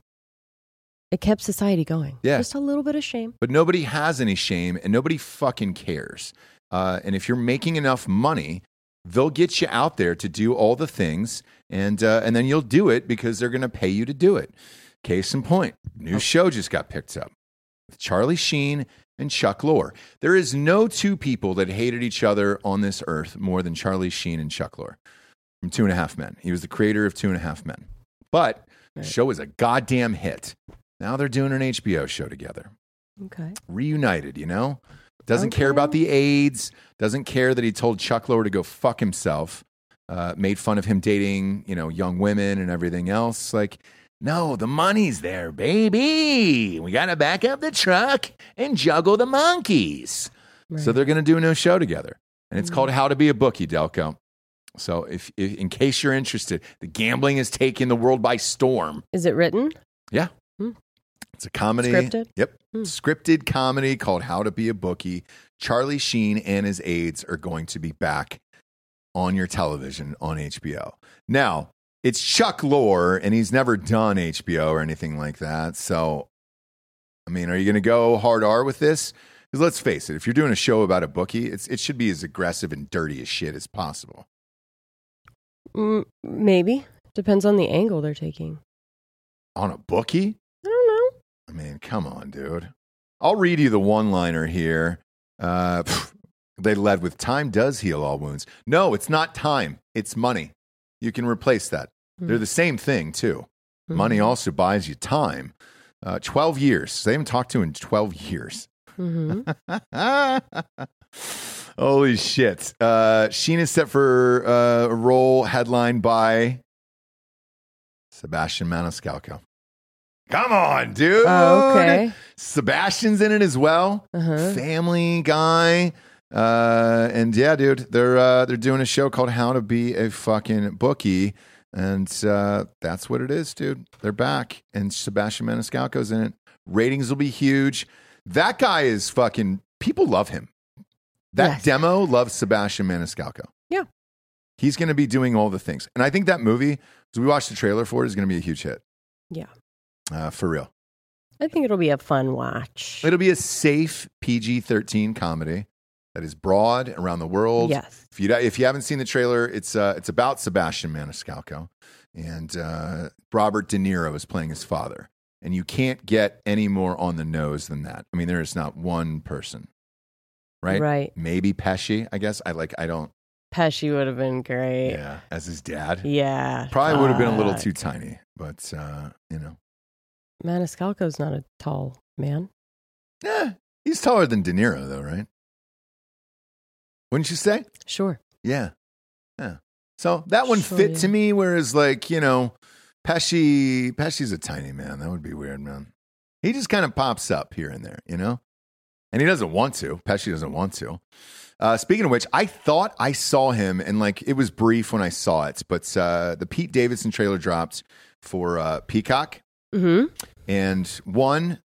[SPEAKER 2] it kept society going.
[SPEAKER 1] Yeah.
[SPEAKER 2] Just a little bit of shame.
[SPEAKER 1] But nobody has any shame and nobody fucking cares. Uh, and if you're making enough money, they'll get you out there to do all the things and, uh, and then you'll do it because they're going to pay you to do it. Case in point, new show just got picked up with Charlie Sheen and Chuck Lorre. There is no two people that hated each other on this earth more than Charlie Sheen and Chuck Lorre from Two and a Half Men. He was the creator of Two and a Half Men. But the show is a goddamn hit. Now they're doing an HBO show together
[SPEAKER 2] Okay.
[SPEAKER 1] reunited, you know? Doesn't care
[SPEAKER 2] Okay.
[SPEAKER 1] about the AIDS, doesn't care that he told Chuck Lower to go fuck himself, uh, made fun of him dating, you know, young women and everything else. Like, no, the money's there, baby. We got to back up the truck and juggle the monkeys. So they're going to do a new show together. And it's called How to Be a Bookie, Delco. So if, if in case you're interested, the gambling is taking the world by storm.
[SPEAKER 2] Is it written?
[SPEAKER 1] It's a comedy.
[SPEAKER 2] Scripted?
[SPEAKER 1] Yep.
[SPEAKER 2] Hmm.
[SPEAKER 1] Scripted comedy called How to Be a Bookie. Charlie Sheen and his aides are going to be back on your television on HBO. Now, it's Chuck Lorre, and he's never done HBO or anything like that. So, I mean, are you going to go hard R with this? Because let's face it, if you're doing a show about a bookie, it's, it should be as aggressive and dirty as shit as possible.
[SPEAKER 2] Mm, maybe. Depends on the angle they're taking.
[SPEAKER 1] On a bookie?
[SPEAKER 2] I don't know.
[SPEAKER 1] I mean, come on, dude. I'll read you the one liner here. Uh, pff, they led with time does heal all wounds. No, it's not time, it's money. You can replace that.
[SPEAKER 2] Hmm. Mm-hmm.
[SPEAKER 1] They're the same thing, too. Money also buys you time. Uh, 12 years. They haven't talked to in 12 years.
[SPEAKER 2] hmm
[SPEAKER 1] Holy shit. Uh, Sheen is set for uh, a role headlined by Sebastian Maniscalco. Come on, dude.
[SPEAKER 2] Oh, okay.
[SPEAKER 1] Sebastian's in it as well.
[SPEAKER 2] Uh-huh.
[SPEAKER 1] Family Guy. Uh, and yeah, dude, they're uh, they're doing a show called How to Be a Fucking Bookie, and uh, that's what it is, dude. They're back, and Sebastian Maniscalco's in it. Ratings will be huge. That guy is fucking. People love him. That
[SPEAKER 2] Yes.
[SPEAKER 1] demo loves Sebastian Maniscalco.
[SPEAKER 2] Yeah.
[SPEAKER 1] he's going to be doing all the things, and I think that movie, as we watched the trailer for it, is going to be a huge hit.
[SPEAKER 2] Yeah.
[SPEAKER 1] uh, for real.
[SPEAKER 2] I think it'll be a fun watch.
[SPEAKER 1] It'll be a safe PG 13 comedy that is broad around the world.
[SPEAKER 2] Yes.
[SPEAKER 1] If you, if you haven't seen the trailer, it's, uh, it's about Sebastian Maniscalco, and uh, Robert De Niro is playing his father. And you can't get any more on the nose than that. I mean, there is not one person, right?
[SPEAKER 2] Right.
[SPEAKER 1] Maybe Pesci, I guess. I like, I don't,
[SPEAKER 2] Pesci would have been great.
[SPEAKER 1] yeah, as his dad.
[SPEAKER 2] Yeah. Uh,
[SPEAKER 1] Probably would have been a little
[SPEAKER 2] fuck.
[SPEAKER 1] too tiny, but, uh, you know,
[SPEAKER 2] Maniscalco's not a tall man.
[SPEAKER 1] eh, he's taller than De Niro, though, right? Wouldn't you say?
[SPEAKER 2] Sure.
[SPEAKER 1] Yeah. Yeah. So that one
[SPEAKER 2] Sure,
[SPEAKER 1] fit
[SPEAKER 2] yeah.
[SPEAKER 1] to me, whereas like, you know, Pesci Pesci's a tiny man. That would be weird, man. He just kind of pops up here and there, you know? And he doesn't want to. Pesci doesn't want to. Uh, speaking of which, I thought I saw him, and like it was brief when I saw it, but uh, the Pete Davidson trailer dropped for uh, Peacock,
[SPEAKER 2] Mm-hmm.
[SPEAKER 1] and one,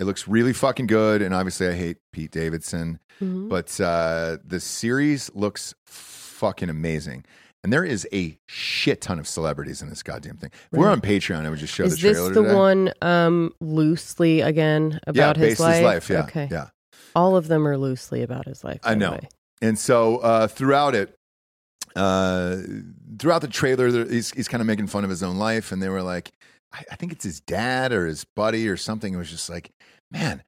[SPEAKER 1] it looks really fucking good, and obviously I hate Pete Davidson
[SPEAKER 2] hmm
[SPEAKER 1] but uh, the series looks fucking amazing. And there is a shit ton of celebrities in this goddamn thing. If we're
[SPEAKER 2] Right.
[SPEAKER 1] on Patreon, I would just show
[SPEAKER 2] Is
[SPEAKER 1] the
[SPEAKER 2] this
[SPEAKER 1] trailer.
[SPEAKER 2] the
[SPEAKER 1] today.
[SPEAKER 2] one um, loosely again
[SPEAKER 1] Yeah,
[SPEAKER 2] about
[SPEAKER 1] based
[SPEAKER 2] his life?
[SPEAKER 1] his life. Yeah,
[SPEAKER 2] Okay.
[SPEAKER 1] yeah.
[SPEAKER 2] All of them are loosely about his life.
[SPEAKER 1] I
[SPEAKER 2] by the
[SPEAKER 1] know.
[SPEAKER 2] way.
[SPEAKER 1] And so uh, throughout it, uh, throughout the trailer, there, he's, he's kind of making fun of his own life. And they were like, I, I think it's his dad or his buddy or something. It was just like, man,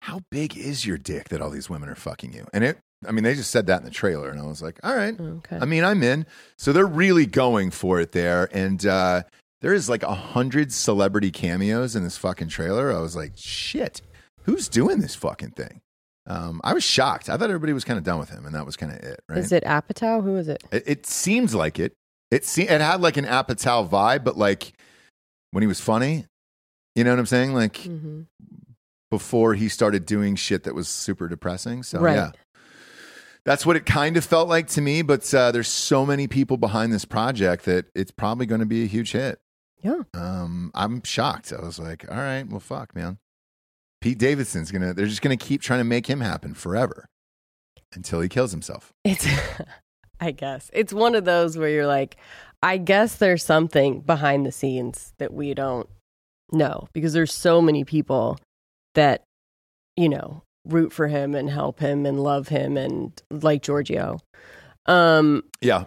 [SPEAKER 1] how big is your dick that all these women are fucking you? And it, I mean, they just said that in the trailer, and I was like, all right,
[SPEAKER 2] Okay.
[SPEAKER 1] I mean, I'm in. So they're really going for it there, and uh, there is like a hundred celebrity cameos in this fucking trailer. I was like, shit, who's doing this fucking thing? Um, I was shocked. I thought everybody was kind of done with him, and that was kind of it, right?
[SPEAKER 2] Is it Apatow? Who is it?
[SPEAKER 1] It, it seems like it. It se- it had like an Apatow vibe, but like when he was funny, you know what I'm saying? Like
[SPEAKER 2] Mm-hmm.
[SPEAKER 1] before he started doing shit that was super depressing. So
[SPEAKER 2] Right.
[SPEAKER 1] yeah. That's what it kind of felt like to me, but uh, there's so many people behind this project that it's probably going to be a huge hit.
[SPEAKER 2] Yeah.
[SPEAKER 1] Um, I'm shocked. I was like, all right, well, fuck, man. Pete Davidson's going to, they're just going to keep trying to make him happen forever until he kills himself.
[SPEAKER 2] It's, I guess, it's one of those where you're like, I guess there's something behind the scenes that we don't know because there's so many people that, you know, root for him and help him and love him and like Giorgio. Um,
[SPEAKER 1] Yeah.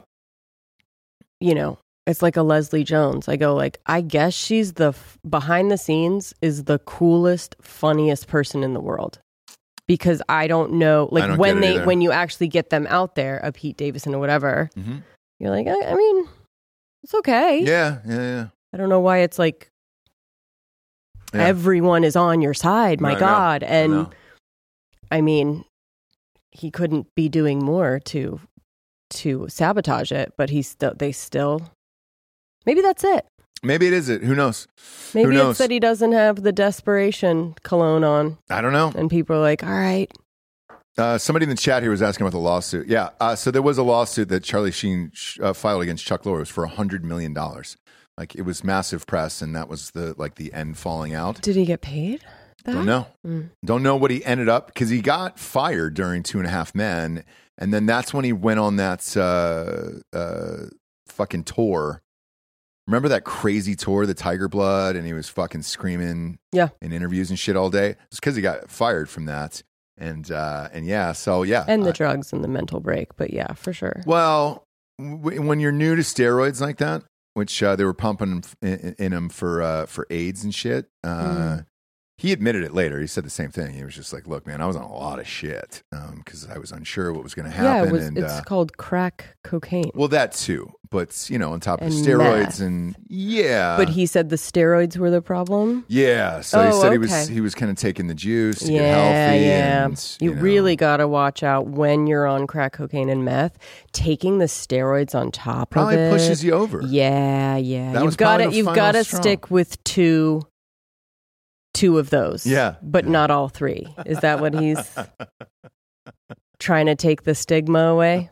[SPEAKER 2] you know, it's like a Leslie Jones. I go like, I guess she's the f- behind the scenes is the coolest, funniest person in the world. Because I don't know, like
[SPEAKER 1] I don't get
[SPEAKER 2] when
[SPEAKER 1] it
[SPEAKER 2] they
[SPEAKER 1] either.
[SPEAKER 2] when you actually get them out there, a Pete Davison or whatever,
[SPEAKER 1] Mhm.
[SPEAKER 2] you're like, I, I mean, it's okay.
[SPEAKER 1] Yeah. Yeah. Yeah.
[SPEAKER 2] I don't know why it's like
[SPEAKER 1] Yeah.
[SPEAKER 2] everyone is on your side. My
[SPEAKER 1] No, I know.
[SPEAKER 2] God, and
[SPEAKER 1] No.
[SPEAKER 2] I mean, he couldn't be doing more to to sabotage it, but he still they still maybe that's it.
[SPEAKER 1] Maybe it is it. Who knows? Who
[SPEAKER 2] Maybe
[SPEAKER 1] knows?
[SPEAKER 2] it's that he doesn't have the desperation cologne on,
[SPEAKER 1] I don't know.
[SPEAKER 2] and people are like, "All right,
[SPEAKER 1] Uh, somebody in the chat here was asking about the lawsuit. Yeah, uh, so there was a lawsuit that Charlie Sheen sh- uh, filed against Chuck Lorre It was for hundred million dollars. Like it was massive press, and that was the like the end falling out.
[SPEAKER 2] did he get paid?" That?
[SPEAKER 1] Don't know.
[SPEAKER 2] Mm.
[SPEAKER 1] Don't know what he ended up because he got fired during Two and a Half Men, and then that's when he went on that uh, uh, fucking tour. Remember that crazy tour, the Tiger Blood, and he was fucking screaming
[SPEAKER 2] Yeah.
[SPEAKER 1] in interviews and shit all day. It's because he got fired from that, and uh, and yeah, so yeah,
[SPEAKER 2] And the
[SPEAKER 1] I-
[SPEAKER 2] drugs and the mental break, but yeah, for sure.
[SPEAKER 1] Well, w- when you're new to steroids like that, which uh, they were pumping him f- in, in him for uh, for AIDS and shit, uh,
[SPEAKER 2] Mm.
[SPEAKER 1] he admitted it later. He said the same thing. He was just like, "Look, man, I was on a lot of shit because I was unsure what was going to
[SPEAKER 2] yeah,
[SPEAKER 1] happen."
[SPEAKER 2] it was.
[SPEAKER 1] and
[SPEAKER 2] it's
[SPEAKER 1] uh,
[SPEAKER 2] called crack cocaine.
[SPEAKER 1] well, that too, but you know, on top of the
[SPEAKER 2] And
[SPEAKER 1] steroids
[SPEAKER 2] meth.
[SPEAKER 1] and yeah,
[SPEAKER 2] but he said the steroids were the problem.
[SPEAKER 1] yeah. So he
[SPEAKER 2] Oh,
[SPEAKER 1] said he was
[SPEAKER 2] okay.
[SPEAKER 1] he was kind of taking the juice to get
[SPEAKER 2] Yeah,
[SPEAKER 1] healthy.
[SPEAKER 2] yeah.
[SPEAKER 1] and,
[SPEAKER 2] you
[SPEAKER 1] know,
[SPEAKER 2] really got to watch out when you're on crack cocaine and meth. Taking the steroids on top
[SPEAKER 1] probably
[SPEAKER 2] of it
[SPEAKER 1] pushes you over.
[SPEAKER 2] Yeah, yeah.
[SPEAKER 1] That was
[SPEAKER 2] you've got to
[SPEAKER 1] probably the
[SPEAKER 2] you've
[SPEAKER 1] final
[SPEAKER 2] got to
[SPEAKER 1] straw.
[SPEAKER 2] stick with two two of those.
[SPEAKER 1] Yeah,
[SPEAKER 2] But
[SPEAKER 1] yeah.
[SPEAKER 2] not all three. Is that what he's trying to take the stigma away?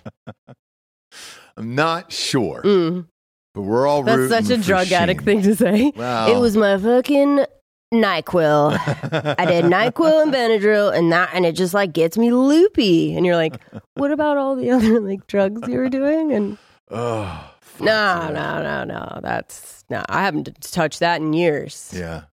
[SPEAKER 1] I'm not sure,
[SPEAKER 2] Mm.
[SPEAKER 1] but we're all
[SPEAKER 2] That's
[SPEAKER 1] rooting
[SPEAKER 2] such a
[SPEAKER 1] for
[SPEAKER 2] drug addict
[SPEAKER 1] Sheen.
[SPEAKER 2] thing to say.
[SPEAKER 1] Wow.
[SPEAKER 2] It was my fucking NyQuil. I did NyQuil and Benadryl and that and it just like gets me loopy. And you're like, what about all the other like drugs you were doing? And
[SPEAKER 1] Oh,
[SPEAKER 2] No, no, no, no. That's no. I haven't t- touched that in years.
[SPEAKER 1] Yeah.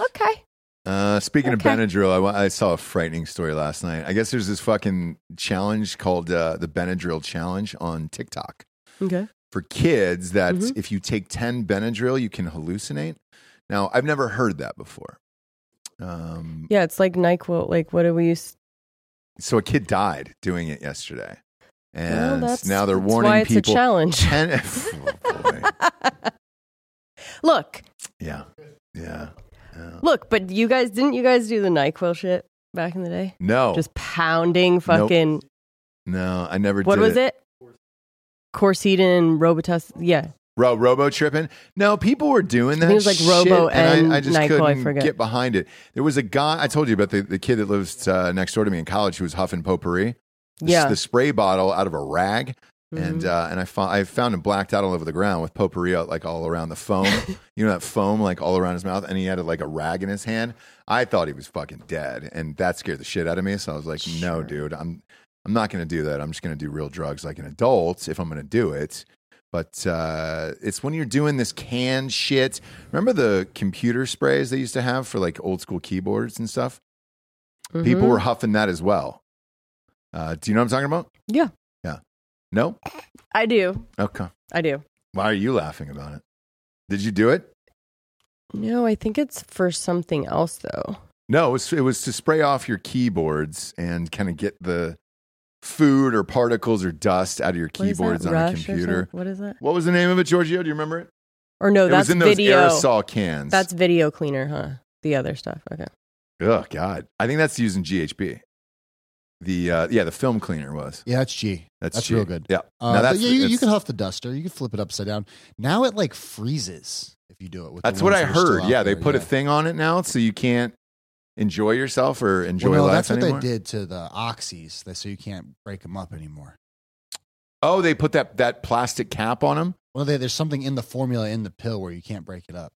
[SPEAKER 2] Okay.
[SPEAKER 1] Uh, speaking
[SPEAKER 2] Okay.
[SPEAKER 1] of Benadryl, I, wa- I saw a frightening story last night. I guess there's this fucking challenge called uh, the Benadryl Challenge on TikTok.
[SPEAKER 2] Okay.
[SPEAKER 1] for kids that
[SPEAKER 2] Mhm.
[SPEAKER 1] if you take 10 Benadryl, you can hallucinate. Now, I've never heard that before. Um,
[SPEAKER 2] Yeah, it's like Nyquil. Like, what do we use?
[SPEAKER 1] So a kid died doing it yesterday. And
[SPEAKER 2] Well,
[SPEAKER 1] now they're
[SPEAKER 2] that's
[SPEAKER 1] warning
[SPEAKER 2] why it's
[SPEAKER 1] people.
[SPEAKER 2] a challenge.
[SPEAKER 1] 10 oh, boy.
[SPEAKER 2] Look,
[SPEAKER 1] Yeah. Yeah. Yeah.
[SPEAKER 2] look. But you guys didn't. You guys do the Nyquil shit back in the day.
[SPEAKER 1] No.
[SPEAKER 2] Just pounding fucking.
[SPEAKER 1] no, I never
[SPEAKER 2] What
[SPEAKER 1] did
[SPEAKER 2] was it? Corsetin, Robitussin. Yeah.
[SPEAKER 1] Ro- robo tripping? No, people were doing that.
[SPEAKER 2] think it was like
[SPEAKER 1] shit,
[SPEAKER 2] Robo and
[SPEAKER 1] I, I just
[SPEAKER 2] Nyquil, I
[SPEAKER 1] couldn't
[SPEAKER 2] forget.
[SPEAKER 1] get behind it. There was a guy I told you about the, the kid that lives uh, next door to me in college who was huffing potpourri. The,
[SPEAKER 2] Yeah.
[SPEAKER 1] the spray bottle out of a rag, and
[SPEAKER 2] Mhm.
[SPEAKER 1] uh, and I found I found him blacked out all over the ground with potpourri out, like all around the foam. you know that foam like all around his mouth, and he had uh, like a rag in his hand. I thought he was fucking dead, and that scared the shit out of me. So I was like, no, dude, I'm I'm not gonna do that. I'm just gonna do real drugs like an adult if I'm gonna do it. But uh, it's when you're doing this canned shit. Remember the computer sprays they used to have for like old school keyboards and stuff? People
[SPEAKER 2] Mhm.
[SPEAKER 1] were huffing that as well. Uh, do you know what I'm talking about?
[SPEAKER 2] Yeah.
[SPEAKER 1] Yeah. No?
[SPEAKER 2] I do.
[SPEAKER 1] Okay.
[SPEAKER 2] I do.
[SPEAKER 1] Why are you laughing about it? Did you do it?
[SPEAKER 2] No, I think it's for something else though.
[SPEAKER 1] No, it was, it was to spray off your keyboards and kind of get the food or particles or dust out of your
[SPEAKER 2] What is that,
[SPEAKER 1] keyboards on a
[SPEAKER 2] Rush or
[SPEAKER 1] computer.
[SPEAKER 2] something? What is that?
[SPEAKER 1] What was the name of it, Giorgio? Do you remember it?
[SPEAKER 2] Or no,
[SPEAKER 1] it
[SPEAKER 2] that's
[SPEAKER 1] was in those
[SPEAKER 2] video.
[SPEAKER 1] aerosol cans.
[SPEAKER 2] That's video cleaner, huh? The other stuff. Okay.
[SPEAKER 1] oh god. I think that's using GHB. The uh, yeah, the film cleaner was.
[SPEAKER 5] Yeah, that's G.
[SPEAKER 1] That's,
[SPEAKER 5] That's
[SPEAKER 1] G.
[SPEAKER 5] real good.
[SPEAKER 1] Yeah.
[SPEAKER 5] Uh,
[SPEAKER 1] Now
[SPEAKER 5] but
[SPEAKER 1] that's-
[SPEAKER 5] yeah, you, you
[SPEAKER 1] it's-
[SPEAKER 5] can huff the duster. You can flip it upside down. Now it like freezes if you do it. With the
[SPEAKER 1] That's what
[SPEAKER 5] ones
[SPEAKER 1] I
[SPEAKER 5] that are still
[SPEAKER 1] heard.
[SPEAKER 5] out
[SPEAKER 1] Yeah, they
[SPEAKER 5] there,
[SPEAKER 1] put
[SPEAKER 5] yeah.
[SPEAKER 1] a thing on it now, so you can't enjoy yourself or enjoy
[SPEAKER 5] well, no,
[SPEAKER 1] life
[SPEAKER 5] that's what
[SPEAKER 1] anymore.
[SPEAKER 5] they did to the oxys, that- so you can't break them up anymore.
[SPEAKER 1] Oh, they put that that plastic cap on them.
[SPEAKER 5] Well, they, there's something in the formula in the pill where you can't break it up.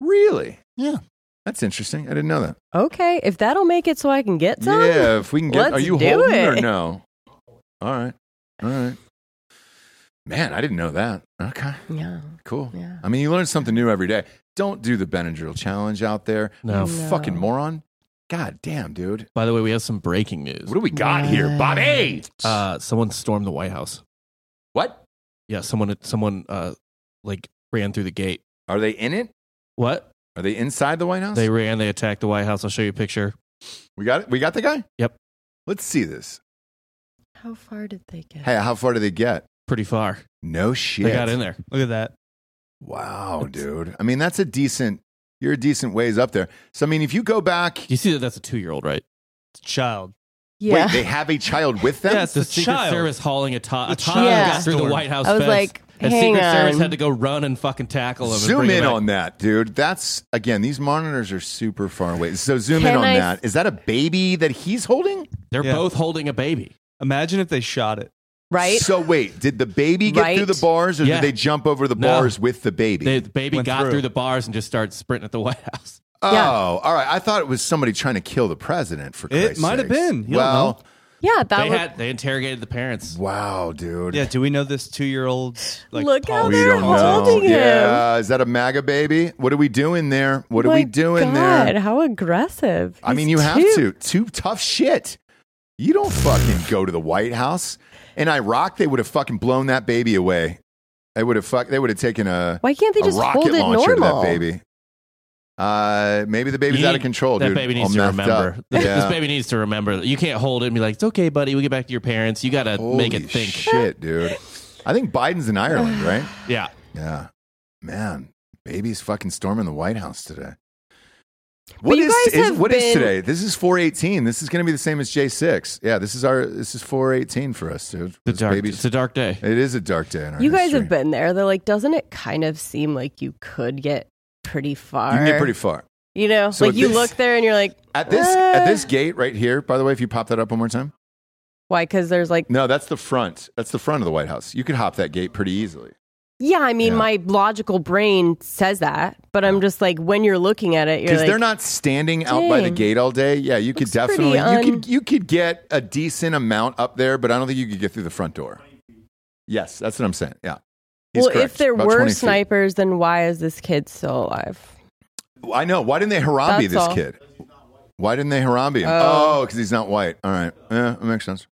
[SPEAKER 1] Really?
[SPEAKER 5] Yeah.
[SPEAKER 1] That's interesting. I didn't know that.
[SPEAKER 2] Okay. If that'll make it so I can get some.
[SPEAKER 1] yeah, if we can get.
[SPEAKER 2] Let's
[SPEAKER 1] Are you
[SPEAKER 2] do
[SPEAKER 1] holding or
[SPEAKER 2] it.
[SPEAKER 1] no? All right, all right. Man, I didn't know that. Okay,
[SPEAKER 2] Yeah.
[SPEAKER 1] cool.
[SPEAKER 2] Yeah.
[SPEAKER 1] I mean, you learn something new every day. Don't do the Benadryl challenge out there.
[SPEAKER 3] No.
[SPEAKER 1] You fucking moron. God damn, dude.
[SPEAKER 3] By the way, we have some breaking news.
[SPEAKER 1] What do we got here, Bobby?
[SPEAKER 3] Uh, someone stormed the White House.
[SPEAKER 1] What
[SPEAKER 3] Yeah, someone, someone, uh, like ran through the gate.
[SPEAKER 1] are they in it?
[SPEAKER 3] What?
[SPEAKER 1] Are they inside the White House?
[SPEAKER 3] They ran. They attacked the White House. I'll show you a picture.
[SPEAKER 1] we got it. We got the guy.
[SPEAKER 3] Yep.
[SPEAKER 1] Let's see this.
[SPEAKER 2] How far did they get?
[SPEAKER 1] Hey, how far do they get?
[SPEAKER 3] Pretty far.
[SPEAKER 1] No shit.
[SPEAKER 3] They got in there.
[SPEAKER 7] Look at that.
[SPEAKER 1] Wow,
[SPEAKER 3] That's-
[SPEAKER 1] dude. I mean, that's a decent. You're a decent ways up there. So I mean, if you go back,
[SPEAKER 3] You see that? That's a two-year-old, right?
[SPEAKER 7] It's a child.
[SPEAKER 2] yeah.
[SPEAKER 1] wait, they have a child with them.
[SPEAKER 7] Yeah,
[SPEAKER 3] That's the
[SPEAKER 7] It's a
[SPEAKER 3] Secret
[SPEAKER 7] child.
[SPEAKER 3] Service hauling a, to- a toddler
[SPEAKER 7] The
[SPEAKER 2] child
[SPEAKER 3] got through the
[SPEAKER 7] storm.
[SPEAKER 3] White House.
[SPEAKER 2] I was
[SPEAKER 3] fence,
[SPEAKER 2] like,
[SPEAKER 3] and
[SPEAKER 2] hang
[SPEAKER 3] Secret Service
[SPEAKER 2] on.
[SPEAKER 3] had to go run and fucking tackle him. and
[SPEAKER 1] zoom
[SPEAKER 3] bring him
[SPEAKER 1] in
[SPEAKER 3] back.
[SPEAKER 1] on that, dude. That's again, these monitors are super far away. So zoom in
[SPEAKER 2] Can
[SPEAKER 1] on
[SPEAKER 2] I-
[SPEAKER 1] that. Is that a baby that he's holding?
[SPEAKER 3] They're
[SPEAKER 7] Yeah.
[SPEAKER 3] both holding a baby.
[SPEAKER 7] Imagine if they shot it.
[SPEAKER 2] right?
[SPEAKER 1] So wait, did the baby get
[SPEAKER 2] Right?
[SPEAKER 1] through the bars, or
[SPEAKER 3] Yeah.
[SPEAKER 1] did they jump over the
[SPEAKER 3] No.
[SPEAKER 1] bars with the baby?
[SPEAKER 3] They, the baby
[SPEAKER 7] Went
[SPEAKER 3] got through.
[SPEAKER 7] through.
[SPEAKER 3] the bars and just started sprinting at the White House.
[SPEAKER 1] oh,
[SPEAKER 2] Yeah.
[SPEAKER 1] all right. I thought it was somebody trying to kill the president. For
[SPEAKER 7] It
[SPEAKER 1] Christ's
[SPEAKER 7] might have
[SPEAKER 1] sakes.
[SPEAKER 7] been. You don't
[SPEAKER 1] Well,
[SPEAKER 2] yeah, that
[SPEAKER 3] They
[SPEAKER 2] was
[SPEAKER 3] had they interrogated the parents.
[SPEAKER 1] wow, dude.
[SPEAKER 7] Yeah, do we know this two year old's like
[SPEAKER 2] Look how
[SPEAKER 7] policy?
[SPEAKER 1] we
[SPEAKER 2] Oh, they're
[SPEAKER 1] don't know.
[SPEAKER 2] holding him.
[SPEAKER 1] Yeah, is that a MAGA baby? What are we doing there? What are
[SPEAKER 2] My
[SPEAKER 1] we doing
[SPEAKER 2] God,
[SPEAKER 1] there?
[SPEAKER 2] How aggressive.
[SPEAKER 1] I mean,
[SPEAKER 2] He's
[SPEAKER 1] you have
[SPEAKER 2] cute.
[SPEAKER 1] to. Two tough shit. You don't fucking go to the White House. In Iraq, they would have fucking blown that baby away. They would have fuck. They would have taken a,
[SPEAKER 2] Why can't they
[SPEAKER 1] a
[SPEAKER 2] just
[SPEAKER 1] rocket
[SPEAKER 2] hold it
[SPEAKER 1] launcher to
[SPEAKER 2] normal?
[SPEAKER 1] that baby. Uh, maybe the baby's
[SPEAKER 3] You
[SPEAKER 1] out
[SPEAKER 3] need-
[SPEAKER 1] of control,
[SPEAKER 3] that
[SPEAKER 1] dude.
[SPEAKER 3] baby needs
[SPEAKER 1] All
[SPEAKER 3] to
[SPEAKER 1] messed
[SPEAKER 3] remember.
[SPEAKER 1] up.
[SPEAKER 3] This, this
[SPEAKER 1] Yeah.
[SPEAKER 3] baby needs to remember. that You can't hold it and be like, "It's okay, buddy. We get back to your parents." You gotta make
[SPEAKER 1] Holy
[SPEAKER 3] it think.
[SPEAKER 1] Shit, dude. I think Biden's in Ireland, right?
[SPEAKER 3] Yeah.
[SPEAKER 1] Yeah, man, baby's fucking storming the White House today.
[SPEAKER 2] But
[SPEAKER 1] What
[SPEAKER 2] you
[SPEAKER 1] is,
[SPEAKER 2] guys
[SPEAKER 1] is
[SPEAKER 2] have
[SPEAKER 1] what is
[SPEAKER 2] been-
[SPEAKER 1] today? This is four eighteen. This is going to be the same as J six. Yeah, this is our this is four eighteen for us, dude.
[SPEAKER 3] The
[SPEAKER 1] This
[SPEAKER 3] dark,
[SPEAKER 1] baby's-
[SPEAKER 3] it's a dark day.
[SPEAKER 1] it is a dark day in our
[SPEAKER 2] You guys have
[SPEAKER 1] history.
[SPEAKER 2] been there. They're like, doesn't it kind of seem like you could get pretty far?
[SPEAKER 1] You can get pretty far
[SPEAKER 2] You know,
[SPEAKER 1] So
[SPEAKER 2] like you
[SPEAKER 1] this-
[SPEAKER 2] look there and you're like,
[SPEAKER 1] at this at this
[SPEAKER 2] Uh.
[SPEAKER 1] gate right here. By the way, if you pop that up one more time,
[SPEAKER 2] why? Because there's like,
[SPEAKER 1] no, that's the front. That's the front of the White House. You could hop that gate pretty easily.
[SPEAKER 2] yeah, I mean,
[SPEAKER 1] Yeah.
[SPEAKER 2] my logical brain says that, but I'm just like, when you're looking at it, you're
[SPEAKER 1] because
[SPEAKER 2] like,
[SPEAKER 1] they're not standing out by the
[SPEAKER 2] Dang.
[SPEAKER 1] gate all day. Yeah, you could
[SPEAKER 2] Looks pretty
[SPEAKER 1] definitely
[SPEAKER 2] un-
[SPEAKER 1] you could you could get a decent amount up there, but I don't think you could get through the front door. Yes, that's what I'm saying. Yeah, He's
[SPEAKER 2] well,
[SPEAKER 1] correct.
[SPEAKER 2] if there
[SPEAKER 1] About
[SPEAKER 2] were
[SPEAKER 1] 20 feet.
[SPEAKER 2] snipers, then why is this kid still alive?
[SPEAKER 1] I know. Why didn't they Harambe
[SPEAKER 2] That's
[SPEAKER 1] this
[SPEAKER 2] all.
[SPEAKER 1] kid? Why didn't they Harambe him?
[SPEAKER 2] Oh.
[SPEAKER 1] Oh, because he's not white. All right. Yeah, that makes sense.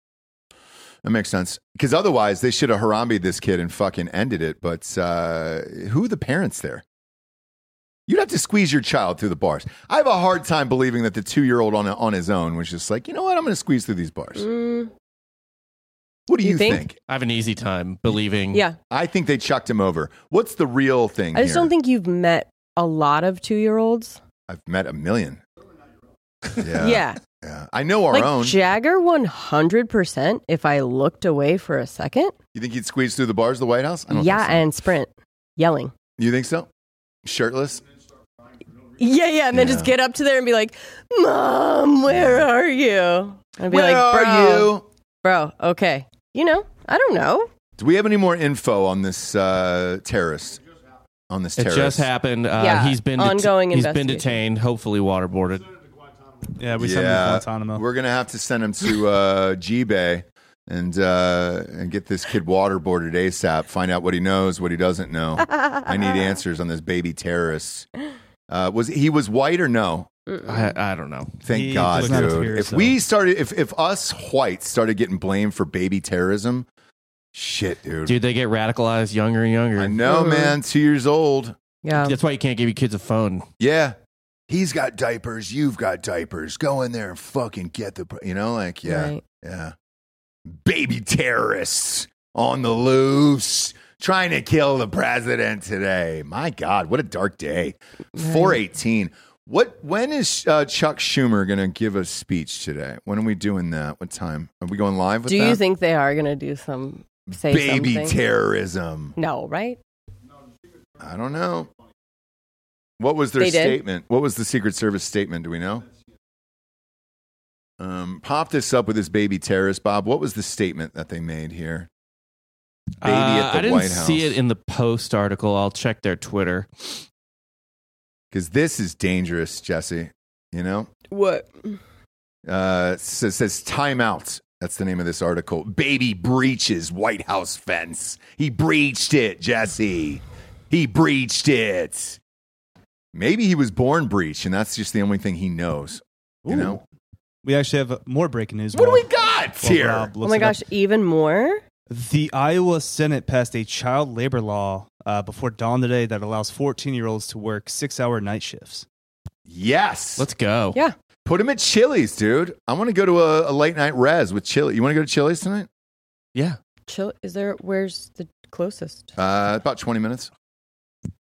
[SPEAKER 1] That makes sense. Because otherwise, they should have Harambe this kid and fucking ended it. But uh, who are the parents there? You'd have to squeeze your child through the bars. I have a hard time believing that the two year old on, on his own was just like, you know what? I'm going to squeeze through these bars.
[SPEAKER 2] Mm,
[SPEAKER 1] What do you,
[SPEAKER 2] You think?
[SPEAKER 1] think?
[SPEAKER 3] I have an easy time believing.
[SPEAKER 2] yeah,
[SPEAKER 1] I think they chucked him over. What's the real thing
[SPEAKER 2] I just
[SPEAKER 1] here?
[SPEAKER 2] don't think you've met a lot of two-year-olds.
[SPEAKER 1] I've met a million. Yeah.
[SPEAKER 2] yeah,
[SPEAKER 1] yeah. I know our
[SPEAKER 2] like
[SPEAKER 1] own.
[SPEAKER 2] Jagger, one hundred percent. If I looked away for a second,
[SPEAKER 1] You think he'd squeeze through the bars of the White House? I don't
[SPEAKER 2] yeah,
[SPEAKER 1] think so.
[SPEAKER 2] and sprint, yelling.
[SPEAKER 1] you think so? Shirtless?
[SPEAKER 2] Yeah, yeah, and then just
[SPEAKER 1] Yeah.
[SPEAKER 2] get up to there and be like, "Mom, where are you?" And be
[SPEAKER 1] Where
[SPEAKER 2] like,
[SPEAKER 1] are
[SPEAKER 2] "Bro,
[SPEAKER 1] you?
[SPEAKER 2] bro, okay, you know, I don't know."
[SPEAKER 1] Do we have any more info on this uh, terrorist? On this
[SPEAKER 3] It
[SPEAKER 1] terrorist?
[SPEAKER 3] just happened. Uh,
[SPEAKER 2] Yeah,
[SPEAKER 3] he's been
[SPEAKER 2] ongoing
[SPEAKER 3] He's been
[SPEAKER 2] investigation.
[SPEAKER 3] detained. Hopefully waterboarded.
[SPEAKER 7] Yeah, we sent
[SPEAKER 1] yeah,
[SPEAKER 7] him to Guantanamo.
[SPEAKER 1] we're gonna have to send him to uh, G-Bay and uh, and get this kid waterboarded ASAP. Find out what he knows, what he doesn't know. Oh, I need answers on this baby terrorist. Uh, was he was white or no?
[SPEAKER 3] I, I don't know.
[SPEAKER 1] Thank
[SPEAKER 7] He
[SPEAKER 1] God,
[SPEAKER 7] does not
[SPEAKER 1] dude.
[SPEAKER 7] appear,
[SPEAKER 1] if
[SPEAKER 7] so-
[SPEAKER 1] we started, if if us whites started getting blamed for baby terrorism, shit, dude.
[SPEAKER 3] Dude, they get radicalized younger and younger.
[SPEAKER 1] I know,
[SPEAKER 2] Mhm.
[SPEAKER 1] man. Two years old.
[SPEAKER 2] Yeah,
[SPEAKER 3] That's why you can't give your kids a phone.
[SPEAKER 1] Yeah. He's got diapers. You've got diapers. Go in there and fucking get the, you know, like, yeah,
[SPEAKER 2] Right.
[SPEAKER 1] yeah. Baby terrorists on the loose trying to kill the president today. My God, what a dark day. 418. What, when is uh, Chuck Schumer going to give a speech today? When are we doing that? What time? Are we going live with
[SPEAKER 2] Do
[SPEAKER 1] that?
[SPEAKER 2] you think they are gonna do some say
[SPEAKER 1] Baby
[SPEAKER 2] something?
[SPEAKER 1] terrorism.
[SPEAKER 2] no, right?
[SPEAKER 1] I don't know. What was their
[SPEAKER 2] They did.
[SPEAKER 1] statement? What was the Secret Service statement? Do we know? Um, pop this up with this baby terrorist, Bob. What was the statement that they made here? Baby
[SPEAKER 3] Uh,
[SPEAKER 1] at the
[SPEAKER 3] I didn't
[SPEAKER 1] White House.
[SPEAKER 3] see it in the post article. I'll check their Twitter.
[SPEAKER 1] because this is dangerous, Jesse. You know,
[SPEAKER 2] What?
[SPEAKER 1] uh, it says, says timeout. That's the name of this article. Baby breaches White House fence. He breached it, Jesse. He breached it. Maybe he was born breached, and that's just the only thing he knows. You
[SPEAKER 7] Ooh.
[SPEAKER 1] know,
[SPEAKER 7] We actually have uh, more breaking news.
[SPEAKER 1] What do
[SPEAKER 7] while-
[SPEAKER 1] we got
[SPEAKER 7] while
[SPEAKER 1] here?
[SPEAKER 7] Rob
[SPEAKER 2] Oh
[SPEAKER 7] looks
[SPEAKER 2] my
[SPEAKER 7] it up.
[SPEAKER 2] gosh, even more?
[SPEAKER 7] The Iowa Senate passed a child labor law uh, before dawn today that allows 14 year olds to work six hour night shifts.
[SPEAKER 1] Yes.
[SPEAKER 3] Let's go.
[SPEAKER 2] Yeah.
[SPEAKER 1] put him at Chili's, dude. I want to go to a, a late night res with Chili. You want to go to Chili's tonight?
[SPEAKER 3] Yeah.
[SPEAKER 2] Chill. Is there? Where's the closest?
[SPEAKER 1] Uh, about 20 minutes.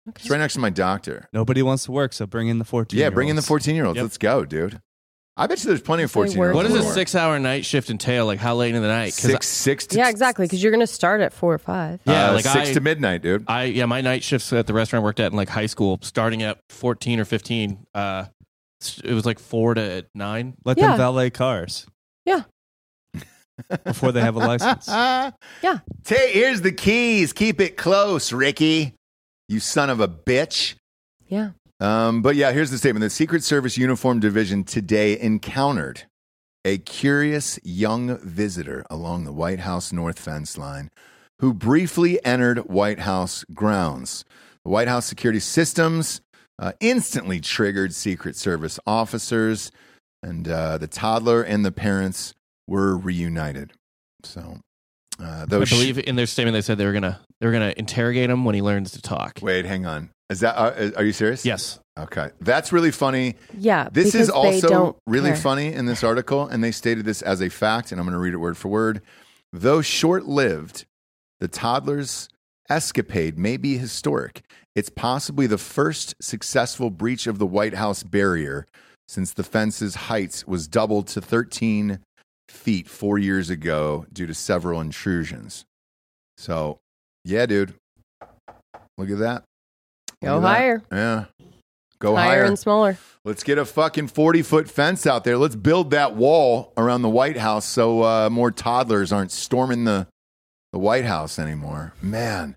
[SPEAKER 1] It's right next to my doctor.
[SPEAKER 7] Nobody wants to work, so bring in the 14.
[SPEAKER 1] Yeah, bring in the 14 year olds.
[SPEAKER 3] Yep.
[SPEAKER 1] Let's go, dude. I bet you there's plenty of
[SPEAKER 2] They work
[SPEAKER 1] 14 year olds.
[SPEAKER 3] What does a
[SPEAKER 2] Lord.
[SPEAKER 3] six hour night shift entail? Like how late in the night? 'Cause
[SPEAKER 1] Six, six to,
[SPEAKER 2] Yeah, exactly. Because you're gonna start at four or five.
[SPEAKER 3] I- yeah,
[SPEAKER 1] uh,
[SPEAKER 3] like
[SPEAKER 1] six
[SPEAKER 3] I,
[SPEAKER 1] to midnight, dude.
[SPEAKER 3] I yeah, my night shifts at the restaurant I worked at in like high school, starting at fourteen or fifteen. Uh, s- it was like four to nine.
[SPEAKER 7] Let
[SPEAKER 2] Yeah.
[SPEAKER 7] them valet cars.
[SPEAKER 2] Yeah.
[SPEAKER 7] Before they have a license.
[SPEAKER 2] Yeah.
[SPEAKER 1] Tay, here's the keys. Keep it close, Ricky. You son of a bitch.
[SPEAKER 2] Yeah.
[SPEAKER 1] Um, but yeah, here's the statement. The Secret Service Uniform Division today encountered a curious young visitor along the White House North Fence line who briefly entered White House grounds. The White House security systems uh, instantly triggered Secret Service officers, and uh, the toddler and the parents were reunited. So, uh,
[SPEAKER 3] I
[SPEAKER 1] those.
[SPEAKER 3] believe in their statement they said they were gonna they were gonna interrogate him when he learns to talk.
[SPEAKER 1] Wait, hang on. Is that uh, are, are you serious?
[SPEAKER 3] Yes.
[SPEAKER 1] Okay, that's really funny.
[SPEAKER 2] Yeah.
[SPEAKER 1] This
[SPEAKER 2] because
[SPEAKER 1] is
[SPEAKER 2] they
[SPEAKER 1] also
[SPEAKER 2] don't
[SPEAKER 1] really
[SPEAKER 2] care.
[SPEAKER 1] funny in this article, and they stated this as a fact, and I'm going to read it word for word. Though short lived, the toddler's escapade may be historic. It's possibly the first successful breach of the White House barrier since the fence's height was doubled to 13 feet four years ago due to several intrusions. So, yeah, dude. Look at that. Look
[SPEAKER 2] Go
[SPEAKER 1] at that.
[SPEAKER 2] higher.
[SPEAKER 1] Yeah. Go
[SPEAKER 2] higher,
[SPEAKER 1] higher.
[SPEAKER 2] and smaller.
[SPEAKER 1] Let's get a fucking 40 foot fence out there. Let's build that wall around the White House so uh, more toddlers aren't storming the, the White House anymore. Man.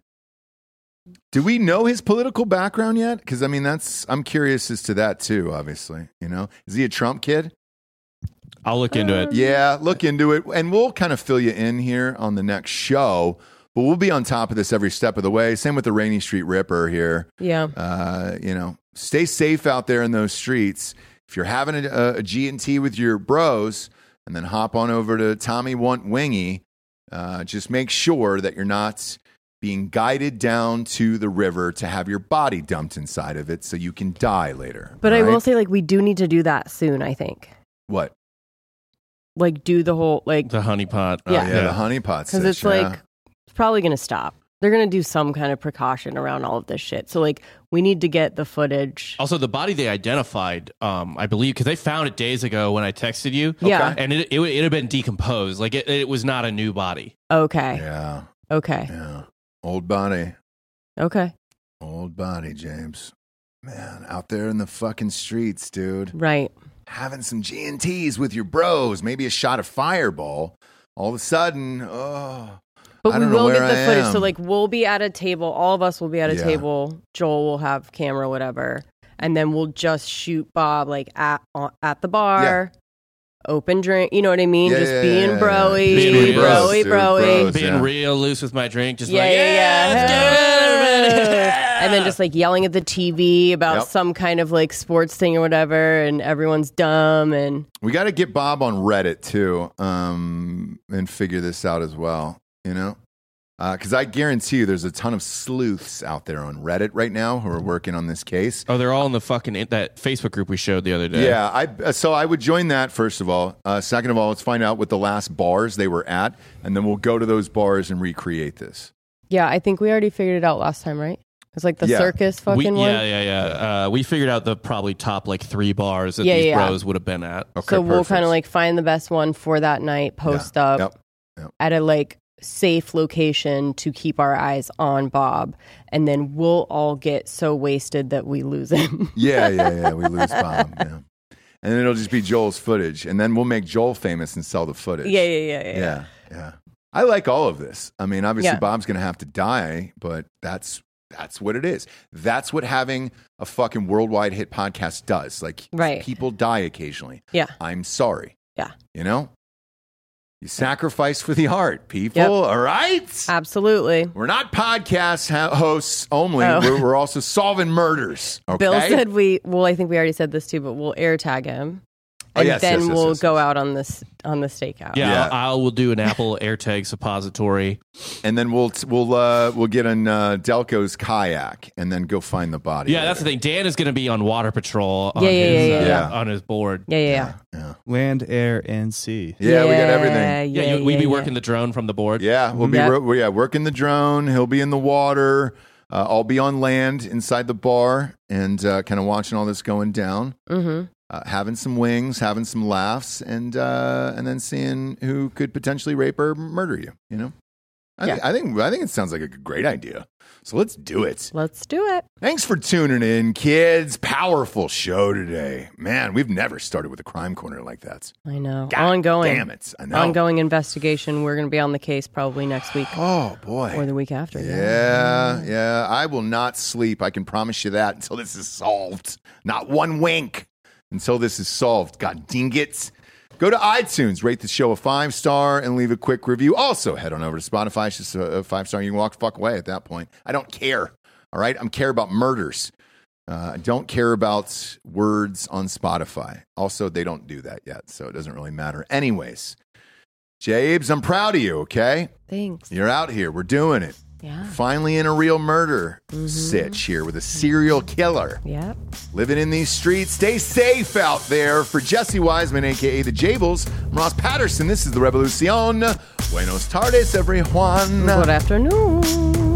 [SPEAKER 1] Do we know his political background yet? Because, I mean, that's, I'm curious as to that too, obviously. You know, is he a Trump kid?
[SPEAKER 3] I'll look into it.
[SPEAKER 1] Uh, Yeah, look into it. And we'll kind of fill you in here on the next show. But we'll be on top of this every step of the way. Same with the Rainy Street Ripper here.
[SPEAKER 2] Yeah.
[SPEAKER 1] Uh, you know, stay safe out there in those streets. If you're having a, a, a G&T with your bros and then hop on over to Tommy Want Wingy, uh, just make sure that you're not being guided down to the river to have your body dumped inside of it so you can die later.
[SPEAKER 2] But I
[SPEAKER 1] right?
[SPEAKER 2] will say, like, we do need to do that soon, I think.
[SPEAKER 1] What?
[SPEAKER 2] Like, do the whole, like,
[SPEAKER 3] The honeypot. Oh,
[SPEAKER 2] Yeah.
[SPEAKER 1] Yeah, the honeypot
[SPEAKER 2] because it's like, it's probably going to stop. They're going to do some kind of precaution around all of this shit. So, like, we need to get the footage.
[SPEAKER 1] Oh,
[SPEAKER 3] Also, the body they identified, um, I believe, because they found it days ago when I texted you.
[SPEAKER 2] Yeah.
[SPEAKER 3] And it, it, it had been decomposed. Like, it, it was not a new body.
[SPEAKER 2] Okay.
[SPEAKER 1] Yeah,
[SPEAKER 2] Okay.
[SPEAKER 1] yeah. Old body.
[SPEAKER 2] Okay.
[SPEAKER 1] Old body, James. Man, out there in the fucking streets, dude.
[SPEAKER 2] Right.
[SPEAKER 1] Having some G&Ts with your bros, maybe a shot of fireball. All of a sudden, oh.
[SPEAKER 2] But
[SPEAKER 1] I
[SPEAKER 2] we
[SPEAKER 1] don't know
[SPEAKER 2] will
[SPEAKER 1] where
[SPEAKER 2] get the
[SPEAKER 1] I
[SPEAKER 2] footage. So,
[SPEAKER 1] am.
[SPEAKER 2] like, we'll be at a table. All of us will be at a
[SPEAKER 1] Yeah.
[SPEAKER 2] table. Joel will have camera, whatever. And then we'll just shoot Bob, like, at, on- at the bar. Open drink, you know what I mean?
[SPEAKER 1] Yeah,
[SPEAKER 2] just
[SPEAKER 1] yeah,
[SPEAKER 2] being
[SPEAKER 1] yeah, yeah.
[SPEAKER 2] broy,
[SPEAKER 3] Being real bros,
[SPEAKER 2] broy,
[SPEAKER 1] dude,
[SPEAKER 2] broy.
[SPEAKER 1] bros.
[SPEAKER 3] Being
[SPEAKER 1] Yeah.
[SPEAKER 3] real loose with my drink, just
[SPEAKER 2] yeah,
[SPEAKER 3] like,
[SPEAKER 2] yeah, yeah.
[SPEAKER 3] let's do it, everybody."
[SPEAKER 2] and then just like yelling at the TV about
[SPEAKER 1] Yep.
[SPEAKER 2] some kind of like sports thing or whatever, and everyone's dumb. And
[SPEAKER 1] We got to get Bob on Reddit too, um, and figure this out as well. You know, because I guarantee you, there's a ton of sleuths out there on Reddit right now who are working on this case.
[SPEAKER 3] Oh, they're all in the fucking in- that Facebook group we showed the other day.
[SPEAKER 1] Yeah, I uh, so I would join that first of all. Uh, second of all, let's find out what the last bars they were at, and then we'll go to those bars and recreate this.
[SPEAKER 2] yeah, I think we already figured it out last time, right? It's like the
[SPEAKER 1] Yeah.
[SPEAKER 2] circus
[SPEAKER 3] We,
[SPEAKER 2] fucking one.
[SPEAKER 3] yeah, yeah, yeah. Uh, we figured out the probably top like three bars that
[SPEAKER 2] Yeah,
[SPEAKER 3] these
[SPEAKER 2] yeah.
[SPEAKER 3] bros would have been at.
[SPEAKER 1] Okay,
[SPEAKER 2] so we'll
[SPEAKER 1] perfect.
[SPEAKER 2] kind of like find the best one for that night, post up
[SPEAKER 1] Yep. Yep.
[SPEAKER 2] at a like safe location to keep our eyes on Bob, and then we'll all get so wasted that we lose him.
[SPEAKER 1] yeah, yeah, yeah. We lose Bob. Yeah. And then it'll just be Joel's footage, and then we'll make Joel famous and sell the footage.
[SPEAKER 2] yeah, yeah, yeah, yeah, yeah.
[SPEAKER 1] yeah, yeah. I like all of this. I mean, obviously
[SPEAKER 2] Yeah.
[SPEAKER 1] Bob's going to have to die, but that's that's what it is. That's what having a fucking worldwide hit podcast does. Like
[SPEAKER 2] Right.
[SPEAKER 1] people die occasionally.
[SPEAKER 2] Yeah.
[SPEAKER 1] I'm sorry.
[SPEAKER 2] Yeah.
[SPEAKER 1] You know? You sacrifice for the art, people.
[SPEAKER 2] Yep. Uh,
[SPEAKER 1] All right?
[SPEAKER 2] Absolutely.
[SPEAKER 1] We're not podcast ho- hosts only.
[SPEAKER 2] Oh.
[SPEAKER 1] We're, we're also solving murders. Okay?
[SPEAKER 2] Bill said we well I think we already said this too, but we'll air tag him.
[SPEAKER 1] Oh,
[SPEAKER 2] And
[SPEAKER 1] yes,
[SPEAKER 2] then
[SPEAKER 1] yes, yes,
[SPEAKER 2] we'll
[SPEAKER 1] yes,
[SPEAKER 2] go
[SPEAKER 1] yes.
[SPEAKER 2] out on this on the stakeout.
[SPEAKER 3] Yeah,
[SPEAKER 1] Yeah.
[SPEAKER 3] I'll- I will do an Apple AirTag suppository.
[SPEAKER 1] and then we'll t- we'll uh, we'll get on uh, Delco's kayak and then go find the body.
[SPEAKER 3] Yeah, that's the
[SPEAKER 1] later.
[SPEAKER 3] thing. Dan is going to be on water patrol on,
[SPEAKER 2] Yeah, yeah,
[SPEAKER 3] his,
[SPEAKER 2] yeah,
[SPEAKER 3] uh,
[SPEAKER 1] yeah, yeah.
[SPEAKER 3] on his board.
[SPEAKER 2] Yeah, yeah, yeah.
[SPEAKER 1] Yeah.
[SPEAKER 7] Land, air, and sea.
[SPEAKER 1] Yeah, we got everything.
[SPEAKER 3] Yeah, you, we'd be working the drone from the board.
[SPEAKER 1] Yeah, we'll be
[SPEAKER 2] Yep.
[SPEAKER 1] ro- yeah working the drone. He'll be in the water. Uh, I'll be on land inside the bar and uh, kind of watching all this going down,
[SPEAKER 2] Mm-hmm.
[SPEAKER 1] uh, having some wings, having some laughs, and uh, and then seeing who could potentially rape or murder you. You know, I,
[SPEAKER 2] Yeah.
[SPEAKER 1] think, I think I think it sounds like a great idea. So let's do it.
[SPEAKER 2] Let's do it.
[SPEAKER 1] Thanks for tuning in, kids. Powerful show today, man. We've never started with a crime corner like that.
[SPEAKER 2] I know.
[SPEAKER 1] God
[SPEAKER 2] ongoing.
[SPEAKER 1] Damn it! I know.
[SPEAKER 2] Ongoing investigation. We're gonna be on the case probably next week
[SPEAKER 1] Oh boy.
[SPEAKER 2] or the week after.
[SPEAKER 1] Yeah, yeah. I will not sleep. I can promise you that until this is solved. Not one wink until this is solved. God ding it. Go to iTunes, rate the show a five star, and leave a quick review. Also, head on over to Spotify. It's just a, a five star. You can walk the fuck away at that point. I don't care. All right. I'm care about murders. Uh, I don't care about words on Spotify. Also, they don't do that yet, so it doesn't really matter. Anyways, Jabes, I'm proud of you. Okay,
[SPEAKER 2] Thanks.
[SPEAKER 1] you're out here. We're doing it.
[SPEAKER 2] Yeah.
[SPEAKER 1] Finally, in a real murder sitch here with a serial killer
[SPEAKER 2] Yep.
[SPEAKER 1] living in these streets. Stay safe out there. For Jesse Wiseman, aka the Jables, I'm Ross Patterson. This is the Revolucion. Buenos tardes, everyone.
[SPEAKER 2] Good afternoon.